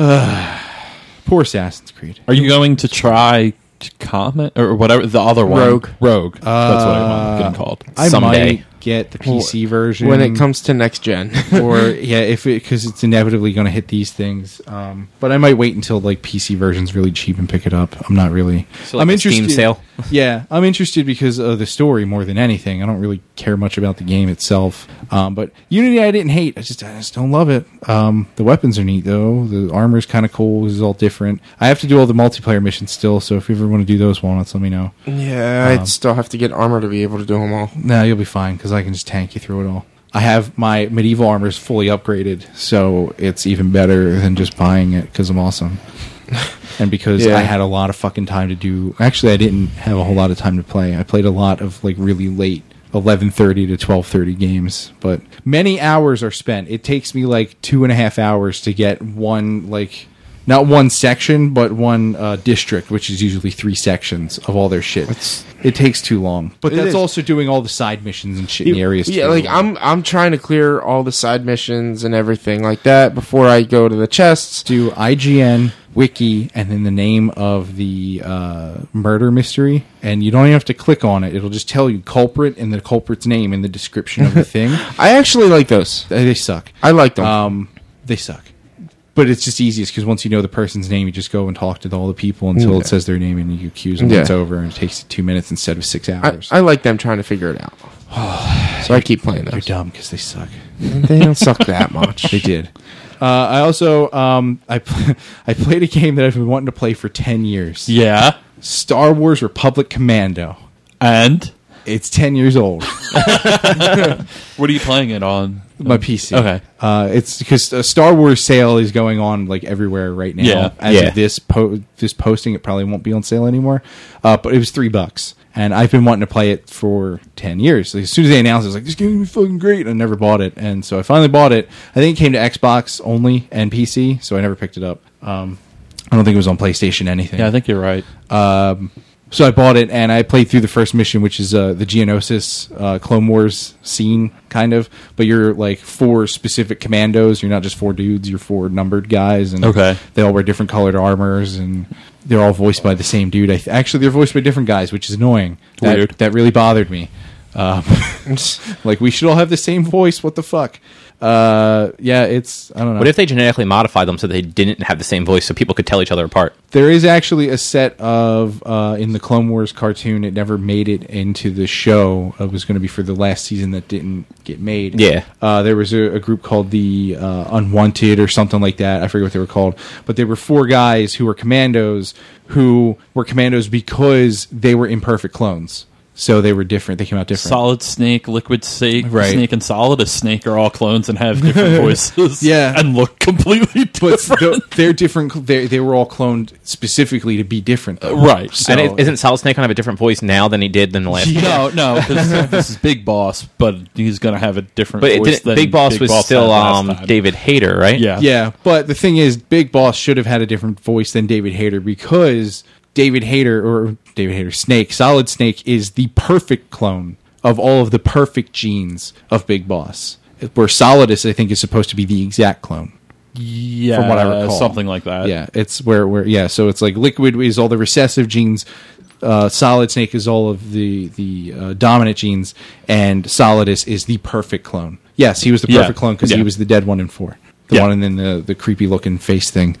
uh, poor Assassin's Creed.
Are you going to try to comment or whatever the other one?
Rogue.
Rogue. That's what I'm getting called.
Uh, I
Someday.
might get the PC version
When it comes to next gen,
or yeah, if it because it's inevitably going to hit these things. Um, but I might wait until like PC version's really cheap and pick it up. I'm not really.
So, like,
I'm
a Steam sale?
yeah, I'm interested because of the story more than anything. I don't really care much about the game itself. Um, but Unity, I didn't hate. I just I just don't love it. Um, the weapons are neat though. The armor's kind of cool. It's all different. I have to do all the multiplayer missions still. So if you ever want to do those walnuts, let me know.
yeah,
Um,
I'd still have to get armor to be able to do them all.
No, you'll be fine because I can just tank you through it all. I have my medieval armor is fully upgraded, so it's even better than just buying it because I'm awesome. and because
Yeah.
I had a lot of fucking time to do. Actually, I didn't have a whole lot of time to play. I played a lot of like really late. 11:30 to 12:30 games, but many hours are spent. It takes me like two and a half hours to get one like not one section, but one uh, district, which is usually three sections of all their shit. it takes too long, but
It
that's
is.
also doing all the side missions and shit in the areas.
Yeah,
too.
like I'm I'm trying to clear all the side missions and everything like that before I go to the chests.
do IGN wiki and then the name of the uh, murder mystery, and you don't even have to click on it. It'll just tell you culprit and the culprit's name and the description of the thing. Uh,
I actually like those.
They they suck.
I like them.
Um, they suck. But it's just easiest because once you know the person's name, you just go and talk to all the people until it says their name and you accuse them.
Yeah.
It's over and it takes two minutes instead of six
I,
hours.
I like them trying to figure it out. So I keep playing
They're
those.
dumb because they suck.
They don't suck that much.
They did. Uh, I also um, I pl- I played a game that I've been wanting to play for ten years.
Yeah.
Star Wars Republic Commando.
And
It's ten years old.
what are you playing it on?
My PC.
Okay.
Uh, it's because a Star Wars sale is going on like everywhere right now.
Yeah.
As
Yeah.
of this po- this posting, it probably won't be on sale anymore. Uh, but it was three bucks, and I've been wanting to play it for ten years. Like, as soon as they announced, it, I was like, "This game is fucking great!" And I never bought it, and so I finally bought it. I think it came to Xbox only and PC, so I never picked it up. Um, I don't think it was on PlayStation anything.
Yeah, I think you're right.
Um, so I bought it and I played through the first mission, which is uh, the Geonosis uh, Clone Wars scene, kind of. But you're like four specific commandos. You're not just four dudes. You're four numbered guys, and
Okay.
they all wear different colored armors, and they're all voiced by the same dude. I th- actually they're voiced by different guys, which is annoying. That-
Weird.
That, really bothered me. Um, like we should all have the same voice. What the fuck? Uh, yeah, it's I don't know.
What if they genetically modified them so they didn't have the same voice so people could tell each other apart?
There is actually a set of uh, in the Clone Wars cartoon. It never made it into the show. It was going to be for the last season that didn't get made.
Yeah.
uh, there was a, a group called the uh, Unwanted or something like that. I forget what they were called, but they were four guys who were commandos who were commandos because they were imperfect clones. So they were different. They came out different.
Solid Snake, Liquid Snake,
Right.
Snake and Solid as Snake are all clones and have different voices.
Yeah.
and look completely
but
different.
th- they're different. They they were all cloned specifically to be different. though.
right.
So-
And it, isn't Solid Snake gonna have a different voice now than he did than the last?
No, no, 'cause this is Big Boss, but he's gonna have a different.
But it
voice
didn't,
than
Big Boss was
had
still
last
um,
time.
David Hayter, right?
Yeah,
Yeah, but the thing is, Big Boss should have had a different voice than David Hayter because David Hayter or David Hayter Snake, Solid Snake, is the perfect clone of all of the perfect genes of Big Boss. Where Solidus, I think, is supposed to be the exact clone.
yeah,
from what I recall.
something like that.
yeah, it's where where yeah. So it's like liquid is all the recessive genes, uh, solid snake is all of the the uh, dominant genes, and solidus is the perfect clone. Yes, he was the
Yeah.
perfect clone because
Yeah.
he was the dead one in four, the
Yeah.
one and then the the creepy looking face thing.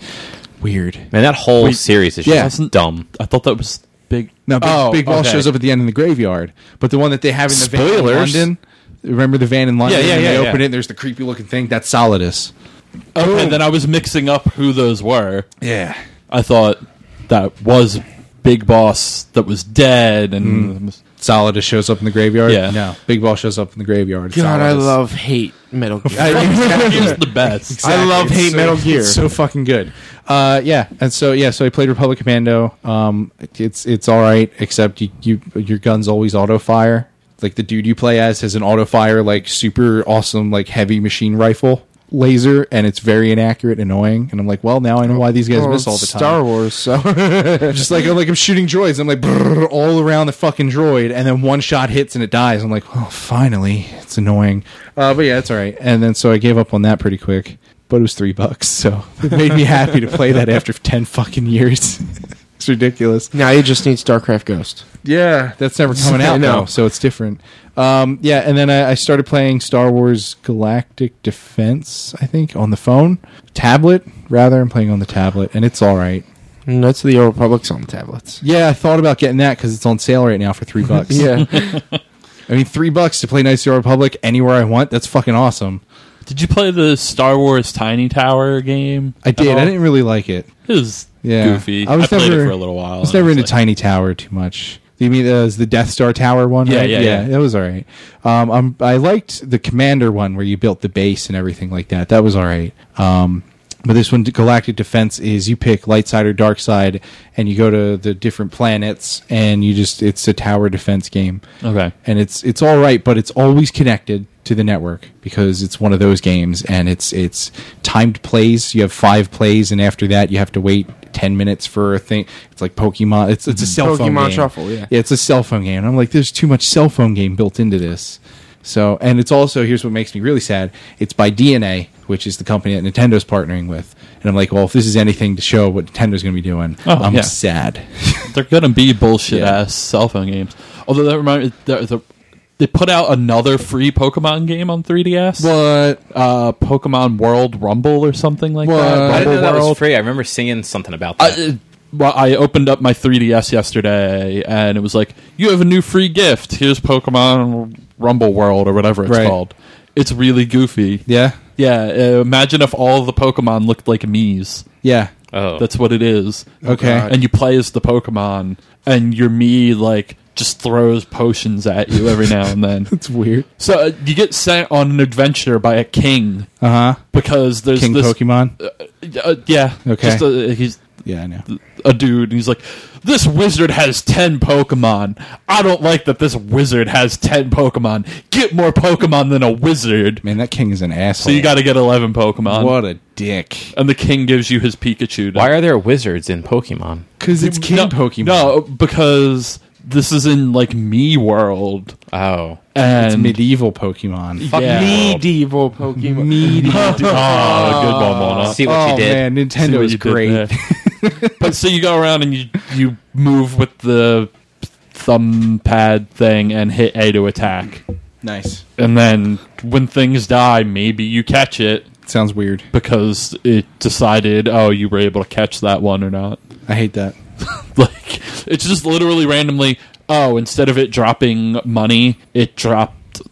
Weird.
Man, that whole series is
yeah.
just dumb.
I thought that was big.
Now, Big,
Oh,
Big Boss
okay.
shows up at the end in the graveyard, but the one that they have in the van in
Spoilers.
London. Remember the van in London?
Yeah, yeah,
and
yeah,
They
yeah.
open it. And there's the creepy looking thing. That's Solidus.
Okay, then I was mixing up who those were.
Yeah.
I thought that was Big Boss that was dead,
Hmm.
and
Solidus shows up in the graveyard.
Yeah.
No. Big Boss shows up in the graveyard.
God, I
Solidus.
love hate Metal Gear.
he was the best.
I love hate Metal Gear.
It's so fucking good. Uh, yeah, and so yeah, so I played Republic Commando. Um, it's it's all right, except you, you your guns always auto fire. Like the dude you play as has an auto fire, like super awesome, like heavy machine rifle laser, and it's very inaccurate, and annoying. And I'm like, well, now I know why these guys
Well,
miss all the time.
Star Wars, so
Just like I'm like I'm shooting droids, I'm like brrr, all around the fucking droid, and then one shot hits and it dies. I'm like, oh, finally, it's annoying. Uh, but yeah, it's all right. And then so I gave up on that pretty quick. But it was three bucks, so it made me happy to play that after ten fucking years. it's ridiculous.
now you just need StarCraft Ghost.
Yeah, that's never coming
I
out
know.
now, so it's different. Um, yeah, and then I, I started playing Star Wars Galactic Defense, I think, on the phone, tablet rather. I'm playing on the tablet, and it's all right.
And that's the Old Republic's on tablets.
Yeah, I thought about getting that because it's on sale right now for three bucks.
Yeah,
I mean, three bucks to play Knights of the Old Republic anywhere I want. That's fucking awesome.
Did you play the Star Wars Tiny Tower game?
I
at
did.
all?
I didn't really like it.
It was
Yeah,
goofy. I,
I was
played it
never-
for a little while.
I was
and
never
I
into
like,
Tiny Tower too much. You mean uh, the Death Star Tower one?
Yeah,
right?
yeah, yeah.
It was all right. Um, um, I liked the Commander one where you built the base and everything like that. That was all right. Um, but this one, Galactic Defense, is you pick light side or dark side, and you go to the different planets, and you just it's a tower defense game.
Okay.
and it's it's all right, but it's always connected to the network because it's one of those games, and it's it's timed plays. You have five plays, and after that, you have to wait ten minutes for a thing. It's like Pokemon. It's it's a cell phone
Pokemon
game.
Shuffle, yeah.
it's a cell phone game. And I'm like, there's too much cell phone game built into this. So, and it's also here's what makes me really sad. It's by DNA, which is the company that Nintendo's partnering with, and I'm like, well, if this is anything to show what Nintendo's going to be doing,
Oh,
I'm
yeah.
sad.
They're gonna be bullshit
Yeah.
ass cell phone games. Although that reminds the, the, they put out another free Pokemon game on 3DS.
But
uh, Pokemon World Rumble or something like
What?
I
that.
didn't know
Rumble
that
World.
was free. I remember seeing something about
I,
that.
uh, well, I opened up my 3DS yesterday, and it was like, "You have a new free gift. Here's Pokemon Rumble World or whatever it's
Right.
called." It's really goofy.
yeah,
Yeah, uh, imagine if all the Pokemon looked like Mii's.
yeah,
oh,
That's what it is.
okay.
God.
And you play as the Pokemon, and your Mii like just throws potions at you every now and then.
It's weird.
So uh, you get sent on an adventure by a king
Uh huh.
because there's
King
this.
Pokemon.
Uh, yeah.
Okay.
Just a, he's
yeah, I know.
a dude, and he's like, "This wizard has ten Pokemon. I don't like that this wizard has ten Pokemon. Get more Pokemon than a wizard."
Man, that king is an asshole.
So you got Uh, to get eleven Pokemon.
Oh. what a dick.
And the king gives you his Pikachu. to-
why are there wizards in Pokemon?
Because it's king
no,
Pokemon.
No, oh, because this is in like me world
Oh,
and
it's medieval Pokemon.
yeah.
medieval Pokemon.
Ah,
Oh, good one, Mona.
see what you did.
Oh, man,
See
Nintendo
what
is
you did
great.
there. but so you go around and you you move with the thumb pad thing and hit A to attack.
nice.
and then when things die, maybe you catch it
Sounds weird.
because it decided, oh, you were able to catch that one or not.
I hate that.
Like it's just literally randomly. Oh, instead of it dropping money, it dropped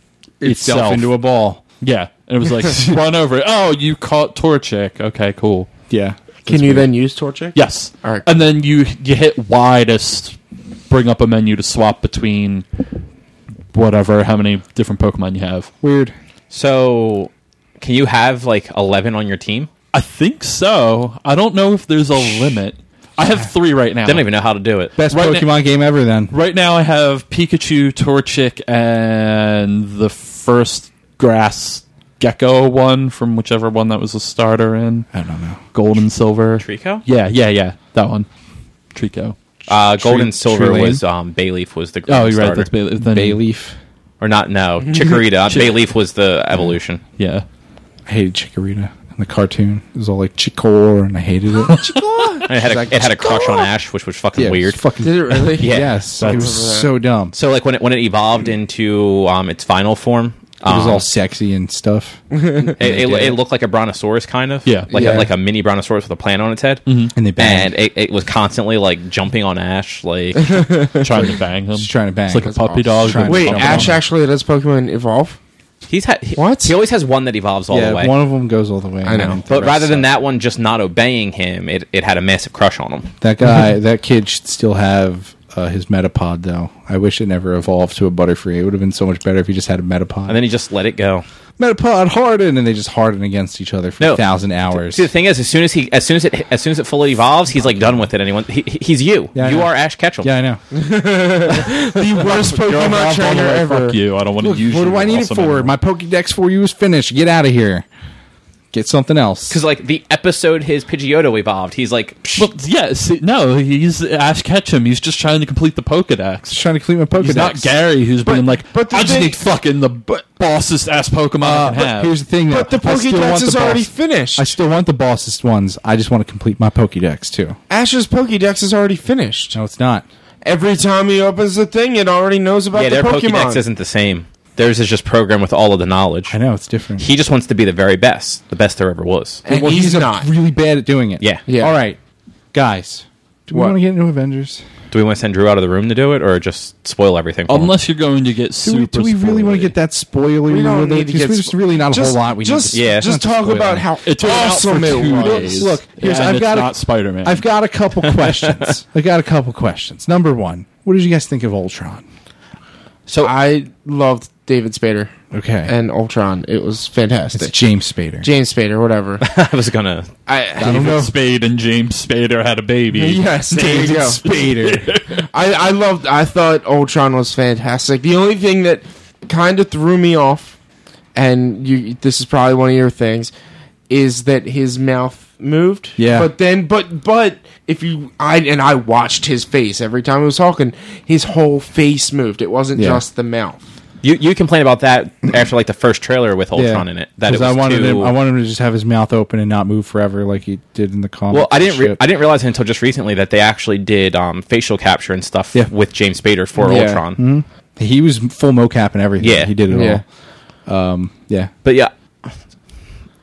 itself,
into a ball.
yeah, and it was like run over. it. Oh, you caught Torchic. Okay, cool.
Yeah.
Can you then use Torchic?
Yes.
All right.
And then you you hit Y to s- bring up a menu to swap between whatever, how many different Pokemon you have.
Weird.
So, can you have like 11 on your team?
I think so. I don't know if there's a limit. I have three right now.
I don't even know how to do it.
Best
Right na-
Pokemon game ever. Then
Right now, I have Pikachu, Torchic, and the first grass gecko one from whichever one that was a starter in
I don't know.
gold and silver.
Trico?
Yeah, yeah, yeah. That one. Trico.
Uh, gold and silver
Trulane?
was um, Bayleaf was the
Oh,
grand
you're right.
starter.
That's Bailey. Then,
Bayleaf.
or not? No, Chikorita. Uh, Bayleaf was the evolution.
Yeah.
I hated Chikorita in the cartoon. It was all like Chikor, and I hated it.
And it had a, it had a crush on Ash, which was fucking
Yeah, it was
weird.
Fucking
Did it really?
Yeah.
yes. It was so dumb.
So like when it when it evolved into um, its final form,
It was
um,
all sexy and stuff.
it, it, it looked like a brontosaurus kind of
Yeah.
like
Yeah.
A, like a mini brontosaurus with a plant on its head
And they banged.
and it, it was constantly like jumping on ash like
Trying to bang him.
Just trying to bang.
It's like a
That's
puppy
awesome.
dog.
Trying to
Wait,
Pokemon.
Ash actually does Pokemon evolve?
he's had he,
What?
he always has one that evolves all
yeah,
the way
one of them goes all the way.
I know.
And
but rather than that one just not obeying him it, it had a massive crush on him
that guy, that kid should still have uh, his Metapod though. I wish it never evolved to a Butterfree. It would have been so much better if he just had a Metapod.
and then he just let it go
Metapod harden, and they just harden against each other for
No.
a thousand hours.
see the thing is as soon as he as soon as it as soon as it fully evolves he's like done with it anyone he, he- he's you
Yeah, I
you
know.
are ash ketchum
yeah, I know.
The worst Pokemon trainer ever.
Fuck you. I don't want to use
what
you
do I need it
also
for?
anymore.
My Pokedex for you is finished. Get out of here. Get something else.
because like the episode his pidgeotto evolved he's like psh,
Well, yeah, see, no, he's Ash Ketchum. He's just trying to complete the Pokedex.
just trying to clean my Pokedex.
He's not Gary, who's being like,
but the
I just
thing-
need fucking the b- bossest ass Pokemon I can have.
Uh, Here's the thing, though.
But the
I still want
Pokedex
the
is already
boss-
finished.
I still want the bossest ones. I just want to complete my Pokedex too.
Ash's Pokedex is already finished.
No, it's not.
Every time he opens the thing, it already knows about
yeah
the
their
Pokemon.
pokédex isn't the same theirs is just programmed with all of the knowledge
I know it's different.
he just wants to be the very best, the best there ever was.
and
well,
he's,
he's, a-
not.
really bad at doing it.
Yeah.
Yeah.
All right, guys. Do we
What?
want to get into Avengers?
Do we want to send Drew out of the room to do it, or just spoil everything? For
Unless you're going to get
Do
super.
we, do we really want to get that spoiler?
We don't need to get
There's
spo-
really not a
Just-
whole lot we
just,
need. To
Yeah, it's
just
not
talk
spoil
about
it.
how
It took
awesome
it out
it
for two
was.
days.
Look, here's-
and
I've
it's
got a-
not Spider Man.
I've got a couple questions. I got a couple questions. Number one, what did you guys think of Ultron?
so,
I loved David Spader
Okay,
and Ultron. It was
it's
fantastic.
James Spader.
James Spader, whatever.
I was gonna.
I,
I don't know.
Spade and James Spader had a baby.
yes, there you go.
Spader.
I, I loved. I thought Ultron was fantastic. The only thing that kind of threw me off, and you, this is probably one of your things, is that his mouth moved.
Yeah.
But then, but but if you, I and I watched his face every time he was talking. His whole face moved. It wasn't
Yeah.
just the mouth.
You you complain about that after like the first trailer with Ultron in it. That it
Because
was
I wanted
too-
him. I wanted him to just have his mouth open and not move forever, like he did in the comic.
well, I didn't. Re- I didn't realize until just recently that they actually did um, facial capture and stuff
Yeah. Mm-hmm.
with James Spader for
Yeah.
Ultron.
He was full mocap and everything.
Yeah.
he did it
Yeah.
all. Um, yeah,
But yeah,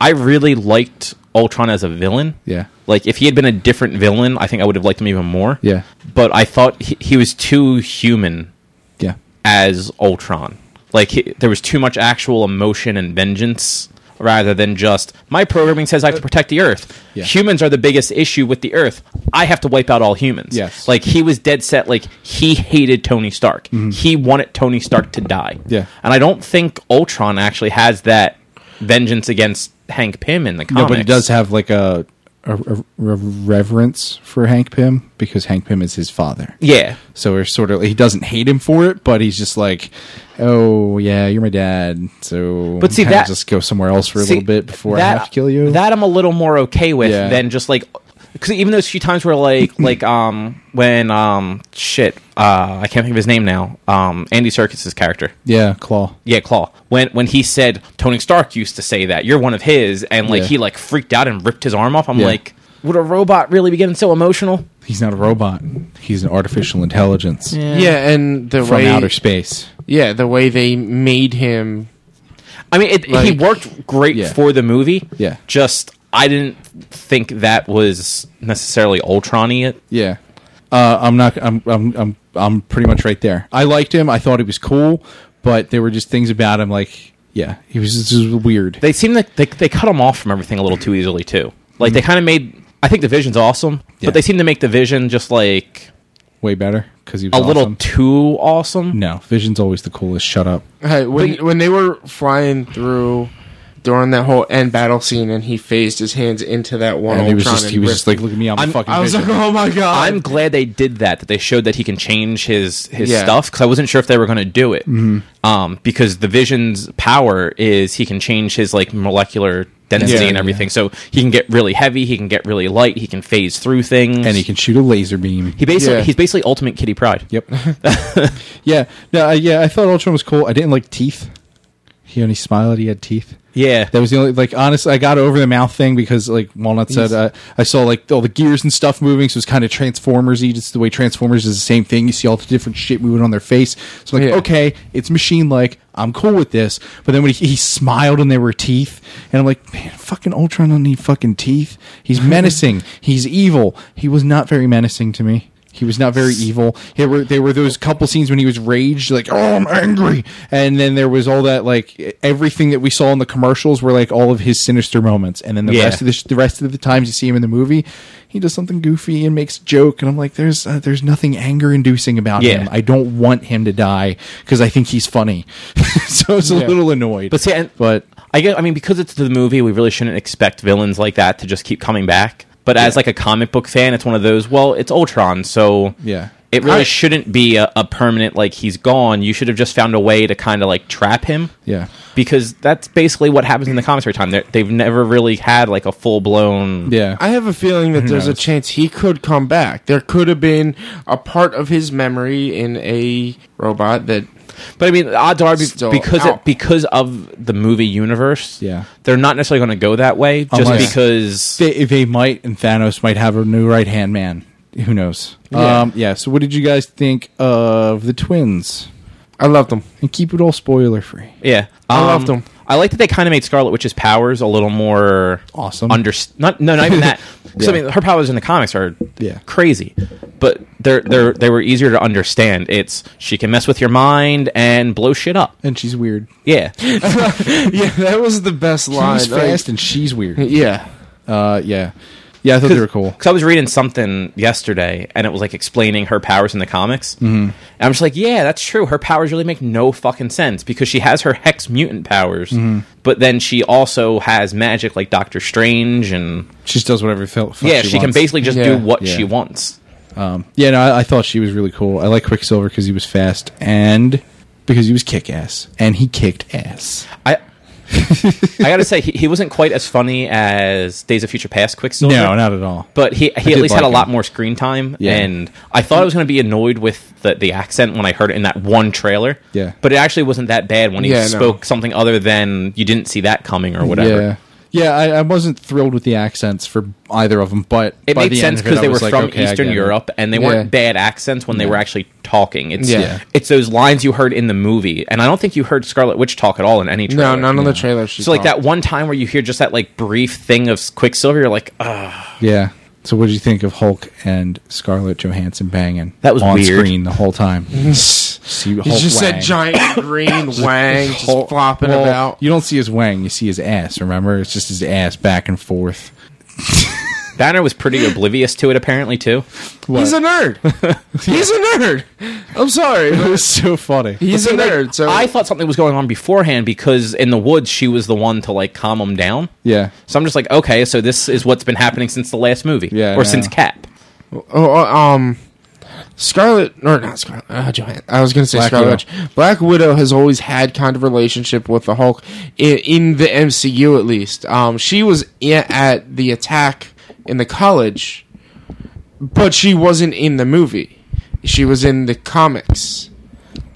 I really liked Ultron as a villain.
yeah,
Like if he had been a different villain, I think I would have liked him even more.
yeah,
But I thought he, he was too human
yeah.
as Ultron. Like he, there was too much actual emotion and vengeance rather than just my programming says I have to protect the Earth.
Yeah.
Humans are the biggest issue with the Earth. I have to wipe out all humans.
Yes.
Like he was dead set. Like he hated Tony Stark. He wanted Tony Stark to die.
Mm-hmm. Yeah.
And I don't think Ultron actually has that vengeance against Hank Pym in the comics.
No, but he does have like a, a, a re- reverence for Hank Pym because Hank Pym is his father.
Yeah.
So we're sort of he doesn't hate him for it, but he's just like, oh yeah, you're my dad. So
But see,
kinda
that-
just go somewhere else for a
See,
little bit before
that-
I have to kill you.
That I'm a little more okay with
Yeah.
than just like because even those few times where like like um when um shit uh I can't think of his name now um Andy Serkis's character
yeah, claw.
yeah Claw when when he said Tony Stark used to say that you're one of his and like
Yeah.
he like freaked out and ripped his arm off I'm
Yeah.
like would a robot really be getting so emotional
He's not a robot. He's an artificial intelligence
Yeah, and the
from
way
outer space.
yeah, the way they made him.
I mean it, he
Like-
worked great
Yeah.
for the movie
Yeah.
just I didn't think that was necessarily Ultron-y it
Yeah. Uh, I'm not. I'm. I'm. I'm. I'm pretty much right there. I liked him. I thought he was cool, but there were just things about him like, yeah, he was just, just weird.
they seem like they, they cut him off from everything a little too easily too. Like they kind of made. I think the vision's awesome,
Mm-hmm. Yeah.
but they seem to make the vision just like
way better because he was
a little
awesome.
too awesome.
no, Vision's always the coolest. Shut up.
Hey, when when they were flying through during that whole end battle scene, and he phased his hands into that one.
And he was
Ultron
just he
and
was just
ripped-
like, look at me, I'm, the
I'm-
fucking.
I was like,
Vision."
oh my god!
I'm glad they did that. That they showed that he can change his his
Yeah.
stuff because I wasn't sure if they were going to do it.
Mm-hmm.
Um, because the Vision's power is he can change his like molecular density
Yeah,
and everything, so he can get really heavy, he can get really light, he can phase through things,
and he can shoot a laser beam.
He basically
Yeah.
he's basically Ultimate Kitty Pride.
Yep. yeah. No. I, yeah. I thought Ultron was cool. I didn't like teeth. He only smiled. He had teeth.
Yeah.
That was the only like. Honestly, I got over the mouth thing because like Walnut said, uh, I saw like all the gears and stuff moving. So it's kind of Transformers. y Just the way Transformers is the same thing. You see all the different shit moving on their face. So like,
Yeah.
okay, it's machine like. I'm cool with this. But then when he, he smiled and there were teeth, and I'm like, man, fucking Ultron don't need fucking teeth. He's menacing. He's evil. He was not very menacing to me. He was not very evil. There were there were those couple scenes when he was raged, like "oh, I'm angry," and then there was all that like everything that we saw in the commercials were like all of his sinister moments, and then the
Yeah.
rest of the, the rest of the times you see him in the movie, he does something goofy and makes a joke, and I'm like, there's uh, there's nothing anger inducing about
Yeah.
him. I don't want him to die because I think he's funny, so I was a little annoyed.
But see, and-
but
I guess I mean because it's the movie, we really shouldn't expect villains like that to just keep coming back. But as like a comic book fan, it's one of those. Well, it's Ultron, so
Yeah.
it really
I-
shouldn't be a, a permanent like he's gone. You should have just found a way to kind of like trap him.
yeah,
because that's basically what happens in the comics every time. They're, they've never really had like a full blown.
yeah,
I have a feeling that there's a
knows?
chance he could come back. There could have been a part of his memory in a robot that
But I mean, the odds are be-
Still
because
out.
it, because of the movie universe,
Yeah.
they're not necessarily going to go that way just
Unless-
because.
they, they might, and Thanos might have a new right hand man. Who knows?
Yeah.
Um, yeah. So, what did you guys think of the twins?
I loved him.
And keep it all spoiler free.
Yeah, Um,
I loved 'em.
I like that they kind of made Scarlet Witch's powers a little more
Awesome.
Under not no not even that. 'Cause, I
Yeah.
mean, her powers in the comics are
Yeah.
crazy, but they're they're they were easier to understand. It's she can mess with your mind and blow shit up.
And she's weird.
Yeah,
Yeah, that was the best line.
He's
like-
fast and she's weird.
yeah,
Uh, yeah. Yeah, I thought they were cool.
because I was reading something yesterday and it was like explaining her powers in the comics. Mm-hmm. And I'm just like, yeah, that's true. Her powers really make no fucking sense because she has her hex mutant powers, but then she also has magic like Doctor Strange, and
She just does whatever felt.
yeah, she, can basically just
Yeah,
do what
yeah.
she wants.
Um, yeah, no, I, I thought she was really cool. I like Quicksilver because he was fast and because he was kick ass, and he kicked ass.
I. I gotta say, he, he wasn't quite as funny as Days of Future Past Quicksilver.
No, not at all.
but he, he
did
at least had
like
a lot
him.
more screen time
Yeah.
and i thought i was going to be annoyed with the, the accent when i heard it in that one trailer
Yeah.
but it actually wasn't that bad when he
Yeah, no.
spoke something other than you didn't see that coming or whatever
Yeah, yeah, I, I wasn't thrilled with the accents for either of them, but
It
by
made
the end
sense
of it,
because
I
they were
was like,
from
okay, I
Eastern
get it.
Europe and they weren't bad accents when they were actually talking. It's
Yeah.
it's those lines you heard in the movie, and I don't think you heard Scarlet Witch talk at all in any
no,
trailer.
none of the trailers. she
So like
talked.
that one time where you hear just that like brief thing of Quicksilver, you're like, Ugh.
Yeah. So what did you think of Hulk and Scarlett Johansson banging?
That was
on
weird.
screen the whole time. See
He
Hulk
just
wang.
said giant green wang just
Hulk-
flopping
well,
about.
You don't see his wang, you see his ass. Remember, it's just his ass back and forth.
Banner was pretty oblivious to it apparently too.
He's a nerd. He's a nerd. I'm sorry.
It was so funny.
He's a nerd. So
I thought something was going on beforehand because in the woods she was the one to like calm him down.
Yeah,
So I'm just like, okay, so this is what's been happening since the last movie,
Yeah,
or
yeah.
since Cap.
Oh, uh, um, Scarlet or not Scarlet? Uh, Johan- I was gonna say
Black
Scarlet
Widow.
Witch. Black Widow has always had kind of relationship with the Hulk in, in the MCU at least. Um, she was i- at the attack in the college, but she wasn't in the movie. She was in the comics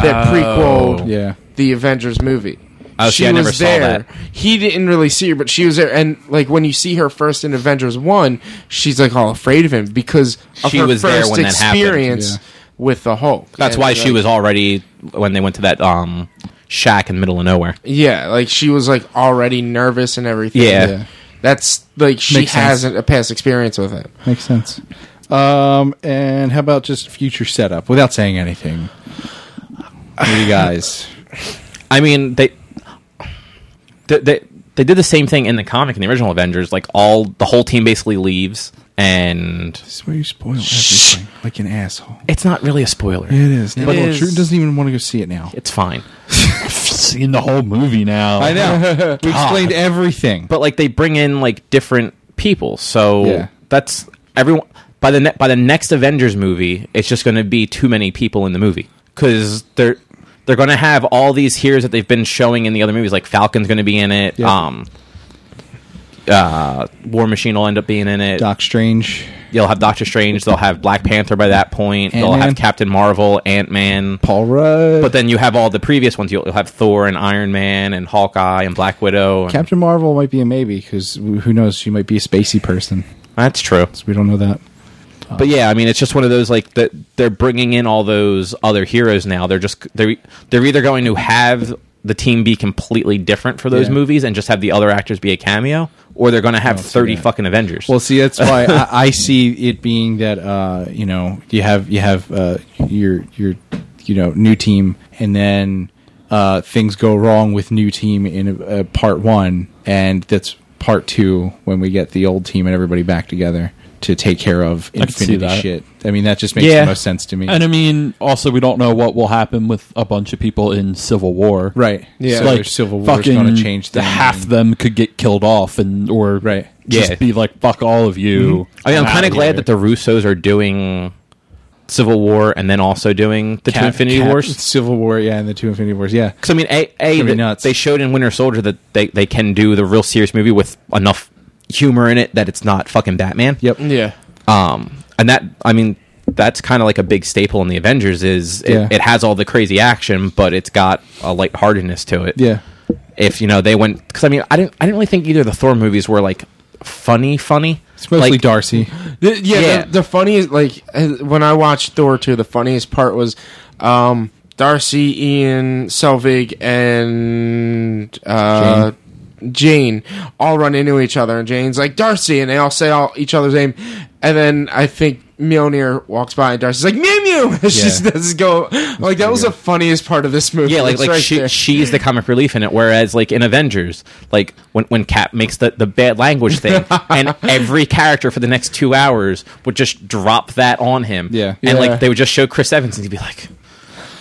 that prequel
yeah.
the Avengers movie.
Oh, see, I never saw that.
He didn't really see her, but she was there. And like when you see her first in Avengers One, she's like all afraid of him because of
She
her
was there
first
when that happened.
experience
Yeah.
with the Hulk.
That's
And,
why she
like,
was already when they went to that um shack in the middle of nowhere.
Yeah, like she was like already nervous and everything.
Yeah. Yeah.
That's like she
Makes sense.
hasn't a past experience with it.
Makes sense. Um, and how about just future setup without saying anything? What do you guys?
I mean, they they they, they did the same thing in the comic in the original Avengers. Like all the whole team basically leaves. and
This is where you spoil everything, like an asshole.
it's not really a spoiler.
It is. Now,
It
look,
is.
Shrutin doesn't even want to go see it now.
It's fine.
Seen the whole movie now.
I know. we explained everything.
but like they bring in like different people so
Yeah.
that's everyone by the ne- by the next avengers movie it's just going to be too many people in the movie because they're they're going to have all these heroes that they've been showing in the other movies like falcon's going to be in it
Yeah.
um uh war machine will end up being in it
Doc Strange,
you'll have doctor strange they'll have black panther by that point they'll
Ant-Man.
have captain marvel ant-man
Paul Rudd,
but then you have all the previous ones you'll, you'll have thor and iron man and hawkeye and black widow and-
Captain Marvel might be a maybe because who knows? She might be a spacey person.
that's true
So we don't know that.
But yeah, I mean, it's just one of those like that they're bringing in all those other heroes now. They're just they're they're either going to have the team be completely different for those
Yeah.
movies and just have the other actors be a cameo, or they're going to have thirty
that.
fucking Avengers.
Well, see, that's why I, I see it being that uh, you know you have you have uh, your your you know new team, and then uh, things go wrong with new team in uh, part one, and that's part two when we get the old team and everybody back together to take care of
can see
infinity
that.
shit. I mean, that just makes
Yeah.
the most sense to me,
And I mean, also, we don't know what will happen with a bunch of people in Civil War.
right?
Yeah.
so
like
their civil war is going to change
the
things
half
and-
them could get killed off and or
Right. Mm-hmm.
just
Yeah.
be like fuck all of you.
I mean, I'm
Nah,
kind of glad
yeah.
that the Russos are doing Civil War and then also doing the two
Cap-
Infinity
Cap-
Wars.
Civil War, yeah, and the two Infinity Wars, yeah.
Because I mean, a, a
Gonna be
that
nuts.
they showed in Winter Soldier that they, they can do the real serious movie with enough humor in it that it's not fucking Batman.
Yep.
Yeah.
um and that i mean that's kind of like a big staple in the avengers is it,
Yeah.
it has all the crazy action but it's got a lightheartedness to it
Yeah.
if you know they went because i mean i didn't i didn't really think either of the thor movies were like funny funny
It's mostly
like,
Darcy.
The, yeah,
Yeah.
The, the funniest, like uh, when I watched Thor two, the funniest part was um, Darcy, Ian, Selvig, and uh, Jane. all run into each other, and Jane's like Darcy, and they all say all each other's name, and then I think Mjolnir walks by, and Darcy's like Mew Mew. She just does go like that was the funniest part of this movie.
yeah like
It's
like
right
she,
there.
she's the comic relief in it whereas like in avengers like when, when cap makes the, the bad language thing and every character for the next two hours would just drop that on him
Yeah.
and
Yeah.
like they would just show chris evans and he'd be like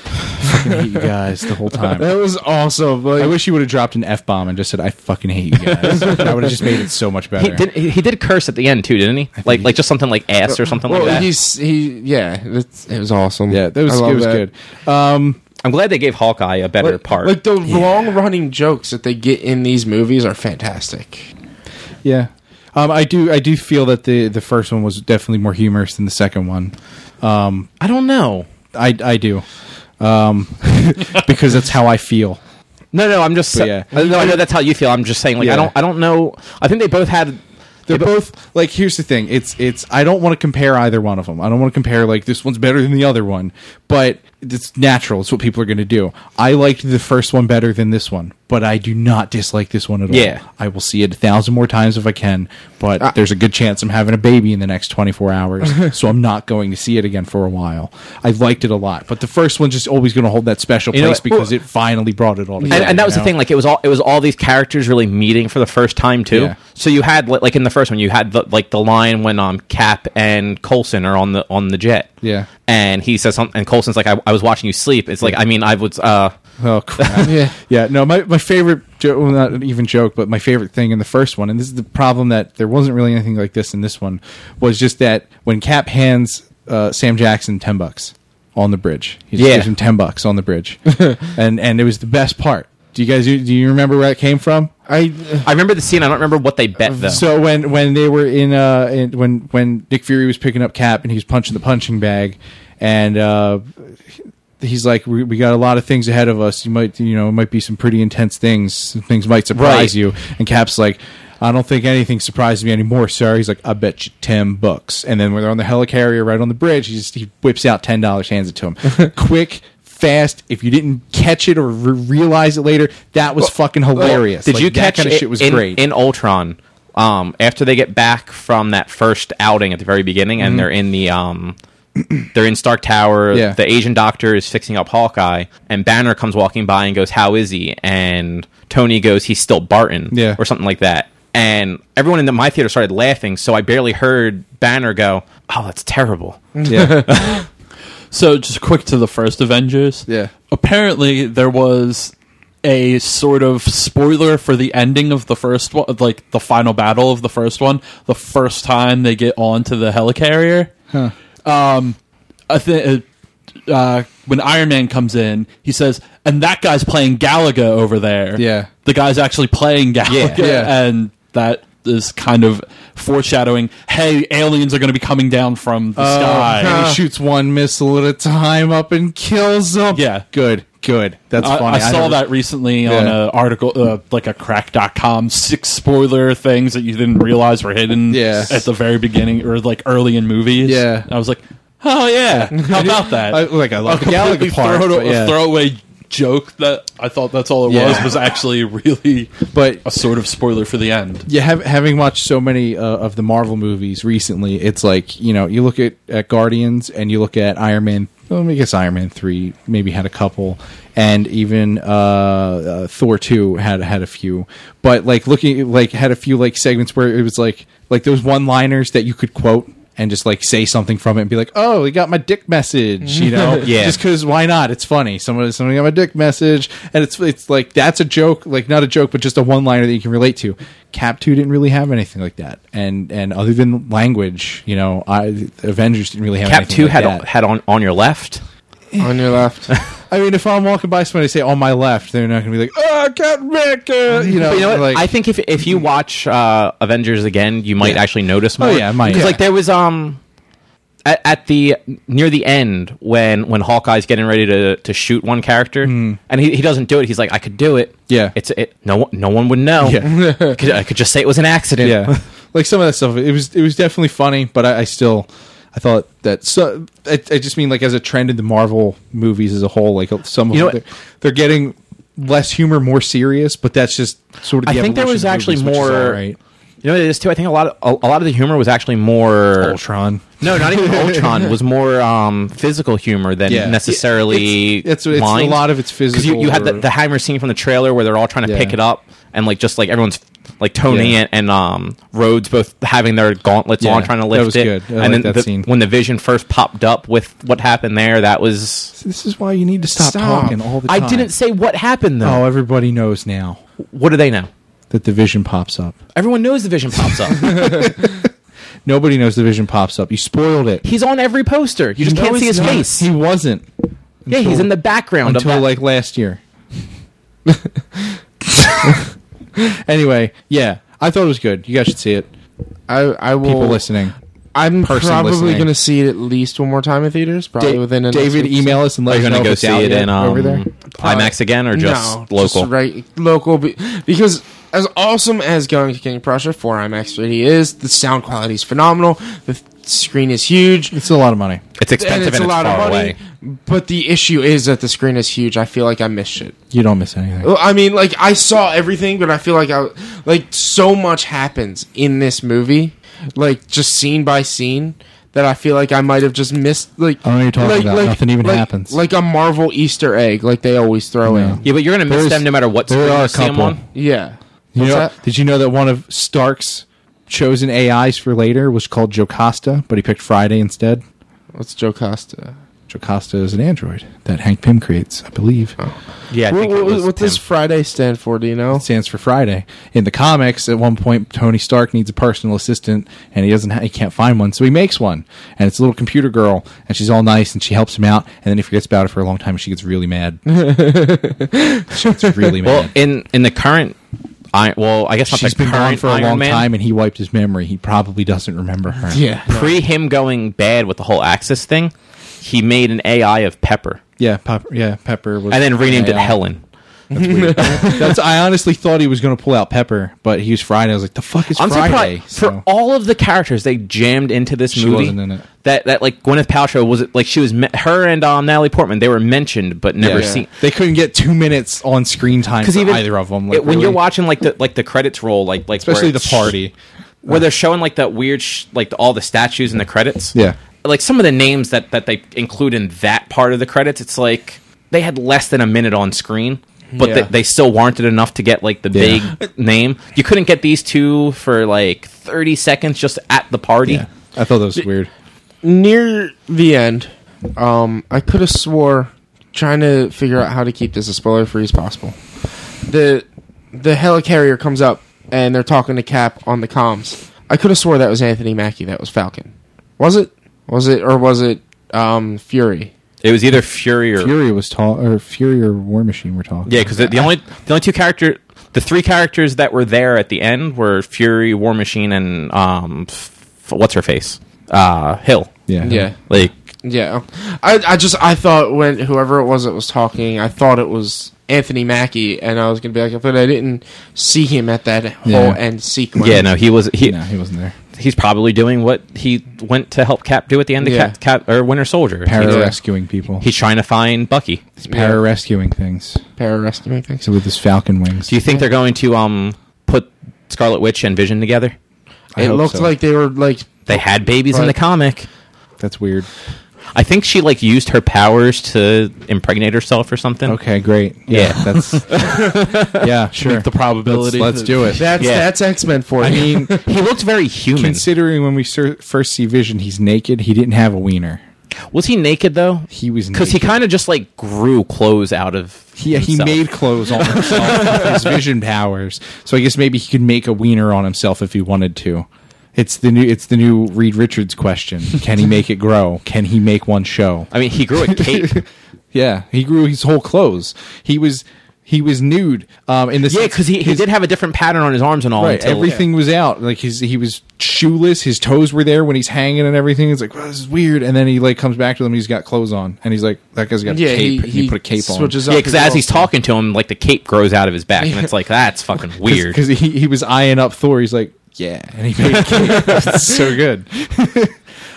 I hate you guys the whole time.
that was awesome. Like,
I wish you would have dropped an f bomb and just said, "I fucking hate you guys." that would have just made it so much better.
He did. He, he did curse at the end too, didn't he? Like, like just something like ass or something
well,
like that.
he's he yeah, it's, it was awesome.
Yeah, that was
I
it
love
was good. Um,
I'm glad they gave Hawkeye a better
like,
part.
Like the long running jokes that they get in these movies are fantastic.
yeah, um, I do. I do feel that the the first one was definitely more humorous than the second one.
I don't know.
I I do, um, because that's how I feel.
No, no. I'm just.
But
sa-
yeah.
I, no, I know that's how you feel. I'm just saying. Like,
Yeah.
I don't. I don't know. I think they both had.
They're both like. Here's the thing. It's it's. I don't want to compare either one of them. I don't want to compare like this one's better than the other one. But it's natural. It's what people are going to do. I liked the first one better than this one, but I do not dislike this one at all.
Yeah.
I will see it a thousand more times if I can. But there's a good chance I'm having a baby in the next 24 hours, so I'm not going to see it again for a while. I liked it a lot, but the first one's just always going to hold that special
You know
place
what?
because it finally brought it all together.
And, and that was the
you know?
thing. Like, it was all. It was all these characters really meeting for the first time too.
Yeah.
So you had like like in the first one, you had the, like the line when um Cap and Colson are on the on the jet.
Yeah.
And he says something, and Colson's like, I, "I was watching you sleep." It's like, I mean, I was. Uh,
Oh crap!
Yeah.
yeah. No, my my favorite joke, well, not even joke, but my favorite thing in the first one, and this is the problem that there wasn't really anything like this in this one, was just that when Cap hands uh, Sam Jackson ten bucks on the bridge, he just
Yeah.
gives him ten bucks on the bridge, and and it was the best part. Do you guys do you remember where it came from?
I
I remember the scene. I don't remember what they bet though.
So when when they were in uh in, when when Nick Fury was picking up Cap and he was punching the punching bag, and uh, he's like, we, "We got a lot of things ahead of us. You might you know it might be some pretty intense things. Some Things might
Right.
surprise you." And Cap's like. I don't think anything surprises me anymore, sir. He's like, I bet you ten bucks. And then when they're on the helicarrier right on the bridge, he just he whips out ten dollars, hands it to him. Quick, fast. If you didn't catch it or re- realize it later, that was fucking hilarious.
Did
Like,
you
that
catch
kind of
it
shit was
in,
great?
in Ultron? Um, after they get back from that first outing at the very beginning, and they're in the um, they're in Stark Tower.
Mm-hmm. Yeah.
The Asian Doctor is fixing up Hawkeye, and Banner comes walking by and goes, "How is he?" And Tony goes, "He's still Barton,"
Yeah.
or something like that. And everyone in the, my theater started laughing, so I barely heard Banner go, "Oh, that's terrible."
Yeah.
So just quick to the first Avengers.
Yeah.
Apparently there was a sort of spoiler for the ending of the first one, like the final battle of the first one. The first time they get onto the helicarrier. Huh. Um, I think uh, uh, when Iron Man comes in, he says, "And that guy's playing Galaga over there."
Yeah.
the guy's actually playing Galaga,
Yeah.
and that is kind of foreshadowing. Hey, aliens are going to be coming down from the
Oh,
sky.
And he shoots one missile at a time up and kills them.
Yeah.
Good. Good. That's
I,
funny.
I saw
never-
that recently on
Yeah.
an article, uh, like a crack.com, six spoiler things that you didn't realize were hidden
Yeah.
at the very beginning or like early in movies.
Yeah.
I was like, oh, yeah. How about that?
I, like I love the
completely
Galaga part.
throw-
but yeah.
throwaway joke that I thought that's all it
Yeah.
was was actually really
But-
a sort of spoiler for the end.
yeah, hav having watched so many uh, of the Marvel movies recently, it's like you know you look at, at Guardians and you look at Iron Man. Well, I guess Iron Man three maybe had a couple, and even uh, uh, Thor two had had a few. But like looking like had a few like segments where it was like like those one liners that you could quote and just like say something from it and be like, oh, he got my dick message, you know?
Yeah.
Just because why not? It's funny. Someone somebody got my dick message, and it's it's like that's a joke, like not a joke, but just a one liner that you can relate to. Cap two didn't really have anything like that, and and other than language, you know, I Avengers didn't really have
Cap
anything
two
like
had
that.
on, had on on your left.
uh, on your left.
I mean, if I'm walking by somebody say on my left, they're not going to be like, oh, Captain America, you know,
But you know what?
like mm.
I think if if you watch uh, Avengers again, you might actually notice more.
Oh, yeah, I might.
Because
Yeah.
like there was um at, at the near the end when when Hawkeye's getting ready to to shoot one character and he, he doesn't do it. He's like, I could do it.
Mm. Yeah.
it's it. No one no one would know.
Yeah.
I, could, I could just say it was an accident.
yeah like some of that stuff it was it was definitely funny but i, I still i thought that so I, I just mean like as a trend in the marvel movies as a whole like some of
You know
them,
what?
they're, they're getting less humor more serious but that's just sort of
I
the
think there
evolution
was
of
actually
movies, which is
more.
alright.
You know what it is too. I think a lot of a, a lot of the humor was actually more.
ultron
No, not even Ultron was more um, physical humor than
Yeah.
necessarily.
It's- it's- it's a
lines.
lot of it's
'Cause You, you had the,
physical or-
the hammer scene from the trailer where they're all trying to
Yeah.
pick it up, and like just like everyone's like Tony
Yeah.
and, and um, Rhodes both having their gauntlets
Yeah.
on trying to
That
lift
was
it.
good. I
and
liked
then
that
the-
scene.
when the Vision first popped up with what happened there, that was.
this is why you need to stop,
Stop.
talking all the time
I didn't say what happened
oh
though.
everybody knows now
What do they know?
that the vision pops up
Everyone knows the Vision pops up.
nobody knows the vision pops up you spoiled it
he's on every poster. You just
No,
can't see
he's
his
not.
face.
he wasn't
yeah, he's
until-
in the background
until
of that.
like last year. anyway, yeah, I thought it was good. You guys should see it.
I I will.
People listening,
I'm
person
probably
listening.
going to see it at least one more time in theaters. Probably
Da-
within the next
David,
week.
email us and
Are
let
you
us
going
know
to go
if it's
see
out
it
yet
in
over there.
um, IMAX again or just
No,
local?
right, local. be- Because as awesome as going to King of Prussia for IMAX 3D is, the sound quality is phenomenal. The th- screen is huge.
It's a lot of money.
It's expensive and it's, far away.
But the issue is that the screen is huge. I feel like I missed it.
You don't miss anything.
Well, I mean, like I saw everything, but I feel like I like so much happens in this movie, like just scene by scene, that I feel like I might have just missed. Like
I don't know what you're talking about. Nothing even
like-
happens.
Like a Marvel Easter egg, like they always
No.
throw in.
Yeah, but you're going to miss
There's-
them no matter what
there
screen
are a
you see 'em
couple.
on.
Yeah,
You
What's
know,
that?
did you know that one of Stark's chosen AIs for later was called Jocasta, but he picked Friday instead?
What's Joe Costa?
Jocasta is an android that Hank Pym creates, I believe.
Yeah, I
What,
think it
what,
was
what does
him.
Friday stand for? Do you know?
stands for Friday. In the comics, at one point, Tony Stark needs a personal assistant, and he doesn't. Ha- he can't find one, so he makes one, and it's a little computer girl, and she's all nice, and she helps him out, and then he forgets about it for a long time, and she gets really mad. she gets really mad.
Well, in in the current, I well, I guess not
She's
the
been gone
current
for a
Iron
long
Man,
time, and he wiped his memory. He probably doesn't remember her.
Yeah,
Pre him going bad with the whole Axis thing, he made an AI of Pepper
yeah, Pep- yeah. Pepper was,
and then renamed it
Yeah.
Helen.
That's. I honestly thought he was going to pull out Pepper, but he was Friday. I was like, the fuck is
I'm
Friday?
surprised for all of the characters they jammed into this
She
movie.
wasn't in it.
That that like Gwyneth Paltrow was like she was me- her and um, Natalie Portman they were mentioned but never
Yeah.
seen.
They couldn't get two minutes on screen time for either of them. Like,
it- when
really.
you're watching like the like the credits roll, like like where
especially the
it's-
party.
where they're showing like that weird sh- like all the statues and the credits.
Yeah.
like some of the names that that they include in that part of the credits, it's like they had less than a minute on screen, but
Yeah.
they, they still warranted enough to get like the
Yeah.
big name. You couldn't get these two for like thirty seconds just at the party.
Yeah. I thought that was weird.
near the end, um, I could have swore trying to figure out how to keep this as spoiler free as possible. The the helicarrier comes up and they're talking to Cap on the comms. I could have swore that was Anthony Mackie. That was Falcon. Was it? Was it? Or was it um, Fury?
It was either Fury or
Fury was talk or Fury or War Machine were talking.
yeah, because the, the only the only two character the three characters that were there at the end were Fury, War Machine, and um, f- what's her face, uh, Hill.
yeah,
Like
Yeah, I I just I thought when whoever it was that was talking, I thought it was Anthony Mackie, and I was gonna be like, but I didn't see him at that whole
Yeah.
end sequence.
yeah, no, he was he
No, he wasn't there.
he's probably doing what he went to help Cap do at the end of
Yeah.
Cap, Cap or Winter Soldier.
Para
He's-
rescuing people.
He's trying to find Bucky.
He's para rescuing things.
Pararescue, I think.
So with his falcon wings.
Do you think they're going to um put Scarlet Witch and Vision together?
I
it
hope
looked
so.
like they were like
They had babies in the
Right.
comic.
That's weird.
I think she like used her powers to impregnate herself or something.
Okay, great.
Yeah.
that's yeah, sure.
the probability.
Let's, let's do it.
that's
Yeah.
that's X Men for
I
you.
mean,
He looked very human.
considering when we ser- first see Vision, he's naked. He didn't have a wiener.
Was he naked though?
He was
because he
naked.
kind of just like grew clothes out of.
Yeah, he
himself.
made clothes on himself with his vision powers. So I guess maybe he could make a wiener on himself if he wanted to. It's the new it's the new Reed Richards question. Can he make it grow? Can he make one show?
I mean, he grew a cape.
Yeah, he grew his whole clothes. He was he was nude. Um in the
yeah,
sense-
because he, he
his-
did have a different pattern on his arms and all.
Right,
until-
everything was out. Like his, he was shoeless. His toes were there when he's hanging and everything. It's like "Wow, this is weird. And then he like comes back to them. He's got clothes on, and he's like, "That guy's got
yeah,
a
he,
cape."
he,
and he put a cape on.
switches
Yeah,
up
because
his
as he's
little-
talking to him, like the cape grows out of his back, and it's like that's fucking weird.
because he, he was eyeing up Thor. He's like, yeah, and he made a cake. It's so good.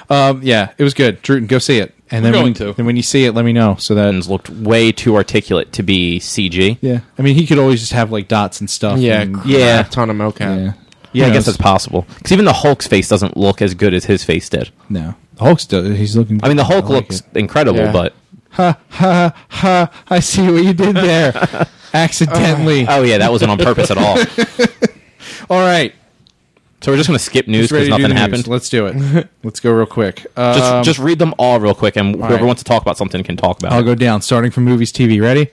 um, yeah, it was good. Druten, go see it, and then
I'm
when,
going to.
And when you see it, let me know so that
Evans looked way too articulate to be CG.
yeah, I mean, he could always just have like dots and stuff.
yeah,
and,
crap
Yeah.
ton of
mm, yeah,
mocap.
Yeah, I
Who
guess
knows?
that's possible. Because even the Hulk's face doesn't look as good as his face did.
no. The Hulk's do- he's looking.
I mean, the Hulk
like
looks
it.
incredible,
Yeah.
but
ha ha ha! I see what you did there, accidentally.
oh yeah, that wasn't on purpose at all.
All right,
So we're just gonna skip news
He's ready
because
to do
nothing
the news.
happened.
Let's do it. Let's go real quick. Um,
Just just read them all real quick, and whoever
right.
wants to talk about something can talk about.
I'll
it.
go down, starting from movies, TV. Ready?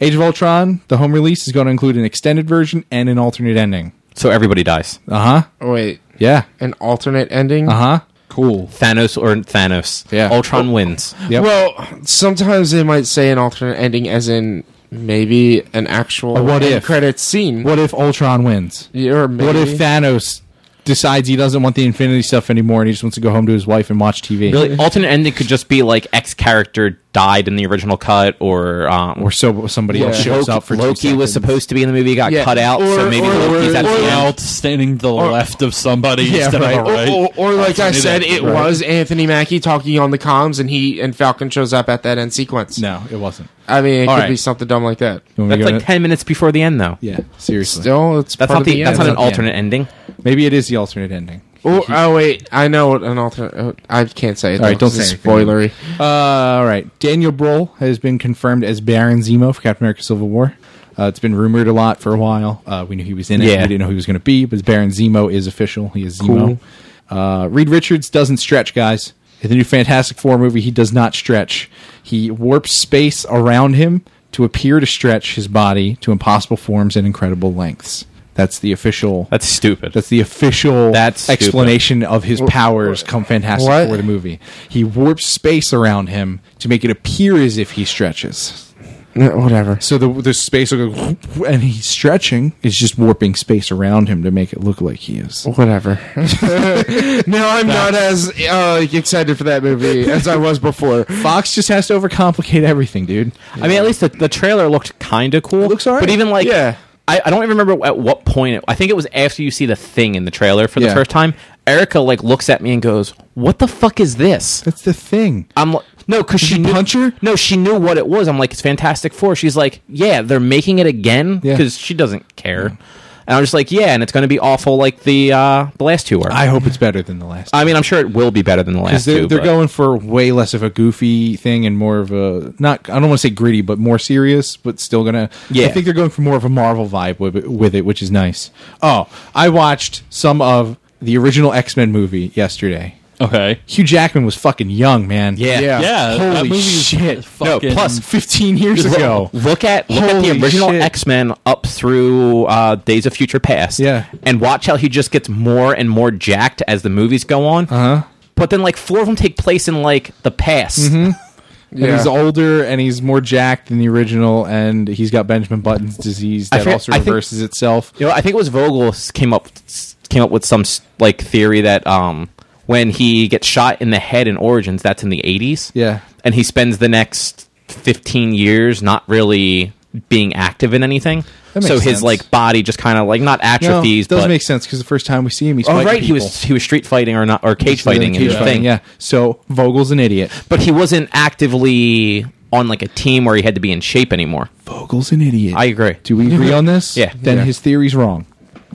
Age of Ultron, the home release is going to include an extended version and an alternate ending.
So everybody dies.
Uh huh.
Oh, wait,
Yeah.
an alternate ending.
Uh huh. Cool.
Thanos or Thanos.
Yeah.
Ultron wins.
Yep.
Well, sometimes they might say an alternate ending, as in maybe an actual
A what
end
if.
credit scene.
What if Ultron wins?
Yeah, or maybe,
What if Thanos decides he doesn't want the Infinity stuff anymore and he just wants to go home to his wife and watch TV?
Really, alternate ending could just be like X character died in the original cut, or um,
Or so somebody
Yeah.
else shows
Loki,
up for two
Loki was
seconds.
supposed to be in the movie, got
Yeah.
cut out, so
Or-
maybe
or-
Loki's at
or-
the end.
Now it's standing to the left of somebody instead
right. Oh,
of the
Or,
right.
or, or like I
Alternate
said, it
ending.
was Anthony Mackie talking on the comms, and he and Falcon shows up at that end sequence.
No, it wasn't.
I mean, it
All
could
right.
be something dumb like that.
You want me
That's
to go
like
to-
ten minutes before the end, though.
Yeah, seriously.
Still, it's
That's
part
not
of
the, that's not
end.
an alternate ending.
Maybe it is the alternate ending.
Oh, oh wait, I know what an alternate. Oh, I can't say it.
Mm-hmm. All right,
though,
don't
'cause it's
say anything.
spoilery.
Uh, all right. Daniel Brohl has been confirmed as Baron Zemo for Captain America Civil War. Uh, it's been rumored a lot for a while. Uh, we knew he was in it.
Yeah.
We didn't know who he was going to be, but Baron Zemo is official. He is Zemo. Uh, Reed Richards doesn't stretch, guys. In the new Fantastic Four movie, he does not stretch. He warps space around him to appear to stretch his body to impossible forms and incredible lengths. That's the official.
That's stupid.
That's the official
That's stupid.
explanation of his powers come Fantastic
What?
Four the movie. He warps space around him to make it appear as if he stretches.
No, whatever.
So the, the space will go, whoop, and he's stretching. It's just warping space around him to make it look like he is.
Whatever. no, I'm not as uh, like, excited for that movie as I was before.
Fox just has to overcomplicate everything, dude.
I mean, at least the, the trailer looked kind of cool.
looks alright.
But even like,
Yeah.
I, I don't even remember at what point. It, I think it was after you see the thing in the trailer for the
Yeah.
first time. Erica like looks at me and goes, "What the fuck is this?"
That's the thing.
I'm like, no, because she
she
knew,
punch her?
No, she knew what it was. I'm like, it's Fantastic Four. She's like, yeah, they're making it again
Yeah. Mm-hmm.
because she doesn't care. And I'm just like, yeah, and it's going to be awful like the uh, the last two were. I,
I hope it's better than the last.
mean, I'm sure it will be better than the last
Because they're,
two.
they're
but-
going for way less of a goofy thing and more of a not. I don't want to say gritty, but more serious, but still gonna.
Yeah.
I think they're going for more of a Marvel vibe with, it- with it, which is nice. Oh, I watched some of the original X Men movie yesterday.
Okay.
Hugh Jackman was fucking young, man.
Yeah.
Yeah.
Yeah. that
Holy
movie was
shit.
fucking-
No, plus 15 years
Look-
ago.
Look at look at
Holy
the original
shit.
X Men up through uh, Days of Future Past.
Yeah.
and watch how he just gets more and more jacked as the movies go on.
Huh?
But then, like four of them take place in like the past.
Mm-hmm. And
Yeah.
he's older and he's more jacked than the original, and he's got Benjamin Button's disease
I
that
forget-
also
I think-
reverses itself.
You know, I think it was Vogel s- came up s- came up with some s- like theory that um when he gets shot in the head in Origins, that's in the eighties.
Yeah.
and he spends the next fifteen years not really being active in anything.
That makes
so his
sense.
like body just kind of like not
No,
atrophies,
it does
but
make sense because the first time we see him, he's
oh
fighting
right, he
people.
was he was street fighting or not or cage fighting
Cage
is the
fighting,
thing.
Yeah. So Vogel's an idiot.
but he wasn't actively on like a team where he had to be in shape anymore.
Vogel's an idiot.
I agree.
Do we agree on this?
Yeah.
Then
Yeah.
his theory's wrong.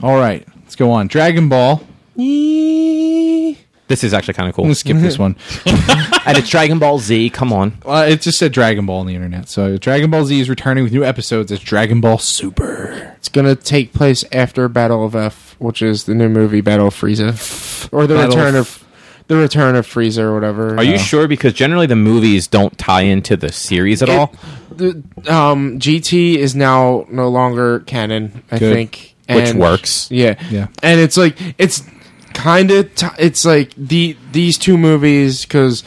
All right, let's go on. Dragon Ball.
This is actually kind of
I'm
cool,
gonna skip this one.
and it's Dragon Ball Z. Come on,
Uh, it just said Dragon Ball on the internet. So Dragon Ball Z is returning with new episodes as Dragon Ball Super.
It's gonna take place after Battle of F, which is the new movie Battle of Frieza, or the
Battle
return
of-
of the return of Frieza or whatever.
Are you sure? Because generally the movies don't tie into the series at all.
The, um, GT is now no longer canon. I
Good.
think,
Which works.
Yeah,
Yeah.
And it's like it's kind of t- it's like the these two movies because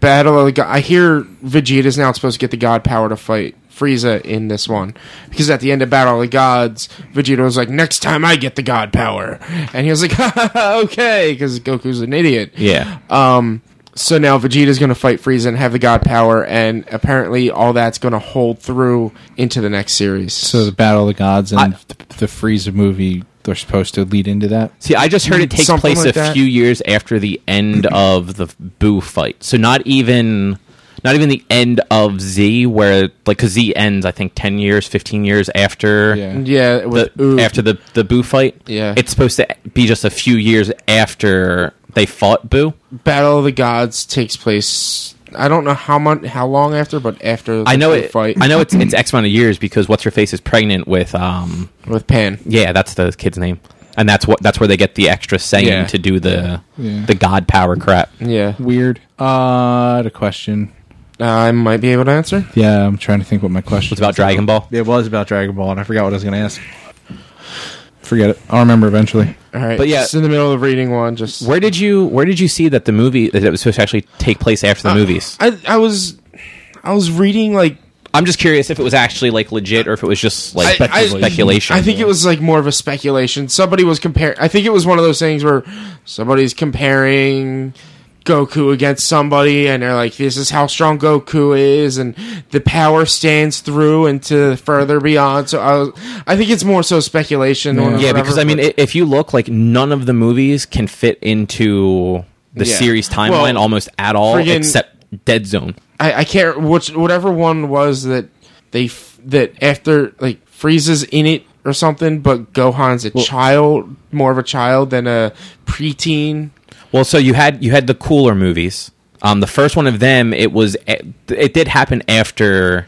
Battle of the God. I hear Vegeta's now supposed to get the God power to fight. Frieza in this one because at the end of Battle of the Gods, Vegeta was like, "Next time I get the God power," and he was like, "Okay," because Goku's an idiot.
Yeah.
Um, so now Vegeta's going to fight Frieza and have the God power, and apparently all that's going to hold through into the next series.
So the Battle of the Gods and
I-
the, the Frieza movie they're supposed to lead into that.
See, I just heard it take
Something
place
like
a
that.
few years after the end of the Boo fight. So not even not even the end of Z where like cuz Z ends I think 10 years, 15 years after
Yeah.
yeah,
the,
with Oob.
after the the Boo fight.
Yeah.
It's supposed to be just a few years after they fought Boo.
Battle of the Gods takes place. I don't know how much, how long after, but after the
I know
big
it
fight
I know it's it's X amount of years because what's her face is pregnant with um
with Pan.
Yeah, that's the kid's name, and that's what that's where they get the extra saying
Yeah.
to do the
Yeah.
the god power crap.
Yeah, uh,
Weird. Uh, I had a question.
I might be able to answer.
Yeah, I'm trying to think what my question
It's about Dragon Ball.
It was about Dragon Ball, and I forgot what I was going to ask. Forget it. I'll remember eventually.
All right,
But yeah-
just in the middle of reading one, just
Where did you Where did you see that the movie that it was supposed to actually take place after the
Uh,
movies?
I I was I was reading like
I'm just curious if it was actually like legit or if it was just like
I- I-
speculation.
I think it was like more of a speculation. Somebody was comparing. I think it was one of those things where somebody's comparing Goku against somebody, and they're like, "This is how strong Goku is, and the power stands through and to further beyond." So I, was, I think it's more so speculation. Or
yeah,
whatever,
because I mean,
but-
i if you look, like none of the movies can fit into the
Yeah.
series timeline
Well,
almost at all,
friggin-
except Dead Zone.
I, I can't which whatever one was that they f- that after like freezes in it or something, but Gohan's a child, more of a child than a preteen.
Well, so you had you had the cooler movies. Um, the first one of them, it was eh, it did happen after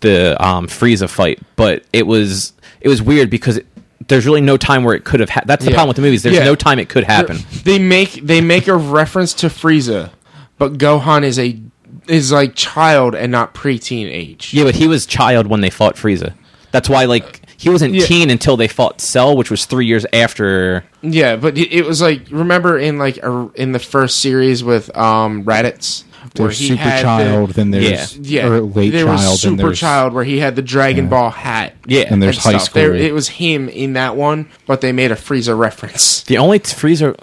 the um, Frieza fight, but it was it was weird because it, there's really no time where it could have. Ha- that's the
Yeah.
problem with the movies. There's
Yeah.
no time it could happen.
They make they make a reference to Frieza, but Gohan is a is like child and not preteen age.
Yeah, but he was child when they fought Frieza. That's why like he wasn't
Yeah.
teen until they fought Cell, which was three years after.
Yeah, but it it was like remember in like a, in the first series with um Raditz
There's
he
super
had the-
child, then there's
yeah,
or late
there
child,
was
then
super
there's
child where he had the Dragon Ball hat.
Yeah,
and there's
and
high
stuff.
school.
There- it was him in that one, but they made a Frieza reference.
The only t- Frieza,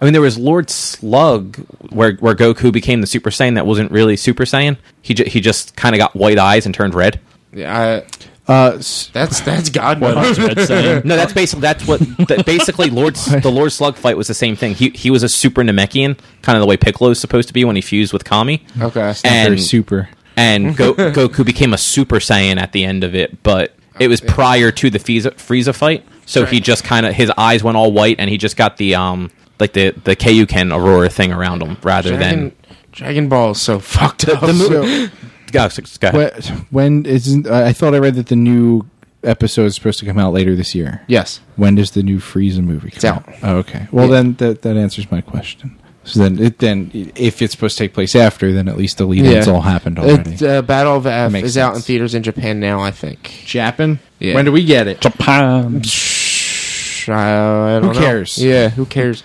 I mean, there was Lord Slug, where where Goku became the Super Saiyan that wasn't really Super Saiyan. He ju- he just kind of got white eyes and turned red.
Yeah, I,
uh, s-
that's that's God.
What
knows.
I was saying.
No, that's basically that's what that basically Lord S- the Lord Slug fight was the same thing. He he was a Super Namekian, kind of the way Piccolo's supposed to be when he fused with Kami.
Okay,
and
very super.
and Go- Goku became a Super Saiyan at the end of it, but it was prior to the Frieza, Frieza fight. So he
Right.
just kind of his eyes went all white, and he just got the um like the the Ken Aurora thing around him rather
Dragon,
than
Dragon Ball is so fucked up.
the
So-
movie. Go, go ahead.
But when isn't I I thought I read that the new episode is supposed to come out later this year.
yes.
When does the new Frieza movie come
It's out.
Oh, okay. Well, then that that answers my question. So then, it, then if it's supposed to take place after, then at least the lead-ins all happened already.
It, uh, Battle of F
makes
is out in
sense.
theaters in Japan now, I think.
Japan.
Yeah.
When do we get it?
Japan.
Shh, I- I don't
Who
know.
cares?
Yeah, who cares?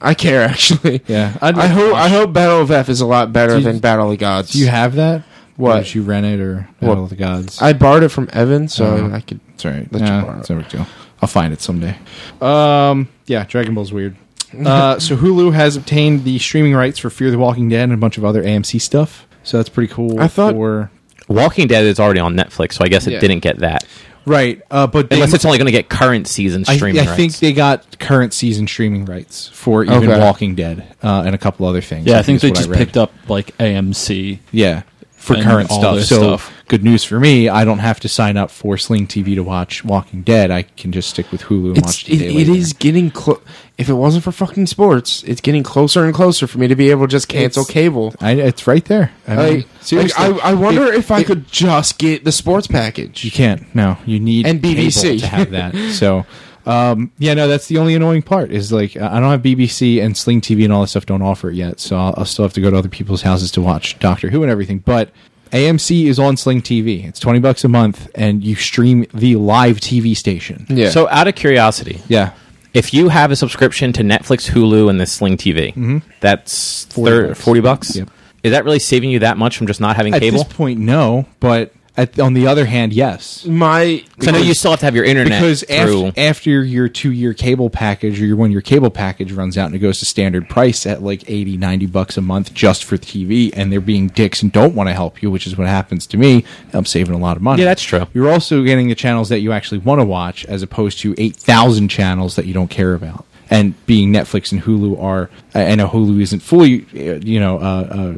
I care actually.
Yeah. I'd-
I hope I hope Battle of F is a lot better than Battle of the Gods.
Do you have that?
What?
Or did you rent it or
What?
Battle of the Gods?
I borrowed it from Evan, so
Uh-huh.
I could.
it's all right.
Let you
Nah,
borrow
it's no big deal. I'll find it someday. Um, yeah, Dragon Ball's weird. uh, so Hulu has obtained the streaming rights for Fear the Walking Dead and a bunch of other AMC stuff. So that's pretty cool.
I thought-
for-
Walking Dead is already on Netflix, so I guess it
Yeah.
didn't get that.
right, uh, but they-
Unless it's only going to get current season
I,
streaming
I
rights.
think they got current season streaming rights for even
Okay.
Walking Dead uh, and a couple other things.
Yeah, I think
is
they
what
just
read.
picked up like AMC.
Yeah. For
And
current
all
stuff.
this
So
stuff.
good news for me, I don't have to sign up for Sling TV to watch Walking Dead. I can just stick with Hulu and
It's,
watch
it,
it.
it is getting close. If it wasn't for fucking sports, it's getting closer and closer for me to be able to just cancel
It's-
cable.
I, it's right there. I mean,
Like, like,
seriously.
I, I wonder if, I
it-
could just get the sports
you
package.
can't. No, you need
And
cable
BBC.
to have that. So, um, yeah, no, that's the only annoying part is like I don't have BBC and Sling TV and all that stuff don't offer it yet. So I'll, I'll still have to go to other people's houses to watch Doctor Who and everything. But AMC is on Sling TV. It's twenty bucks a month, and you stream the live TV station.
Yeah.
So, out of curiosity,
Yeah.
if you have a subscription to Netflix, Hulu, and the Sling TV, that's 40
40 Mm-hmm. bucks.
bucks. 40 bucks.
Yep.
Is that really saving you that much from just not having
At
cable?
this point, no. But at, on the other hand, yes.
my
'Cause I know you still have to have your internet
Because
through.
after, after your two year cable package or your one year cable package runs out and it goes to standard price at like 80, 90 bucks a month just for TV, and they're being dicks and don't want to help you, which is what happens to me, I'm saving a lot of money.
Yeah, that's true.
You're also getting the channels that you actually want to watch as opposed to 8,000 channels that you don't care about. And being Netflix and Hulu are, I I know Hulu isn't fully, uh, you know, uh, uh,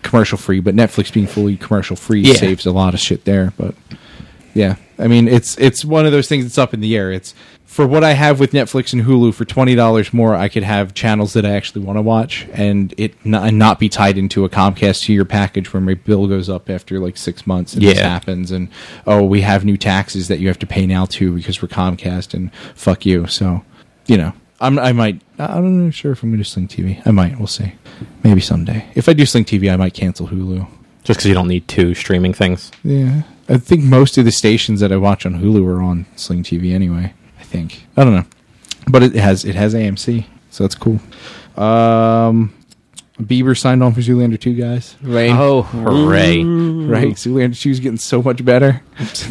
commercial free, but Netflix being fully commercial free
Yeah.
saves a lot of shit there. But yeah, I mean it's it's one of those things that's up in the air. It's for what I have with Netflix and Hulu for twenty dollars more, I could have channels that I actually want to watch, and it n- and not be tied into a Comcast two year package where my bill goes up after like six months and this
Yeah.
happens, and oh we have new taxes that you have to pay now too because we're Comcast and fuck you. So you know I'm I might I don't know sure if I'm going to Sling TV. I might we'll see, maybe someday. If I do Sling TV, I might cancel Hulu.
just because you don't need two streaming things.
Yeah. I think most of the stations that I watch on Hulu are on Sling TV anyway. I think. I don't know. But it has it has AMC, so that's cool. Um Bieber signed on for Zoolander 2, guys.
lane.
Oh, hooray.
Right? Zoolander 2 is getting so much better.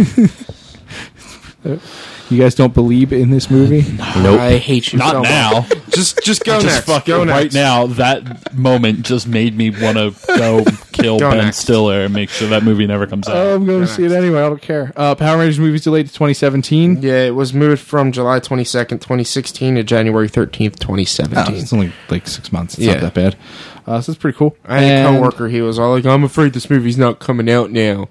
you guys don't believe in this movie?
Nope.
I hate you.
Not
so
now.
Much. Just just Oh, go
Just
next.
fucking
go
right
next.
now. That moment just made me want to go kill
Go
Ben
next. Um,
Stiller and make sure that movie never comes out.
Oh, I'm going to see it anyway. I don't care. Uh, Power Rangers movie's delayed to 2017.
Yeah, it was moved from July 22nd, 2016 to January 13th, 2017.
Oh, it's only like six months. It's
Yeah.
not that bad. Uh, so it's pretty cool.
I had a
And-
coworker. He was all like, "I'm afraid this movie's not coming out now."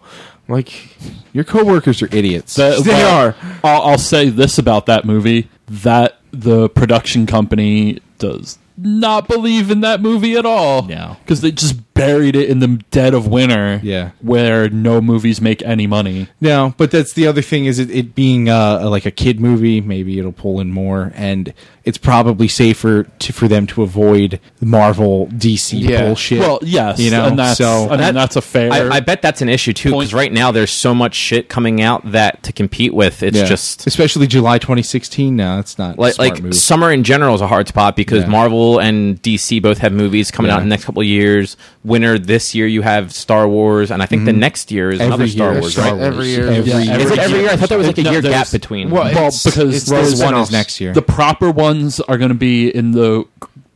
I'm like,
Your coworkers are idiots.
The-
They
well,
are.
I'll, I'll say this about that movie: that the production company does not believe in that movie at all.
No.
because they just buried it in the dead of winter.
Yeah.
where no movies make any money.
no, but that's the other thing is it, it being uh, like a kid movie, maybe it'll pull in more, and it's probably safer to, for them to avoid Marvel, DC
Yeah.
bullshit.
Well, yes,
you know,
and that's,
so
I mean,
That-
that's a fair.
I, I bet that's an issue too,
Point.
because right now there's so much shit coming out that to compete with, it's
yeah.
just
especially July 2016. Now that's not
like
smart
like
move.
summer in general is a hard spot because
Yeah.
Marvel and DC both have movies coming out
Yeah.
in the next couple of years. Winter this year you have Star Wars, and I think the next year is another
Mm-hmm. every
Star
year,
Wars.
Star
right?
Wars.
Every year.
Every
Yeah,
year.
every
Is it every
year.
year? I thought there was like a
No,
year
there's-
gap between.
Well,
well,
It's-
because
it's
the-
Rogue
the
One
spin-offs.
is next year.
the proper ones are going to be in the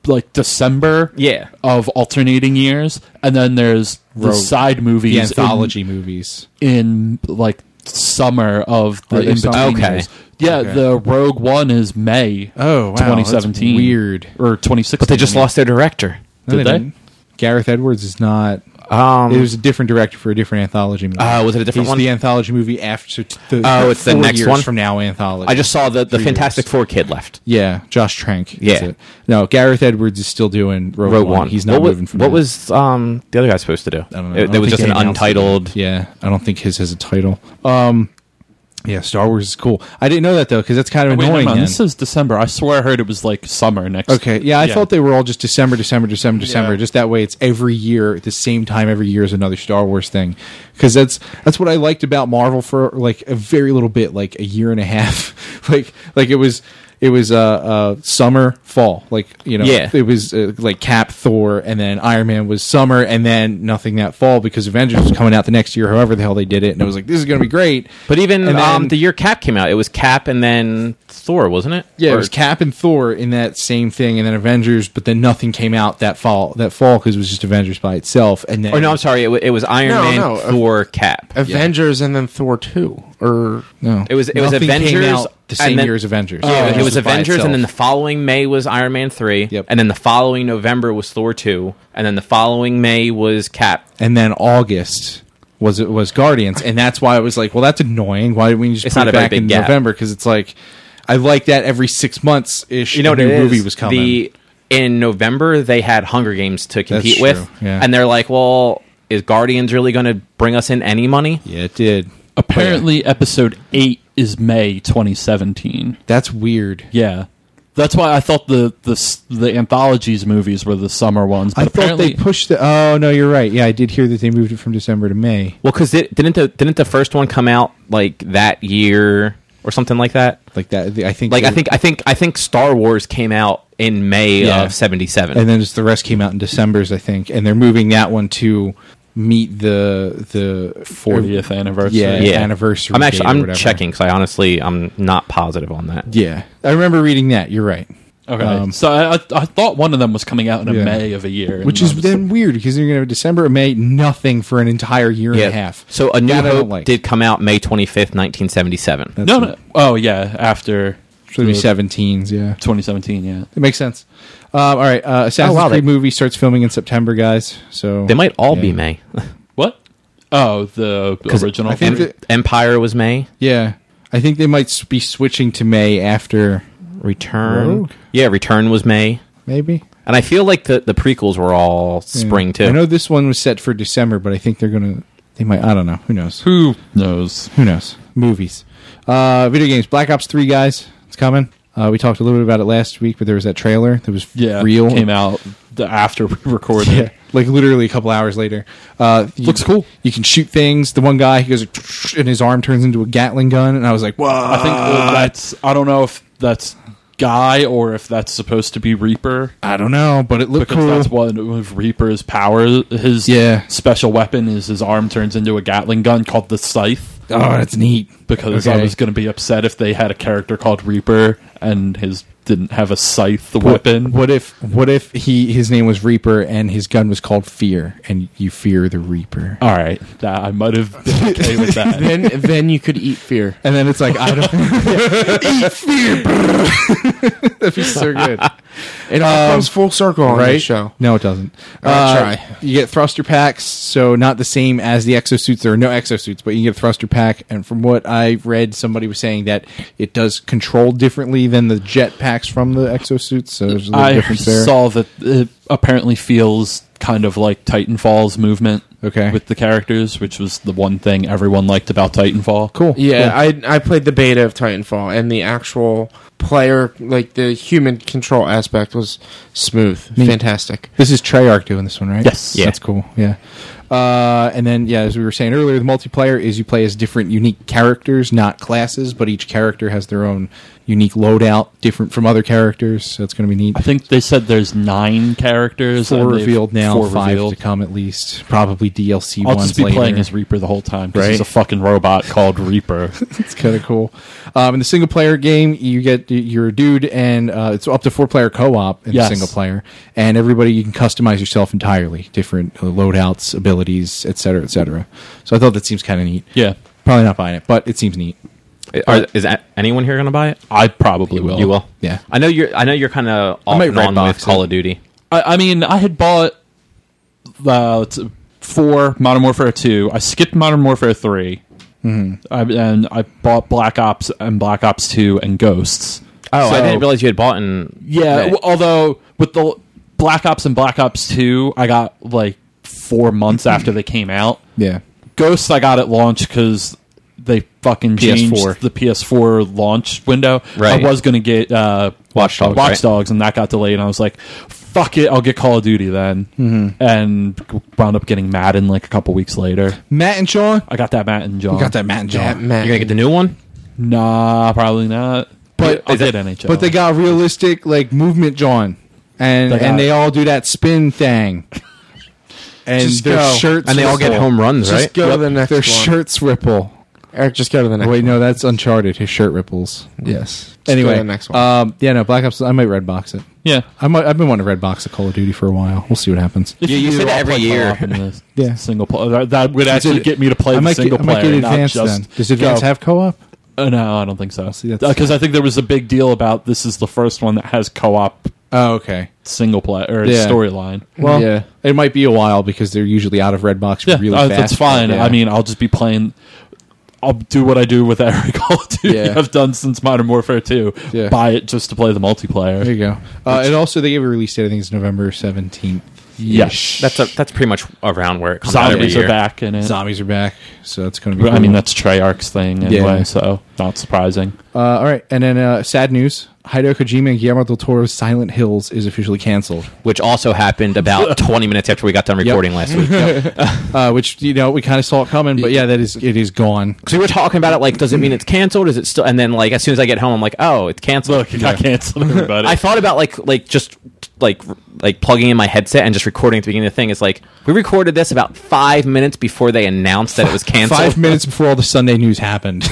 like December
Yeah.
of alternating years, and then there's the
Rogue-
side movies
The
in-
anthology movies.
in, like summer of
Are
the
there
in between
some-
Okay.
years. Yeah,
Okay.
the Rogue One is May.
Oh, wow, that's
2017.
weird.
or 2016.
but they just lost their director.
No,
Did
they
they?
didn't. Gareth Edwards is not.
Um,
it was a different director for a different anthology movie.
Uh, was it a different
He's
one?
The anthology movie after. t- The,
Oh, it's the
four
next
years
one?
from now. Anthology.
I just saw the the
Three
Fantastic
years.
Four kid left.
Yeah, Josh Trank. that's
Yeah.
it. No, Gareth Edwards is still doing Rogue,
Rogue
One.
One.
He's not
what
moving
was,
from
what
that.
was um, the other guy supposed to do?
I don't know.
It-
I
there
don't
was
think
just an
they announced it.
untitled.
Yeah, I don't think his has a title. Um, Yeah, Star Wars is cool. I didn't know that though because that's kind of
Wait, no,
annoying.
no,
then.
this is December. I swear I heard it was like summer next.
Okay. Yeah, I thought they were all just December, December, December, December. Just that way, it's every year at the same time. Every year is another Star Wars thing, because that's that's what I liked about Marvel for like a very little bit, like a year and a half. like like it was it was uh, uh summer, fall. Like you know,
Yeah.
it was uh, like Cap, Thor, and then Iron Man was summer, and then nothing that fall because Avengers was coming out the next year, however the hell they did it, and it was like this is going to be great.
But even
And then-
um, the year Cap came out, it was Cap and then Thor, wasn't it?
Yeah,
Or-
it was Cap and Thor in that same thing, and then Avengers, but then nothing came out that fall that fall because it was just Avengers by itself, and then
Or Oh, no, I'm sorry, it, wa- it was Iron
No,
Man,
no, uh,
Thor, Cap.
Avengers and then Thor two or
no,
It was it was
Nothing came
Avengers
out the
and
same
then-
year as Avengers.
Yeah,
Avengers
it was
Oh, by
Avengers, and then the
itself.
following May was Iron Man three,
Yep.
and then the following November was Thor two, and then the following May was Cap.
and then August was it was Guardians, and that's why I was like, well, that's annoying. Why didn't we just
It's
put
not
it
a very
back
big
in
gap.
November? Because it's like I like that every six months ish.
You know what
new
it is?
movie was coming.
The in November they had Hunger Games to compete
true,
with,
yeah.
and they're like, well, is Guardians really going to bring us in any money?
yeah, it did. Oh,
Apparently, episode eight is May 2017.
That's weird.
Yeah, that's why I thought the the s- the anthologies movies were the summer ones. But
I thought
apparently,
they pushed the. Oh no, you're right. Yeah, I did hear that they moved it from December to May,
Well, because didn't the didn't the first one come out like that year or something like that?
like that. I think
Like I
they-
think I think I think Star Wars came out in May
Yeah.
of seventy seven.
and then just the rest came out in December's, I think, and they're moving that one to meet the the
40th anniversary.
Yeah,
yeah.
anniversary
I'm
date
actually
or
I'm
whatever.
checking because I honestly I'm not positive on that.
Yeah, I remember reading that. You're right,
Okay.
Um,
so I, I I thought one of them was coming out in a
Yeah.
May of a year, and
which
I
is
was
then weird because you're gonna have December or May nothing for an entire year and a half.
So a new
That I don't
hope
like.
did come out May 25th, 1977.
like, no, no. Oh yeah, after
should be 17s. Yeah,
2017. Yeah.
it makes sense. Um, all right, uh, Assassin's
Oh, wow,
Creed
they-
movie starts filming in September, guys. So
They might all be
Yeah.
May.
What? Oh, the
'Cause
original.
I think
one?
that-
Empire was May.
Yeah, I think they might s- be switching to May after
Return.
Rogue?
Yeah, Return was May.
maybe.
And I feel like the, the prequels were all spring too.
Mm. I know this one was set for December, but I think they're gonna. They might. I don't know. Who knows?
Who knows?
Who knows? Movies, uh, video games. Black Ops Three, guys, it's coming. Uh, we talked a little bit about it last week, but there was that trailer that was
Yeah,
real.
came out the, after we recorded.
Yeah, like literally a couple hours later. Uh, you-
Looks cool.
You can shoot things. The one guy he goes and his arm turns into a Gatling gun, and I was like, "Whoa!"
I think that's. I don't know if that's Guy or if that's supposed to be Reaper.
I don't know, but it looked
Because
cool.
that's one of Reaper's power. His
Yeah.
special weapon is his arm turns into a Gatling gun called the Scythe.
oh, that's neat.
Because I
Okay.
was going to be upset if they had a character called Reaper and his didn't have a scythe weapon.
What, what if what if he his name was Reaper and his gun was called Fear and you fear the Reaper?
All right, that I might have been okay with that.
then then you could eat fear.
And then it's like I don't eat fear. That'd be so good, Um,
It all comes full circle on
right?
this show.
No, it doesn't. Uh,
I'll try.
You get thruster packs, so not the same as the exosuits. There are no exosuits, but you can get a thruster pack. And from what I read, somebody was saying that it does control differently than the jet packs from the exosuits. So there's a little
I
difference there.
saw that it apparently feels kind of like Titanfall's movement.
Okay.
With the characters, which was the one thing everyone liked about Titanfall.
cool.
Yeah, I I played the beta of Titanfall, and the actual player, like the human control aspect, was smooth,
Neat.
fantastic.
This is Treyarch doing this one, right?
Yes.
Yeah.
That's cool. Yeah. Uh, and then, yeah, as we were saying earlier, the multiplayer is you play as different unique characters, not classes, but each character has their own unique loadout, different from other characters. So it's going to be neat.
I think they said there's nine characters.
Four
and they've-
revealed now,
Four
five
revealed.
to come at least. Probably DLC
I'll
ones
just be
later.
playing as Reaper the whole time because
Right.
he's a fucking robot called Reaper.
it's kind of cool. Um, in the single player game, you get you're a dude, and uh, it's up to four player co op in
Yes.
the single player, and everybody you can customize yourself entirely, different uh, loadouts, abilities, et cetera, et cetera. So I thought that seems kind of neat.
yeah,
Probably not buying it, but it seems neat.
Are, is that, anyone here going to buy it?
I probably will.
You will.
Yeah.
I know you're. I know you're kind of off
might
and on
Redbox
with Call
it.
of Duty.
I, I mean, I had bought uh, it's, uh, four Modern Warfare two. I skipped Modern Warfare 3 I, and I bought Black Ops and Black Ops two and Ghosts.
Oh, I
So-
didn't realize you had bought in.
Yeah,
Right.
w- although with the Black Ops and Black Ops 2, I got like 4 months after they came out.
Yeah.
Ghosts I got at launch cuz they fucking changed
PS4.
the PS4 launch window.
Right.
I was going to get uh,
Watch Dogs,
Watch
right?
Dogs, and that got delayed. And I was like, fuck it, I'll get Call of Duty then.
Mm-hmm.
And wound up getting Madden like a couple weeks later.
Matt and Sean.
I got that Madden job.
We got that Matt and John.
That man.
You're gonna get the new one.
Nah, probably not. But I
is
did
that-
NHL.
But they got realistic like movement, John, and
They got-
and they all do that spin thing. And
Just
their
go.
shirts,
And they all get
ripple.
home runs,
Just
right?
go to the next
Their
one.
shirts ripple.
Eric, just go to the next.
Wait,
one.
no, that's Uncharted. His shirt ripples.
Yes. uh, Just
anyway,
go to the next one.
Um, yeah, no, Black Ops. I might red box it.
yeah.
I might, I've been wanting to red box a Call of Duty for a while. We'll see what happens.
You- you said every year.
Yeah.
yeah, single player. That, that would actually
it-
get me to play
I
the
might,
single
get, I might
player,
get
not
advanced
just-
then. Does advance
Go.
have co-op?
Uh, no, I don't think so.
see, that's-
Because I think there was a big deal about this is the first one that has co-op
Oh, okay.
single player or
Yeah.
storyline.
Well, yeah, it might be a while because they're usually out of red box
Yeah,
really
uh,
fast.
that's fine.
Yeah.
I mean, I'll just be playing. I'll do what I do with every Call of Duty
Yeah.
I've done since Modern Warfare Two.
Yeah.
Buy it just to play the
There
multiplayer.
you go. Uh, and also, they gave a release date. I think it's November seventeenth.
Yes,
That's a, that's pretty much around where it comes out every
zombies
year.
are back in it.
Zombies are back, so it's going to be.
I mean,
cool.
that's Treyarch's thing anyway,
Yeah.
so not surprising.
uh, all right. And then, uh, sad news: Hideo Kojima and Guillermo del Toro's Silent Hills is officially canceled.
which also happened about 20 minutes after we got done recording last week.
Uh, which you know we kind of saw it coming, but yeah, that is it is gone.
So we were talking about it like, does it mean it's canceled? Is it still? And then like, as soon as I get home, I'm like, oh, it's canceled.
Look, it got canceled, everybody.
I thought about like like just like like plugging in my headset and just recording at the beginning of the thing. It's like we recorded this about five minutes before they announced that it was canceled.
Five minutes before all the Sunday news happened.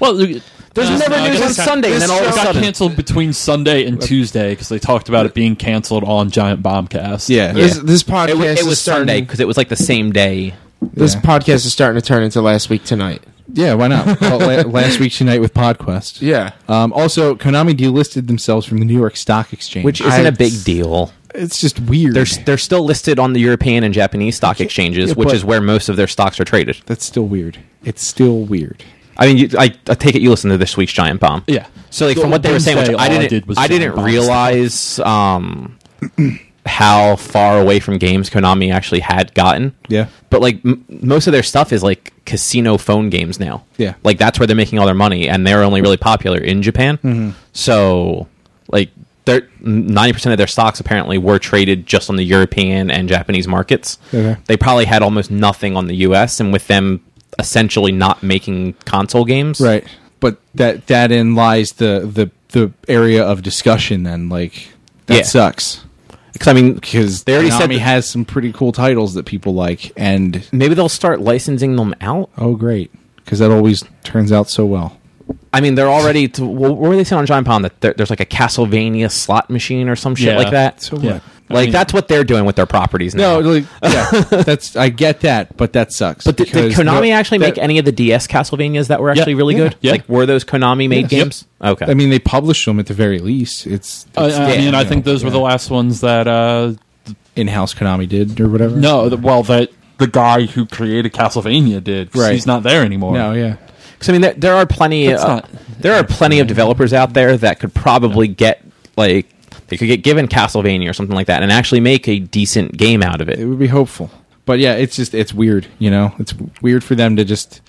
well, there's
There's never news on Sunday, and then all of a
It got
sudden,
canceled between Sunday and Tuesday because they talked about it being canceled on Giant Bombcast.
yeah.
This, this podcast
it, was- it
is
was
starting,
Sunday because it was like the same day.
This
Yeah.
podcast is starting to turn into last week tonight.
Yeah, why not? Well, la- last week tonight with PodQuest.
Yeah.
Um, also, Konami delisted themselves from the New York Stock Exchange,
Which isn't
I-
a big deal.
it's just weird.
They're they're still listed on the European and Japanese stock exchanges,
yeah,
which
but-
is where most of their stocks are traded.
that's still weird. It's still weird.
I mean, you, I, I take it you listened to this week's Giant Bomb.
Yeah.
So like from what they were saying, which
Wednesday,
I
all I
didn't, I,
did was
didn't
Giant Bomb
realize um, how far away from games Konami actually had gotten.
Yeah.
But like m- most of their stuff is like casino phone games now.
Yeah.
Like that's where they're making all their money, and they're only really popular in Japan. So like they're ninety percent of their stocks apparently were traded just on the European and Japanese markets.
Okay.
They probably had almost nothing on the U.S. and with them essentially not making console games,
Right. But that that in lies the the the area of discussion. Then like that
Yeah.
sucks
Because I mean,
because
They already said
Konami
that-
has some pretty cool titles that people like, and
maybe they'll start licensing them out.
oh great, because that always turns out so well.
I mean, they're already. To, well, what were they saying on Giant Bomb that there, there's like a Castlevania slot machine or some shit
Yeah.
like that?
So
Yeah.
what?
like
mean-
that's what they're doing with their properties now.
No, like, yeah, that's I get that, but that sucks.
but did, did
because
Konami
no-
actually
that-
make any of the DS Castlevanias that were actually really
Yeah.
good?
Yeah.
Like, were those Konami made
Yes.
games? Okay. Uh,
I mean, they published them at the very least. It's,
I, I
Yeah.
mean, I think those were the last ones that. Uh,
in-house Konami did or whatever.
no, th- well, that the guy who created Castlevania did. 'cause
Right.
He's not there anymore.
no, yeah,
'Cause, I mean, there, there are plenty.
That's
Uh,
not-
there are plenty of developers out there that could probably get like they could get given Castlevania or something like that and actually make a decent game out of
it
it.
would be hopeful. But yeah, it's just it's weird, you know. It's weird for them to just,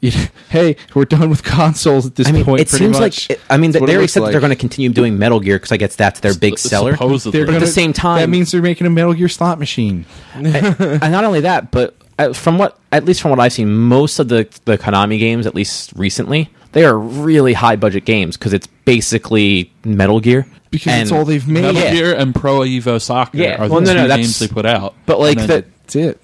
you know, hey, we're done with consoles at this
I mean,
point.
it
pretty
seems
much.
like uh, it, I mean
That's
they
what it
already
looks
said that
like.
they're going to continue doing Metal Gear because I guess that's their big seller.
Supposedly.
They're
at the
gonna-
same
that
time-
means they're making a Metal Gear slot machine.
and not only that, but uh, from what at least from what I've seen, most of the the Konami games, at least recently, they are really high budget games because it's basically Metal Gear
Because
And-
it's all they've made.
Metal
Yeah.
Gear and Pro Evo Soccer
Yeah.
are the
Well, no,
two
no, that's-
games they put out.
But like
And
that,
then-
That's it.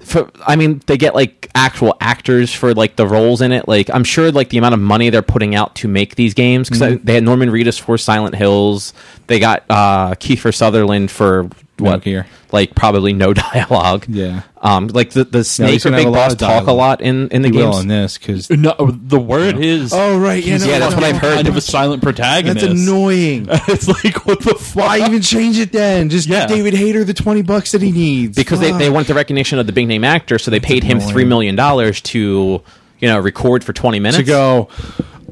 for, I mean, they get like actual actors for like the roles in it. Like I'm sure like the amount of money they're putting out to make these games because
Mm-hmm.
they had Norman Reedus for Silent Hills, they got uh, Kiefer Sutherland for
Metal
what
Gear.
like probably no dialogue.
Yeah.
Um, like the, the snake or
gonna have
big
a lot
boss
of
talk a
dialogue.
lot in, in the
They will
games.
on this because
no, the word is.
Oh, right, yeah,
he's
no,
Yeah, that's what I've heard.
Kind of a silent protagonist.
that's annoying.
it's like what the
Why
fuck?
even change it then? Just
Yeah.
give David Hayter the twenty bucks that he needs
because they, they
Fuck.
want the recognition of the big name actor, so they paid him
annoying.
three million dollars to you know record for twenty minutes.
to go.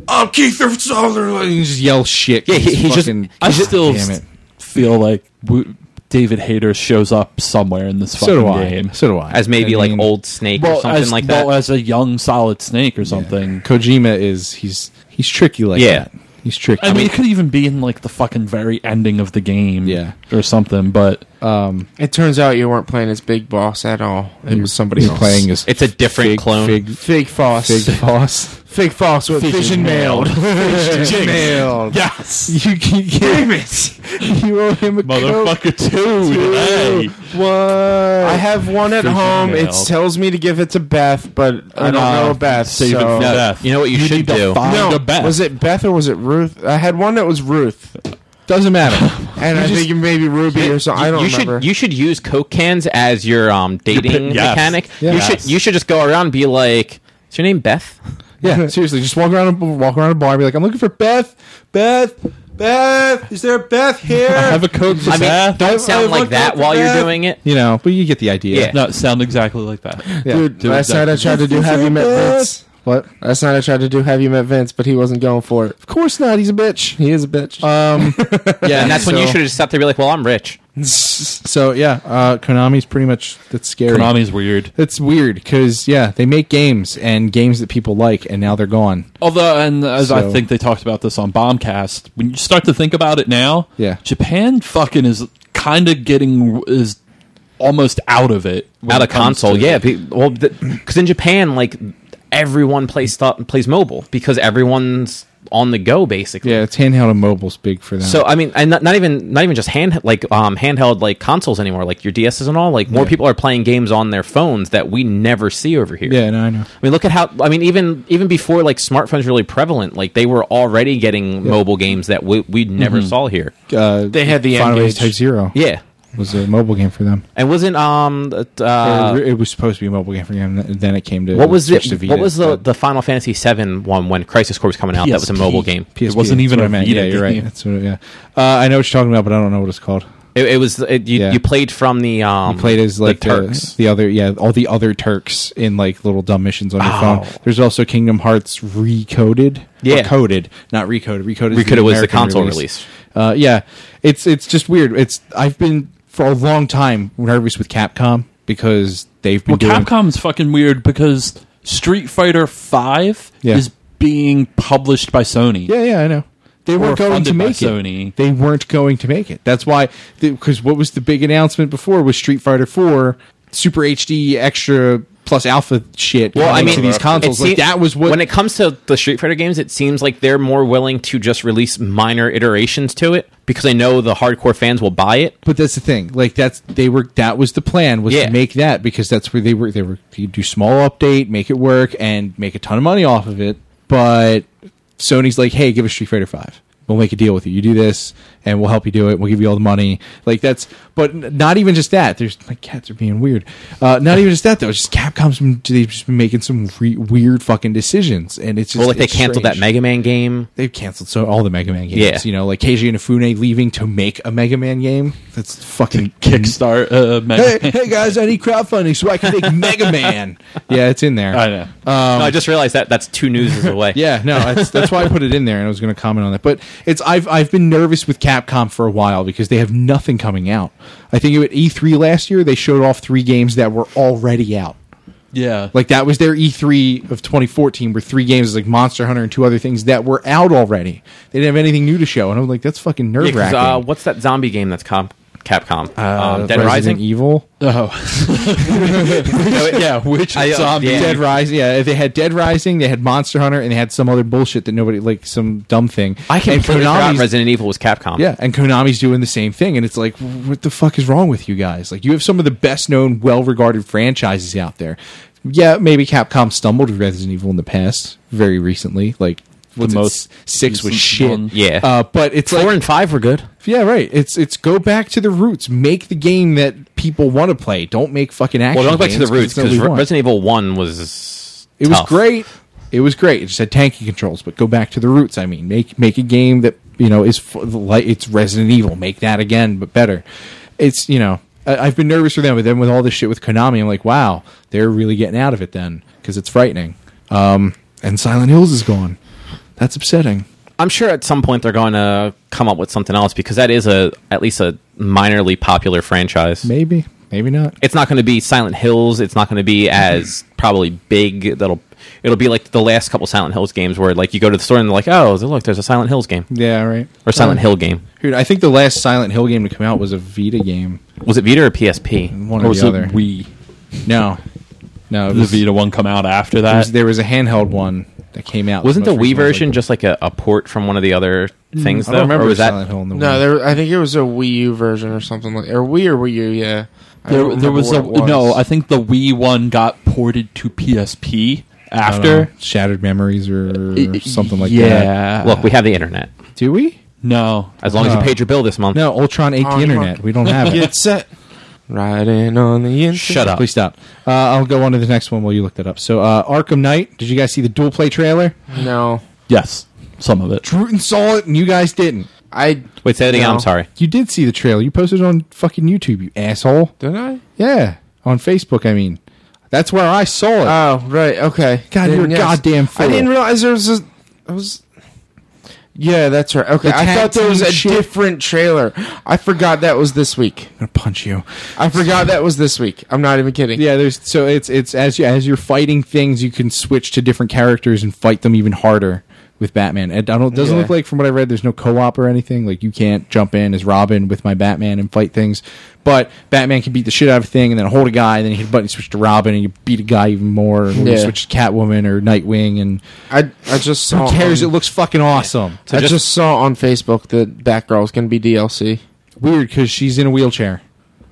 I'm "Oh, Keith Sutherland. and Just yell shit.
Yeah, he- he's just-
Fucking-
I still
damn it.
s- feel like we, David Hayter shows up somewhere in this
So
fucking
do I.
game.
So do I.
as maybe
I
like
mean,
old Snake or
Well,
something
as,
like that.
well, as a young Solid Snake or something.
Kojima is he's he's tricky like
Yeah.
that. He's tricky.
I mean, it could even be in like the fucking very ending of the game,
Yeah.
or something. But
It turns out you weren't playing as Big Boss at all. It was somebody
he's
else.
playing as
It's a different
Fig-
clone.
Fig,
Fig Foss.
Fig
Fig,
Boss.
Foss with fish, and mailed.
Nailed.
yes,
You can damn it. You owe him a Coke.
motherfucker, two today.
What?
I have one at
and
home. It
mailed.
tells me to give it to Beth, but I don't
No,
know Beth.
save it
so-
No,
for Beth.
You know what you,
You
should
need to
do?
find-
No,
to Beth.
was it Beth or was it Ruth? I had one that was Ruth,
Doesn't matter.
and I think maybe Ruby or something. I don't
you
remember.
should you should use Coke cans as your um dating
yes.
mechanic. You
Yes.
should you should just go around and be like, "Is your name Beth?"
Yeah, seriously, just walk around a, walk around a bar and be like, "I'm looking for Beth, Beth, Beth. Is there a Beth here? I have a code for
I mean,
Beth.
don't sound like
looked
that
for
while you're
Beth."
doing it.
You know, but you get the idea.
Yeah.
No, it sound exactly like that.
Yeah.
Dude,
do
last night I
exactly.
tried to do Have You Met Vince.
What?
Last night I tried to do Have You Met Vince, but he wasn't going for it.
Of course not. He's a bitch.
He is a bitch.
Um.
Yeah, and that's when you
so-
should have just sat there and be like, "Well, I'm rich."
so yeah, uh, Konami's pretty much that's scary.
Konami's weird.
It's weird because yeah, they make games and games that people like, and now they're gone.
Although, and as I
So-
think they talked about this on Bombcast, when you start to think about it now,
Yeah.
Japan fucking is kind of getting is almost out of it, when
out
it
of
comes
console.
to-
Yeah, be- well, because in Japan, like everyone plays stuff plays mobile because everyone's on the go basically.
Yeah, it's handheld and mobile's big for them.
So I mean, and not, not even not even just hand like um, handheld like consoles anymore, like your DSs and all. Like more people are playing games on their phones that we never see over here.
yeah, no, I know.
I mean, look at how I mean, even even before like smartphones were really prevalent, like they were already getting mobile games that we we never
Mm-hmm.
saw here.
Uh,
They had the
Final Fantasy
N-Gage.
Type Zero.
Yeah,
was a mobile game for them.
and wasn't um uh,
Or it was supposed to be a mobile game for them. and Then it came to
what was
switch
it?
to Vita,
What was the
but
the Final Fantasy VII one when Crisis Core was coming out? That was a
PSP.
mobile game.
PSP,
it wasn't
that's
even
what
a
I meant.
Vita
Yeah, you're right.
game.
That's what. Yeah, uh, I know what you're talking about, but I don't know what it's called.
It, it was it, you,
Yeah.
you played from the um
Played as like
the Turks.
The, other, yeah, all the other Turks in like little dumb missions on your
Oh.
phone. There's also Kingdom Hearts recoded, or
Yeah.
coded, not recoded. Recoded, is
Recoded was the
American
console release.
Uh, yeah, it's it's just weird. It's I've been for a long time nervous with Capcom because they've been
Well,
doing
Capcom's fucking weird because Street Fighter Five
Yeah.
is being published by Sony.
Yeah, yeah, I know. They weren't going to
funded by
make it.
Sony.
They weren't going to make it. That's why, because what was the big announcement before was Street Fighter Four, Super HD Extra Plus Alpha shit.
Well, I
coming
mean,
to these consoles,
it
like
seem-
that was what.
when it comes to the Street Fighter games, it seems like they're more willing to just release minor iterations to it because they know the hardcore fans will buy it.
but that's the thing. Like that's they were. That was the plan was
Yeah.
to make that because that's where they were. They were you do small update, make it work, and make a ton of money off of it. But Sony's like, hey, give us Street Fighter Five. We'll make a deal with you. You do this, and we'll help you do it. We'll give you all the money. Like that's, but n- not even just that. There's my cats are being weird. Uh, not even just that though. Just Capcom's been, they've just been making some re- weird fucking decisions, and it's just
Well, like they
it's
canceled
strange
that Mega Man game.
they've canceled so all the Mega Man games.
Yeah.
You know, like Keiji Inafune leaving to make a Mega Man game. That's fucking
Kickstart. Uh,
Hey,
Mega-
hey guys, I need crowdfunding so I can make Mega Man. Yeah, it's in there.
I know.
no, I just realized that that's two newses away.
Um, Yeah, no, that's, that's why I put it in there, and I was going to comment on that. But it's I've I've been nervous with Capcom for a while because they have nothing coming out. I think at E3 last year they showed off three games that were already out.
yeah,
Like that was their E3 of 2014, where three games like Monster Hunter and two other things that were out already. They didn't have anything new to show, and I'm like, that's fucking
Yeah,
nerve
'cause,
wracking.
uh, what's that zombie game that's com- Capcom? um, Dead
Uh, Resident E-
Rising.
Evil,
oh,
yeah, which
I, uh, zombie? yeah.
Dead Rising, yeah. They had Dead Rising, they had Monster Hunter, and they had some other bullshit that nobody like some dumb thing.
I
and
completely forgot
Konami's-
Resident Evil was Capcom.
Yeah, and Konami's doing the same thing, and it's like, what the fuck is wrong with you guys? Like, you have some of the best known, well regarded franchises out there. Yeah, maybe Capcom stumbled with Resident Evil in the past, very recently. Like, what's
The
it,
most
six was
recent
shit.
one.
Yeah.
uh, but it's
four
like
and five were good.
yeah, right. It's it's go back to the roots. Make the game that people want to play. Don't make fucking action.
Well, going back to the
games,
roots
that's not what
because
we want.
Resident Evil One was
it was
tough.
great. It was great. It just had tanky controls, but go back to the roots. I mean, make make a game that you know is f- like it's Resident Evil. Make that again, but better. It's you know I, I've been nervous for them, but then with all this shit with Konami, I'm like, wow, they're really getting out of it then because it's frightening. Um, and Silent Hills is gone. That's upsetting.
I'm sure at some point they're going to come up with something else because that is a at least a minorly popular franchise.
Maybe, maybe not.
It's not going to be Silent Hills. It's not going to be as probably big. That'll it'll be like the last couple Silent Hills games where like you go to the store and they're like, oh, look, there's a Silent Hills game
Yeah, right.
or Silent
Uh,
Hill game.
Dude, I think the last Silent Hill game to come out was a Vita game.
Was it Vita or PSP?
One
or
or,
was
the other.
it Wii?
no, no. It
The
was,
Vita one come out after
there was-
that.
there was a handheld one that came out.
Wasn't the Wii
most recent one was
version
like- Mm,
just like a, a port from one of the other things?
I
though?
don't remember
Or was
Silent
that
Hill in the
No,
Wii.
there. I think it was a Wii U version or something like, or Wii or Wii U. Yeah, I don't
There, there
remember
was
what
a
it was.
no. I think the Wii one got ported to PSP
I don't
after
know, Shattered Memories or something like that.
yeah.
look? We have the internet.
Do we?
no.
As long as you
No.
paid your bill this month.
No, Ultron ate
Oh,
the internet.
fuck.
We don't have it.
Get set. Riding on the inside.
Shut up.
Please stop. Uh, I'll go on to the next one while you look that up. So, uh, Arkham Knight. Did you guys see the dual play trailer?
No,
Yes, some of it.
Bruton saw it, and you guys didn't.
I
Wait, say that again.
No.
I'm sorry.
You did see the trailer. You posted it on fucking YouTube. You asshole.
did. I.
Yeah, on Facebook. I mean, that's where I saw it.
Oh right. Okay.
God, you're a goddamn
I
fool.
didn't realize there was. A, I was. Yeah, that's right. Okay,
The
I
tag
thought there was
team
a
shit.
different trailer. I forgot that was this week.
I'm gonna punch you.
I forgot that was this week. I'm not even kidding.
Yeah, there's so it's it's as you as you're fighting things, you can switch to different characters and fight them even harder with Batman. It I don't, doesn't
Yeah.
look like from what I read, there's no co-op or anything. Like you can't jump in as Robin with my Batman and fight things. But Batman can beat the shit out of a thing and then hold a guy, and then you hit a button, you switch to Robin, and you beat a guy even more, and
Yeah.
you switch to Catwoman or Nightwing, and
I I just saw.
who cares?
on-
It looks fucking awesome.
So
I
just-
just, saw on Facebook that Batgirl's gonna be DLC.
Weird because she's in a wheelchair.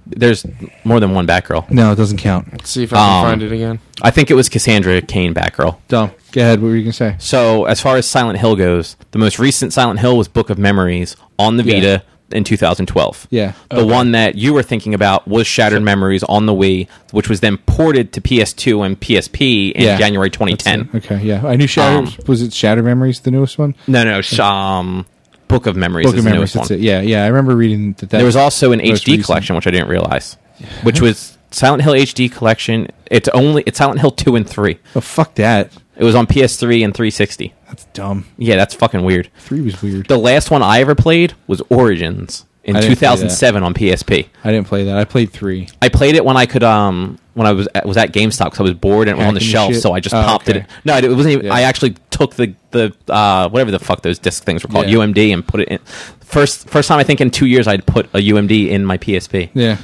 There's more than one Batgirl.
No, it doesn't count.
Let's see if I can
Um,
find it again.
I think it was Cassandra Kane Batgirl.
Dumb. Go ahead. What were you gonna say?
So, as far as Silent Hill goes, the most recent Silent Hill was Book of Memories on the
Yeah.
Vita in 2012.
Yeah.
The one that you were thinking about was Shattered Memories on the Wii, which was then ported to PS2 and PSP in
Yeah.
January 2010.
Okay, yeah, I knew Shatter.
Um,
was it Shatter Memories, the newest one?
No, no, sh- um, Book of Memories
Book
is
of
the
Memories.
newest
That's
one.
it. Yeah, yeah. I remember reading that. that
There was also an
most
HD
recent.
collection, which I didn't realize, which was Silent Hill HD collection. It's only it's Silent Hill 2 and 3.
Oh fuck that.
It was on PS3 and 360.
That's dumb.
Yeah, that's fucking weird.
Three was weird.
The last one I ever played was Origins in
I didn't play that.
2007 on PSP.
I didn't play that. I played three.
I played it when I could um when I was at, was at GameStop because I was bored and it was on the
Hacking the
shelf,
shit.
so I just
Oh,
popped
okay.
it. in. No, it wasn't. Even,
Yeah.
I actually took the the uh, whatever the fuck those disc things were called
Yeah.
UMD and put it in. First first time I think in two years I'd put a UMD in my PSP.
Yeah,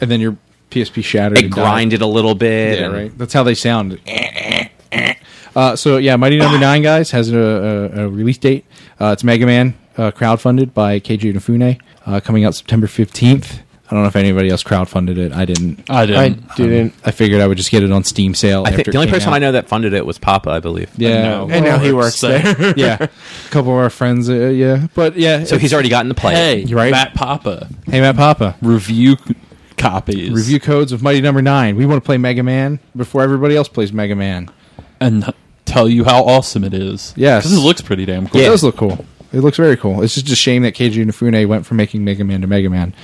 and then your PSP shattered.
It
and died.
grinded a little bit.
Yeah,
and-
right. That's how they sound. Uh, so yeah, Mighty Number Nine guys has a, a, a release date. Uh, it's Mega Man, uh, crowdfunded by KJ Nafune, uh, coming out September fifteenth. I don't know if anybody else crowdfunded it. I didn't.
I
I
didn't.
didn't.
I figured I would just get it on Steam sale.
I think
after it
the only
came
person
out.
I know that funded it was Papa, I believe.
Yeah,
No.
and now he works
So-
there.
yeah. A couple of our friends. Uh, yeah, but yeah.
So he's already gotten to play. it.
Hey,
You're right.
Matt Papa
hey, Matt Papa.
review c- copies
Review codes of Mighty Number Nine. We want to play Mega Man before everybody else plays Mega Man.
and h- tell you how awesome it is.
Yes.
because it looks pretty damn cool.
It does look cool. It looks very cool. It's just a shame that Keiji Inafune went from making Mega Man to Mega Man.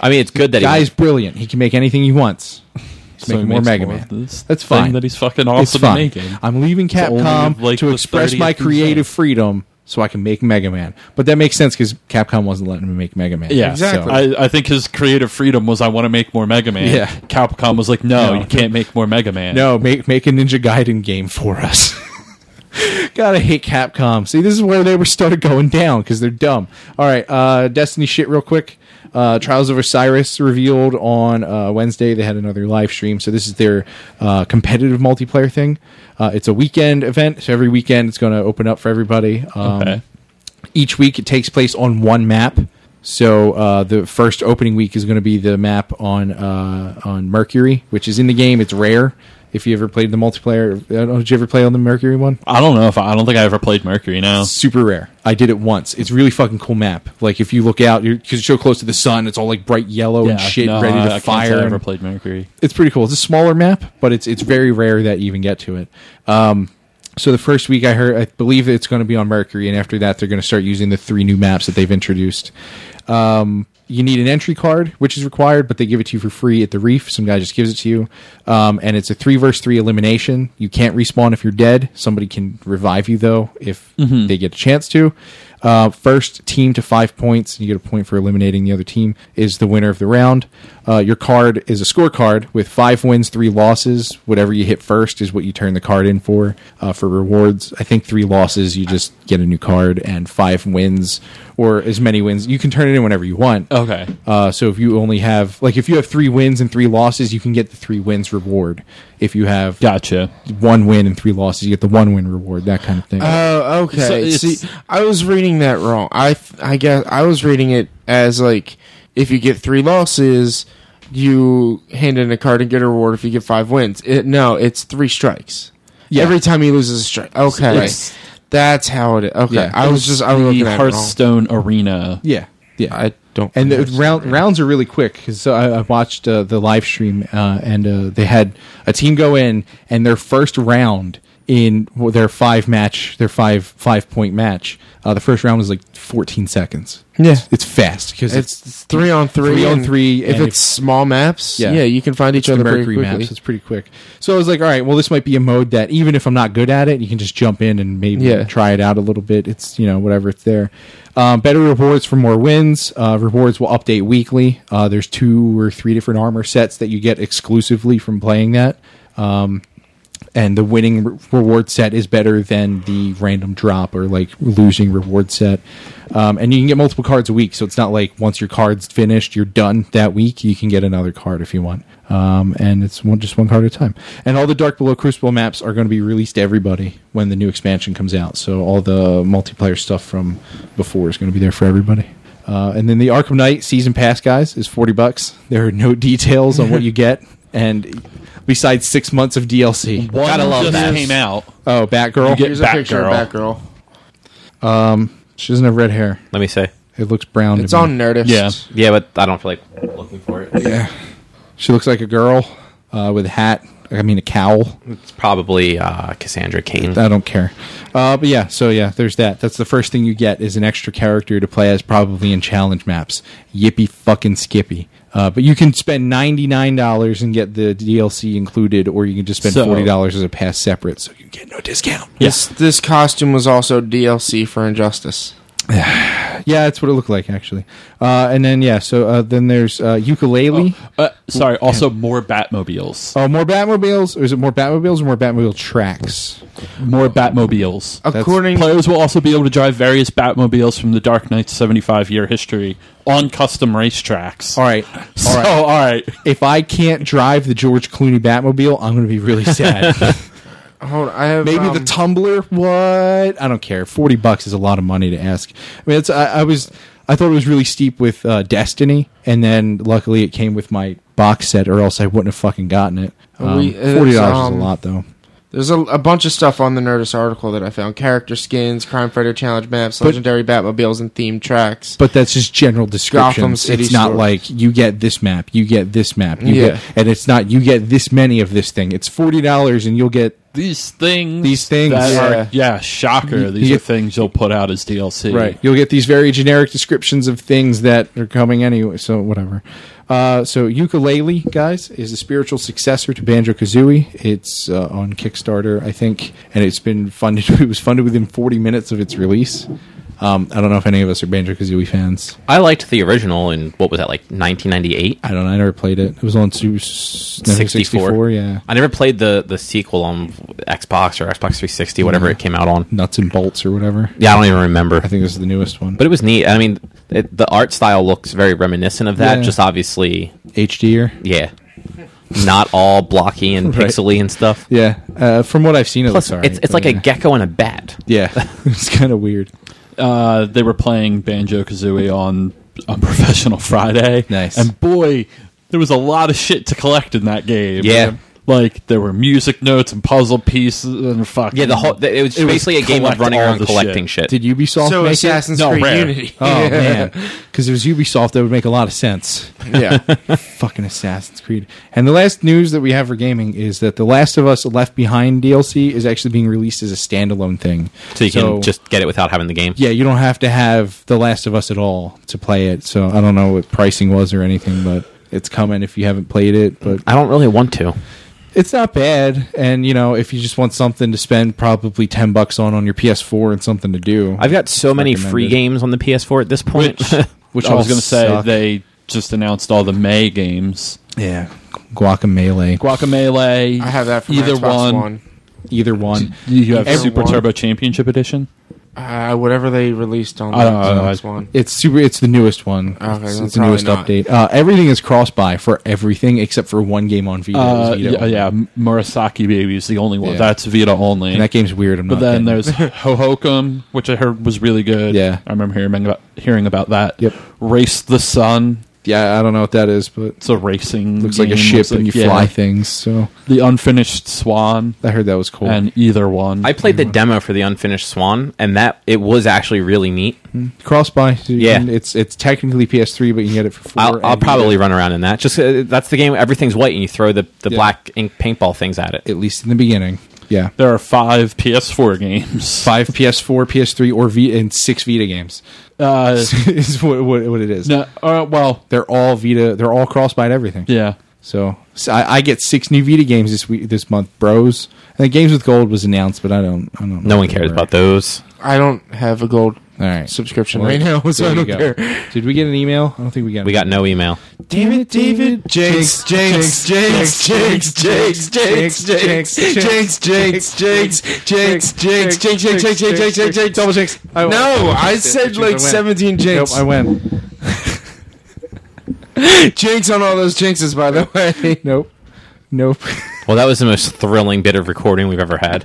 I mean, it's good that
Guy's
he's
brilliant. He can make anything he wants. He's
So he
making more
makes
Mega
more
Man.
of this
That's
thing
fine.
That he's fucking
It's
awesome at
fine.
making.
I'm leaving
only,
Capcom
like,
to
the
express my
30th thing.
creative freedom so I can make Mega Man. But that makes sense because Capcom wasn't letting me make Mega Man.
Yeah,
Exactly.
So-
I, I think his creative freedom was I want to make more Mega Man.
Yeah.
Capcom was like, no,
No.
you can't make more Mega Man.
No, make make a Ninja Gaiden game for us. Gotta hate Capcom. See, this is where they were started going down because they're dumb. All right, uh, Destiny shit real quick. Uh, Trials of Osiris revealed on uh, Wednesday. They had another live stream, so this is their uh, competitive multiplayer thing. Uh, it's a weekend event, so every weekend it's going to open up for everybody. Um,
Okay.
each week it takes place on one map. So uh, the first opening week is going to be the map on uh, on Mercury, which is in the game. It's rare. If you ever played the multiplayer, I don't know, did you ever play on the Mercury one?
I don't know if I, I don't think I ever played Mercury. Now
Super rare. I did it once. It's really fucking cool map. Like if you look out, you're because you're so close to the sun, it's all like bright yellow and shit,
no,
ready
I- I
to
can't say
fire.
I
and-
ever played Mercury.
it's pretty cool. It's a smaller map, but it's it's very rare that you even get to it. Um, so the first week I heard, I believe it's going to be on Mercury, and after that they're going to start using the three new maps that they've introduced. Um, you need an entry card, which is required, but they give it to you for free at the reef. Some guy just gives it to you, um, and it's a three versus three elimination. You can't respawn if you're dead. Somebody can revive you though if they get a chance to. Uh, first team to five points, and you get a point for eliminating the other team, is the winner of the round. Uh, your card is a scorecard with five wins, three losses. Whatever you hit first is what you turn the card in for uh, for rewards. I think three losses, you just get a new card, and five wins or as many wins, you can turn it in whenever you want.
Okay.
Uh, so if you only have like if you have three wins and three losses, you can get the three wins reward. If you have
Gotcha.
one win and three losses, you get the one win reward. That kind of thing.
Oh,
So
okay.
it's-
See, I was reading that wrong. I th- I guess I was reading it as like if you get three losses, you hand in a card and get a reward. If you get five wins, it, no, it's three strikes. Every time he loses a strike. Okay,
It's-
that's how it. Is. Okay,
Yeah.
I was just I was
the
looking at it wrong.
Hearthstone Arena.
yeah, yeah.
I don't.
and the
understand.
round, rounds are really quick because I, I watched uh, the live stream uh, and uh, they had a team go in and their first round in their five match their five five point match uh, the first round was like 14 seconds
Yeah.
it's, it's fast because it's,
It's it's three on three.
Three on
and
three,
If
and
it's small maps,
Yeah.
yeah, you can find each
the
other pretty
mercury
quickly.
maps it's pretty quick so i was like all right well this might be a mode that even if i'm not good at it you can just jump in and maybe
Yeah.
try it out a little bit it's you know whatever it's there um, better rewards for more wins uh, rewards will update weekly uh, there's two or three different armor sets that you get exclusively from playing that um, and the winning re- reward set is better than the random drop or like losing reward set. Um, and you can get multiple cards a week, so it's not like once your card's finished, you're done that week. You can get another card if you want, um, and it's one, just one card at a time. And all the Dark Below Crucible maps are going to be released to everybody when the new expansion comes out. So all the multiplayer stuff from before is going to be there for everybody. Uh, and then the Arkham Knight season pass, guys, is forty bucks. There are no details on what you get, and besides six months of DLC,
One
Gotta love
just
that.
came out.
Oh, Batgirl.
You
Here's
Batgirl.
a picture of Batgirl.
she doesn't have red hair.
Let me say.
It looks brown.
It's
to me.
on Nerdist.
Yeah.
Yeah, but I don't feel like looking for it.
She looks like a girl uh, with a hat. I mean, a cowl.
It's probably uh, Cassandra Cain.
I don't care. Uh, but yeah, so yeah, there's that. That's the first thing you get is an extra character to play as, probably in challenge maps. Yippee fucking skippy. Uh, but you can spend ninety nine dollars and get the DLC included, or you can just spend
So-
forty dollars as a pass separate, so you get no discount.
This this costume was also DLC for Injustice.
Yeah, that's what it looked like actually. Uh, and then yeah, so uh, then there's uh, ukulele.
Uh, sorry. Also, more Batmobiles.
Oh, more Batmobiles? Or is it more Batmobiles or more Batmobile tracks?
More Batmobiles.
According
Players will also be able to drive various Batmobiles from the Dark Knight's 75 year history on custom racetracks.
All right.
So, all right.
If I can't drive the George Clooney Batmobile, I'm going to be really sad.
Hold on, I have
Maybe the
um,
tumbler. What? I don't care. Forty bucks is a lot of money to ask. I mean, it's. I, I was. I thought it was really steep with uh, Destiny, and then luckily it came with my box set, or else I wouldn't have fucking gotten it. Um,
We- it's,
Forty dollars is
um,
a lot, though.
There's a, a bunch of stuff on the Nerdist article that I found: character skins, crime fighter challenge maps, legendary Batmobiles, and themed tracks.
But that's just general
Gotham
descriptions.
City
it's not
stories.
like you get this map, you get this map, you
Yeah.
get, and it's not you get this many of this thing. It's forty dollars, and you'll get
These things.
These things.
that
Yeah.
Are, yeah, shocker. These
you-
are things you'll put out as DLC.
You'll get these very generic descriptions of things that are coming anyway. So whatever. Uh, so ukulele, guys, is the spiritual successor to Banjo Kazooie. It's uh, on Kickstarter, I think, and it's been funded. It was funded within 40 minutes of its release. Um, I don't know if any of us are Banjo Kazooie fans.
I liked the original in what was that like 1998,
I don't. know. I never played it. It was on Super 64.
64.
Yeah.
I never played the the sequel on Xbox or Xbox 360, whatever it came out on.
Nuts and bolts or whatever.
Yeah, I don't even remember.
I think this is the newest one.
but it was neat. I mean, it, the art style looks very reminiscent of that.
Yeah.
Just obviously,
HD or
yeah, not all blocky and
Right.
pixely and stuff.
yeah. Uh, from what I've seen, it
Plus,
looks alright,
it's it's
but
like a gecko and a bat.
yeah. yeah. it's kind of weird.
uh, they were playing Banjo Kazooie on on Professional Friday.
Nice.
And boy, there was a lot of shit to collect in that game.
Yeah.
Like there were music notes and puzzle pieces and fucking
Yeah, the whole it was
It was
basically a game of
collect
running
all
around
the
collecting shit.
Did Ubisoft
So
make it?
Assassin's
No,
Creed
Rare.
Unity.
Oh man, because it was Ubisoft, that would make a lot of sense.
yeah.
Fucking Assassin's Creed. And the last news that we have for gaming is that The Last of Us Left Behind DLC is actually being released as a standalone thing.
so you can just get it without having the game.
yeah, you don't have to have The Last of Us at all to play it. So I don't know what pricing was or anything, but it's coming if you haven't played it. But
I don't really want to.
it's not bad. And you know, if you just want something to spend probably ten bucks on on your PS4 and something to do,
I've got so many
recommended.
free games on the PS4 at this point.
which
Which
which I was
all
going to say
suck.
they just announced all the May games.
yeah, Guacamele,
Guacamelee.
I have that for
either
either Xbox
one.
One.
either one.
You have
Every
Super
one.
Turbo Championship Edition.
Uh, whatever they released on
I don't
the
know.
Xbox One.
Uh, It's super. It's the newest one.
Okay,
it's
then
it's the
probably
newest
not.
update. Uh, everything is cross-buy for everything except for one game on Vita. is
Uh,
Vita
yeah,
only.
yeah, Murasaki Baby is the only one.
Yeah.
That's Vita only.
And that game's weird. I'm
But
not
then
getting it.
there's Hohokam, which I heard was really good.
Yeah.
I remember hearing about hearing about that.
Yep.
Race the Sun.
yeah, I don't know what that is, but
It's a racing.
looks like a
game.
ship
It's
and you
yeah.
fly things. So
The Unfinished Swan
I heard that was cool.
and either one.
I played the demo for the unfinished Swan, and that it was actually really neat.
cross-buy. so you
Yeah.
can- it's it's technically PS3, but you can get it for. Four
I'll, I'll
and Vita.
probably run around in that. Just uh, that's the game. where Everything's white, and you throw the, the
Yeah.
black ink paintball things at it.
at least in the beginning. Yeah,
there are five PS4 games.
five PS4, PS3, or Vita, and six Vita games
Uh,
is what, what what it is.
no, uh, well,
They're all Vita. They're all cross-buy to everything.
yeah.
So, so I, I get six new Vita games this week, this month, bros. And the Games with Gold was announced, but I don't, I don't.
No one cares about those.
I don't have a gold
All right,
subscription
Well,
right now, so
there
I
you
don't
go.
care.
Did we get an email? I don't think we got.
We got no email.
Damn it, David.
Jinx, jinx, jinx, jinx, jinx, jinx, jinx, jinx, jinx, jinx, jinx, jinx, jinx, jinx, jinx, jinx, jinx, jinx, jinx, jinx,
double jinx. I won.
No, I
jinxed it,
said
but you
like
went.
17
Nope,
jinx.
I win.
Jinx on all those jinxes, by the way.
Nope, nope.
Well, that was the most thrilling bit of recording we've ever had.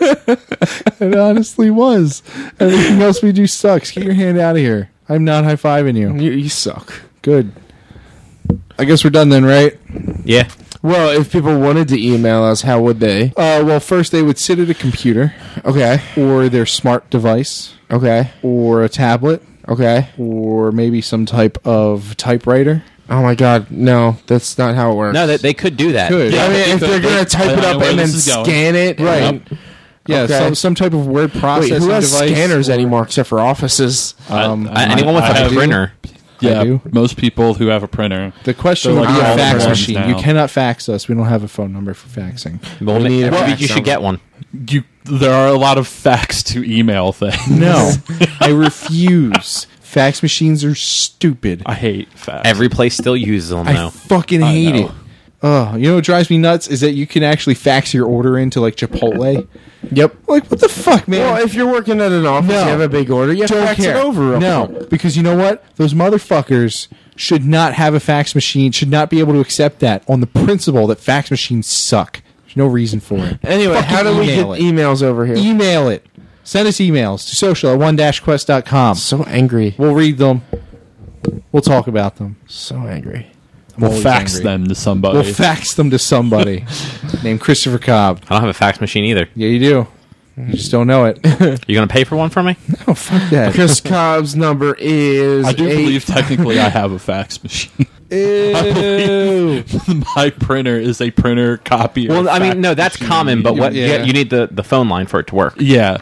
it honestly was. Everything else we do sucks. Get your hand out of here. I'm not high fiving you.
You, you suck.
Good. I guess we're done then, right?
Yeah,
Well, if people wanted to email us, how would they?
Uh, well, first they would sit at a computer
Okay,
or their smart device
okay,
or a tablet
okay.
or maybe some type of typewriter.
Oh my god, no, that's not how it works.
no, that they could do that. Uh,
Good.
I
Yeah,
mean,
they
if
could-
they're gonna
they- I
type it
know
up
where
and then
this is going.
scan it,
Right.
and- Okay.
some, some type of word
Wait,
processing
who has
device.
scanners anymore except for offices?
Um,
Uh, anyone with
I
a
have-
printer.
Yeah,
do.
most people who have a printer.
The question
They're
would
like
be a
all
fax
programs
machine.
now.
You cannot fax us. We don't have a phone number for faxing.
Well, ma-
need a
maybe
fax
you should
number.
get one.
You, there are a lot of fax to email things.
No, I refuse. Fax machines are stupid.
I hate fax.
Every place still uses them
I
though.
fucking hate
know.
it. Oh, you know what drives me nuts is that you can actually fax your order into like Chipotle.
Yep.
Like what the fuck, man?
Well, if you're working at an office,
No.
you have a big order, you have to
Don't
fax
care.
it over. real
no,
quick.
because you know what? Those motherfuckers should not have a fax machine. Should not be able to accept that on the principle that fax machines suck. There's no reason for it.
Anyway,
Fucking
how do we get e-,
email it.
emails over here?
Email it. Send us emails to social at one quest.com.
so angry.
We'll read them. We'll talk about them.
So angry.
I'm
we'll
always
fax
angry.
them to somebody.
We'll fax them to somebody named Christopher Cobb.
I don't have a fax machine either.
Yeah, you do. You just don't know it.
You gonna pay for one for me?
oh, fuck that.
Chris Cobb's number is.
I do
eight-
believe technically I have a fax machine.
Ew.
My printer is a printer copier.
Well, I
fax
mean, no, that's
machine.
common. But what?
Yeah.
Yeah. you need the, the phone line for it to work.
Yeah,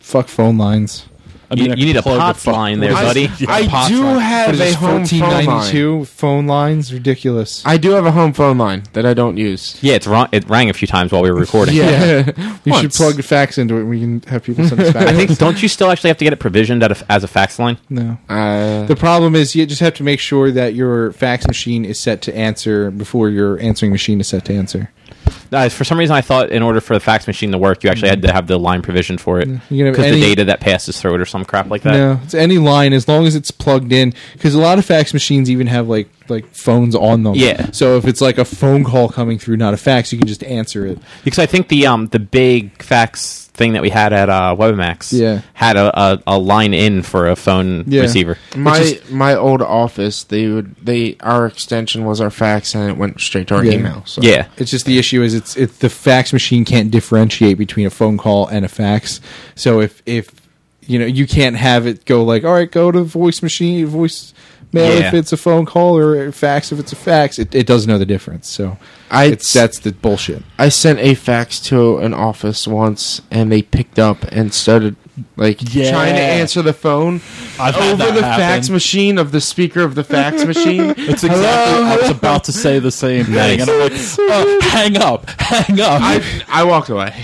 Fuck phone lines.
I
You,
mean, I
you need a
plug the
POTS
fu-
line there,
I,
buddy.
I
Pots
do
line.
What
have
is
a
this,
home phone line.
1492 phone lines? Ridiculous.
I do have a home phone line that I don't use.
Yeah, it's wrong. It rang a few times while we were recording.
Yeah. you should
Once.
plug the fax into it. and We can have people send us fax.
I think. Don't you still actually have to get it provisioned at a, as a fax line?
no.
Uh,
The problem is you just have to make sure that your fax machine is set to answer before your answering machine is set to answer.
Uh, for some reason, I thought in order for the fax machine to work, you actually had to have the line provisioned for it
You can have
because the
any-
data that passes through it or some crap like that.
No, it's any line as long as it's plugged in. Because a lot of fax machines even have like like phones on them.
Yeah.
So if it's like a phone call coming through, not a fax, you can just answer it.
Because I think the um the big fax thing that we had at uh, WebMax
Yeah.
had a, a, a line in for a phone
Yeah.
receiver.
My
Which
my old office, they would they our extension was our fax and it went straight to our
Yeah.
email. So.
Yeah.
It's just the issue is it's it's the fax machine can't differentiate between a phone call and a fax. So if if you know you can't have it go like all right go to voice machine voice mail
Yeah.
if it's a phone call or fax if it's a fax it, it doesn't know the difference. So
I-
it's, that's the bullshit.
I sent a fax to an office once and they picked up and started like
Yeah.
trying to answer the phone
I've had
over
that
the
happen.
fax machine of the speaker of the fax machine.
It's exactly. I was about to say the same thing, and I'm like, "Oh, hang up, hang up.
I I walked away.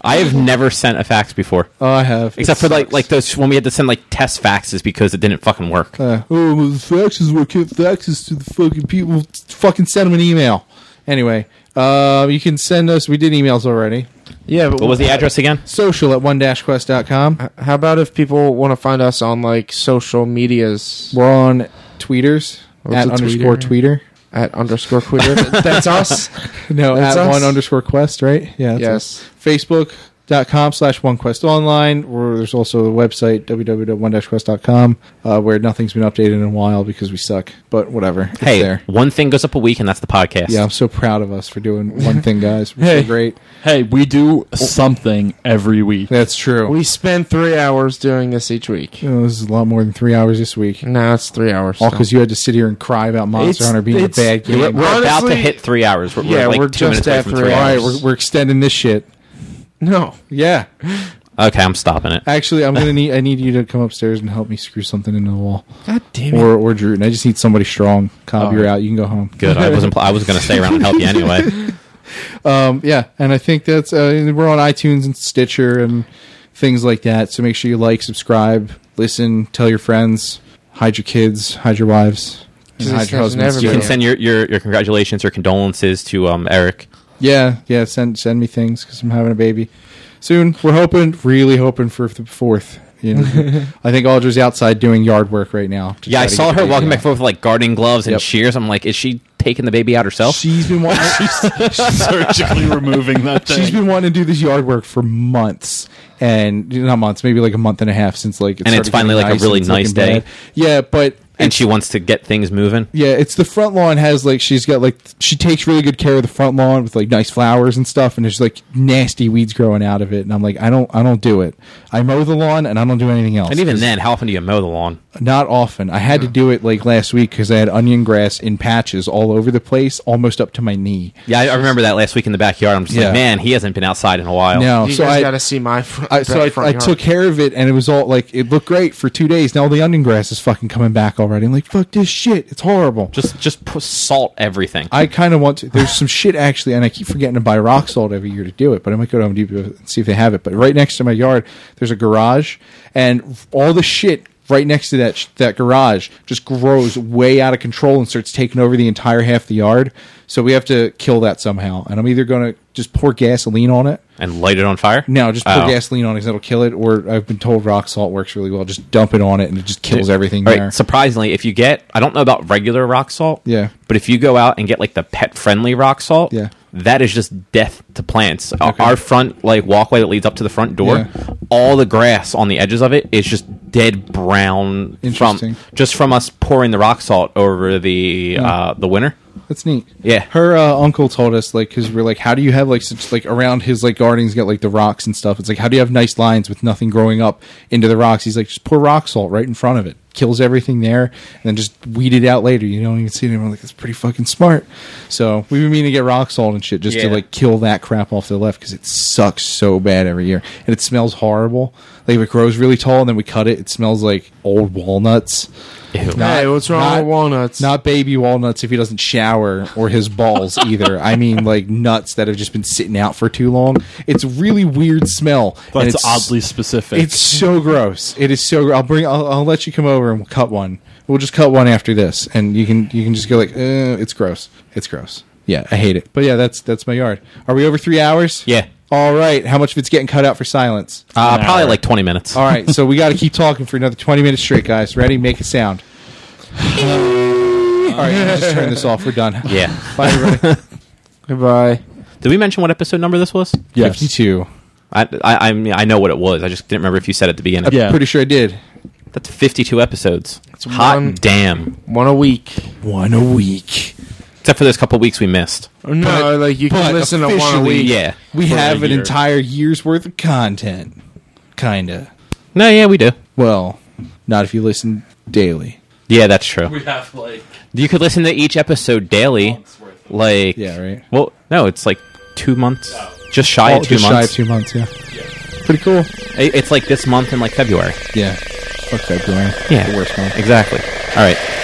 I have never sent a fax before.
Oh, I have
Except for like like those when we had to send like test faxes because it didn't fucking work.
Uh, oh, well, the faxes were kept faxes to the fucking people. Fucking send them an email. Anyway, uh, you can send us. We did emails already.
yeah, but
What was the address again?
Social at one quest.com.
How about if people want to find us on like social medias
We're on tweeters
What's
at
a tweeter?
underscore tweeter.
at underscore Twitter? That's us.
No,
That's
at
us.
one underscore quest, right? Yeah. that's us.
yes.
Facebook.com slash one quest online. Or there's also a website, www.one quest.com, uh, where nothing's been updated in a while because we suck. But whatever. It's
Hey,
there.
one thing goes up a week and that's the podcast.
Yeah, I'm so proud of us for doing one thing, guys. We're
Hey.
so great.
hey, we do something every week.
That's true.
We spend three hours doing this each week.
You know, this is a lot more than three hours this week.
No, it's three hours.
All
so.
because you had to sit here and cry about Monster
It's-
Hunter being a
it's-
bad
We're,
game.
we're about to
Honestly-
hit three hours. We're, we're
Yeah,
like
we're
two minutes
just
away
at
from
three
three
All right,
hours.
we're, we're extending this shit.
no.
Yeah,
Okay, I'm stopping it.
actually, I'm gonna need. I need you to come upstairs and help me screw something into the wall,
God damn it.
or or Druten. I just need somebody strong. Cobb, you're out. You can go home.
Good. I wasn't. Pl- I was going to stay around and help you anyway.
Um, yeah, and I think that's uh, we're on iTunes and Stitcher and things like that. So make sure you like, subscribe, listen, tell your friends, hide your kids, hide your wives, and
This
hide your
has
husbands.
never
You
too.
can send your, your, your congratulations or condolences to um Eric.
Yeah, yeah. Send send me things because I'm having a baby soon. We're hoping, really hoping for the fourth. You know, I think Aldra's outside doing yard work right now. to
Yeah,
try
I
to
saw
get the
her
baby
walking
out.
back and forth with like gardening gloves and
Yep.
shears. I'm like, is she taking the baby out herself?
She's been wanting.
Surgically removing that
she's been wanting to do this yard work for months, and not months, maybe like a month and a half since like. It
And it's
started
finally,
getting
like, a
nice and
really
it's
nice
looking
day.
bad. Yeah, but
and she wants to get things moving.
Yeah, it's the front lawn has like she's got like she takes really good care of the front lawn with like nice flowers and stuff, and there's like nasty weeds growing out of it, and I'm like, I don't, I don't do it. I mow the lawn and I don't do anything else.
And even then, how often do you mow the lawn?
not often. I had to do it like last week because I had onion grass in patches all over the place, almost up to my knee.
Yeah, I, I remember that last week in the backyard. I'm just
Yeah.
like, man, he hasn't been outside in a while.
No,
You
so
guys
I,
got to see my front.
I so I,
front
I
yard.
took care of it, and it was all like it looked great for two days. Now all the onion grass is fucking coming back already. I'm like, fuck this shit. It's horrible.
Just just put salt everything.
I kind of want to. There's some shit actually, and I keep forgetting to buy rock salt every year to do it. But I might go to Home Depot and see if they have it. But right next to my yard, there's a garage, and all the shit right next to that sh- that garage just grows way out of control and starts taking over the entire half the yard. So we have to kill that somehow. And I'm either gonna just pour gasoline on it.
and light it on fire.
No, just pour
Oh.
gasoline on it because it'll kill it. Or I've been told rock salt works really well. Just dump it on it and it just kills everything
All right,
there.
Surprisingly, if you get, I don't know about regular rock salt.
Yeah.
But if you go out and get like the pet friendly rock salt,
Yeah.
that is just death to plants. Our- Our front like walkway that leads up to the front door,
Yeah.
all the grass on the edges of it is just dead brown
Interesting. Hmm.
from just from us pouring the rock salt over the uh, the winter.
That's neat.
Yeah.
Her uh, uncle told us like because we're like, how do you have like such like around his like garden? He's got like the rocks and stuff. It's like how do you have nice lines with nothing growing up into the rocks? He's like, just pour rock salt right in front of it, kills everything there, and then just weed it out later. You know, you can see it. And we're like, that's pretty fucking smart. So we've been meaning to get rock salt and shit just to
Yeah.
like kill that crap off to the left because it sucks so bad every year and it smells horrible. Like if it grows really tall and then we cut it, it smells like old walnuts.
Ew.
Hey, what's wrong with walnuts?
Not baby walnuts if he doesn't shower or his balls either. I mean, like nuts that have just been sitting out for too long. It's a really weird smell. and
That's
it's,
oddly specific.
It's so gross. It is so. gr- I'll bring. I'll, I'll let you come over and we'll cut one. We'll just cut one after this, and you can you can just go like, uh, it's gross. It's gross. Yeah, I hate it. But yeah, that's that's my yard. Are we over three hours?
Yeah.
All right. How much of it's getting cut out for silence?
Uh,
An
probably
hour.
like twenty minutes.
Ah, All right. so we got to keep talking for another twenty minutes straight, guys. Ready? Make a sound. All right, you can just turn this off. We're done.
Yeah.
Bye, everybody.
Goodbye.
Did we mention what episode number this was?
yes.
52.
I, I I mean I know what it was. I just didn't remember if you said it at the beginning.
Yeah.
Pretty sure I did.
That's 52 episodes. Hot
one-
damn.
One a week.
One a week.
Except for those couple weeks we missed.
No, like you
but
can listen to one a
officially-
week.
Yeah.
We
For a
have an
year.
entire year's worth of content. Kinda.
No, yeah, we do.
Well, not if you listen daily.
Yeah, that's true.
We have like
You could listen to each episode daily.
months worth.
Like
Yeah, right.
Well, no, it's like 2 months. Just shy
Oh,
of 2
just shy of
months.
two months, yeah. Pretty cool.
I- It's like this month in like February.
Yeah. Fuck February.
Yeah.
The worst month.
Exactly. All right.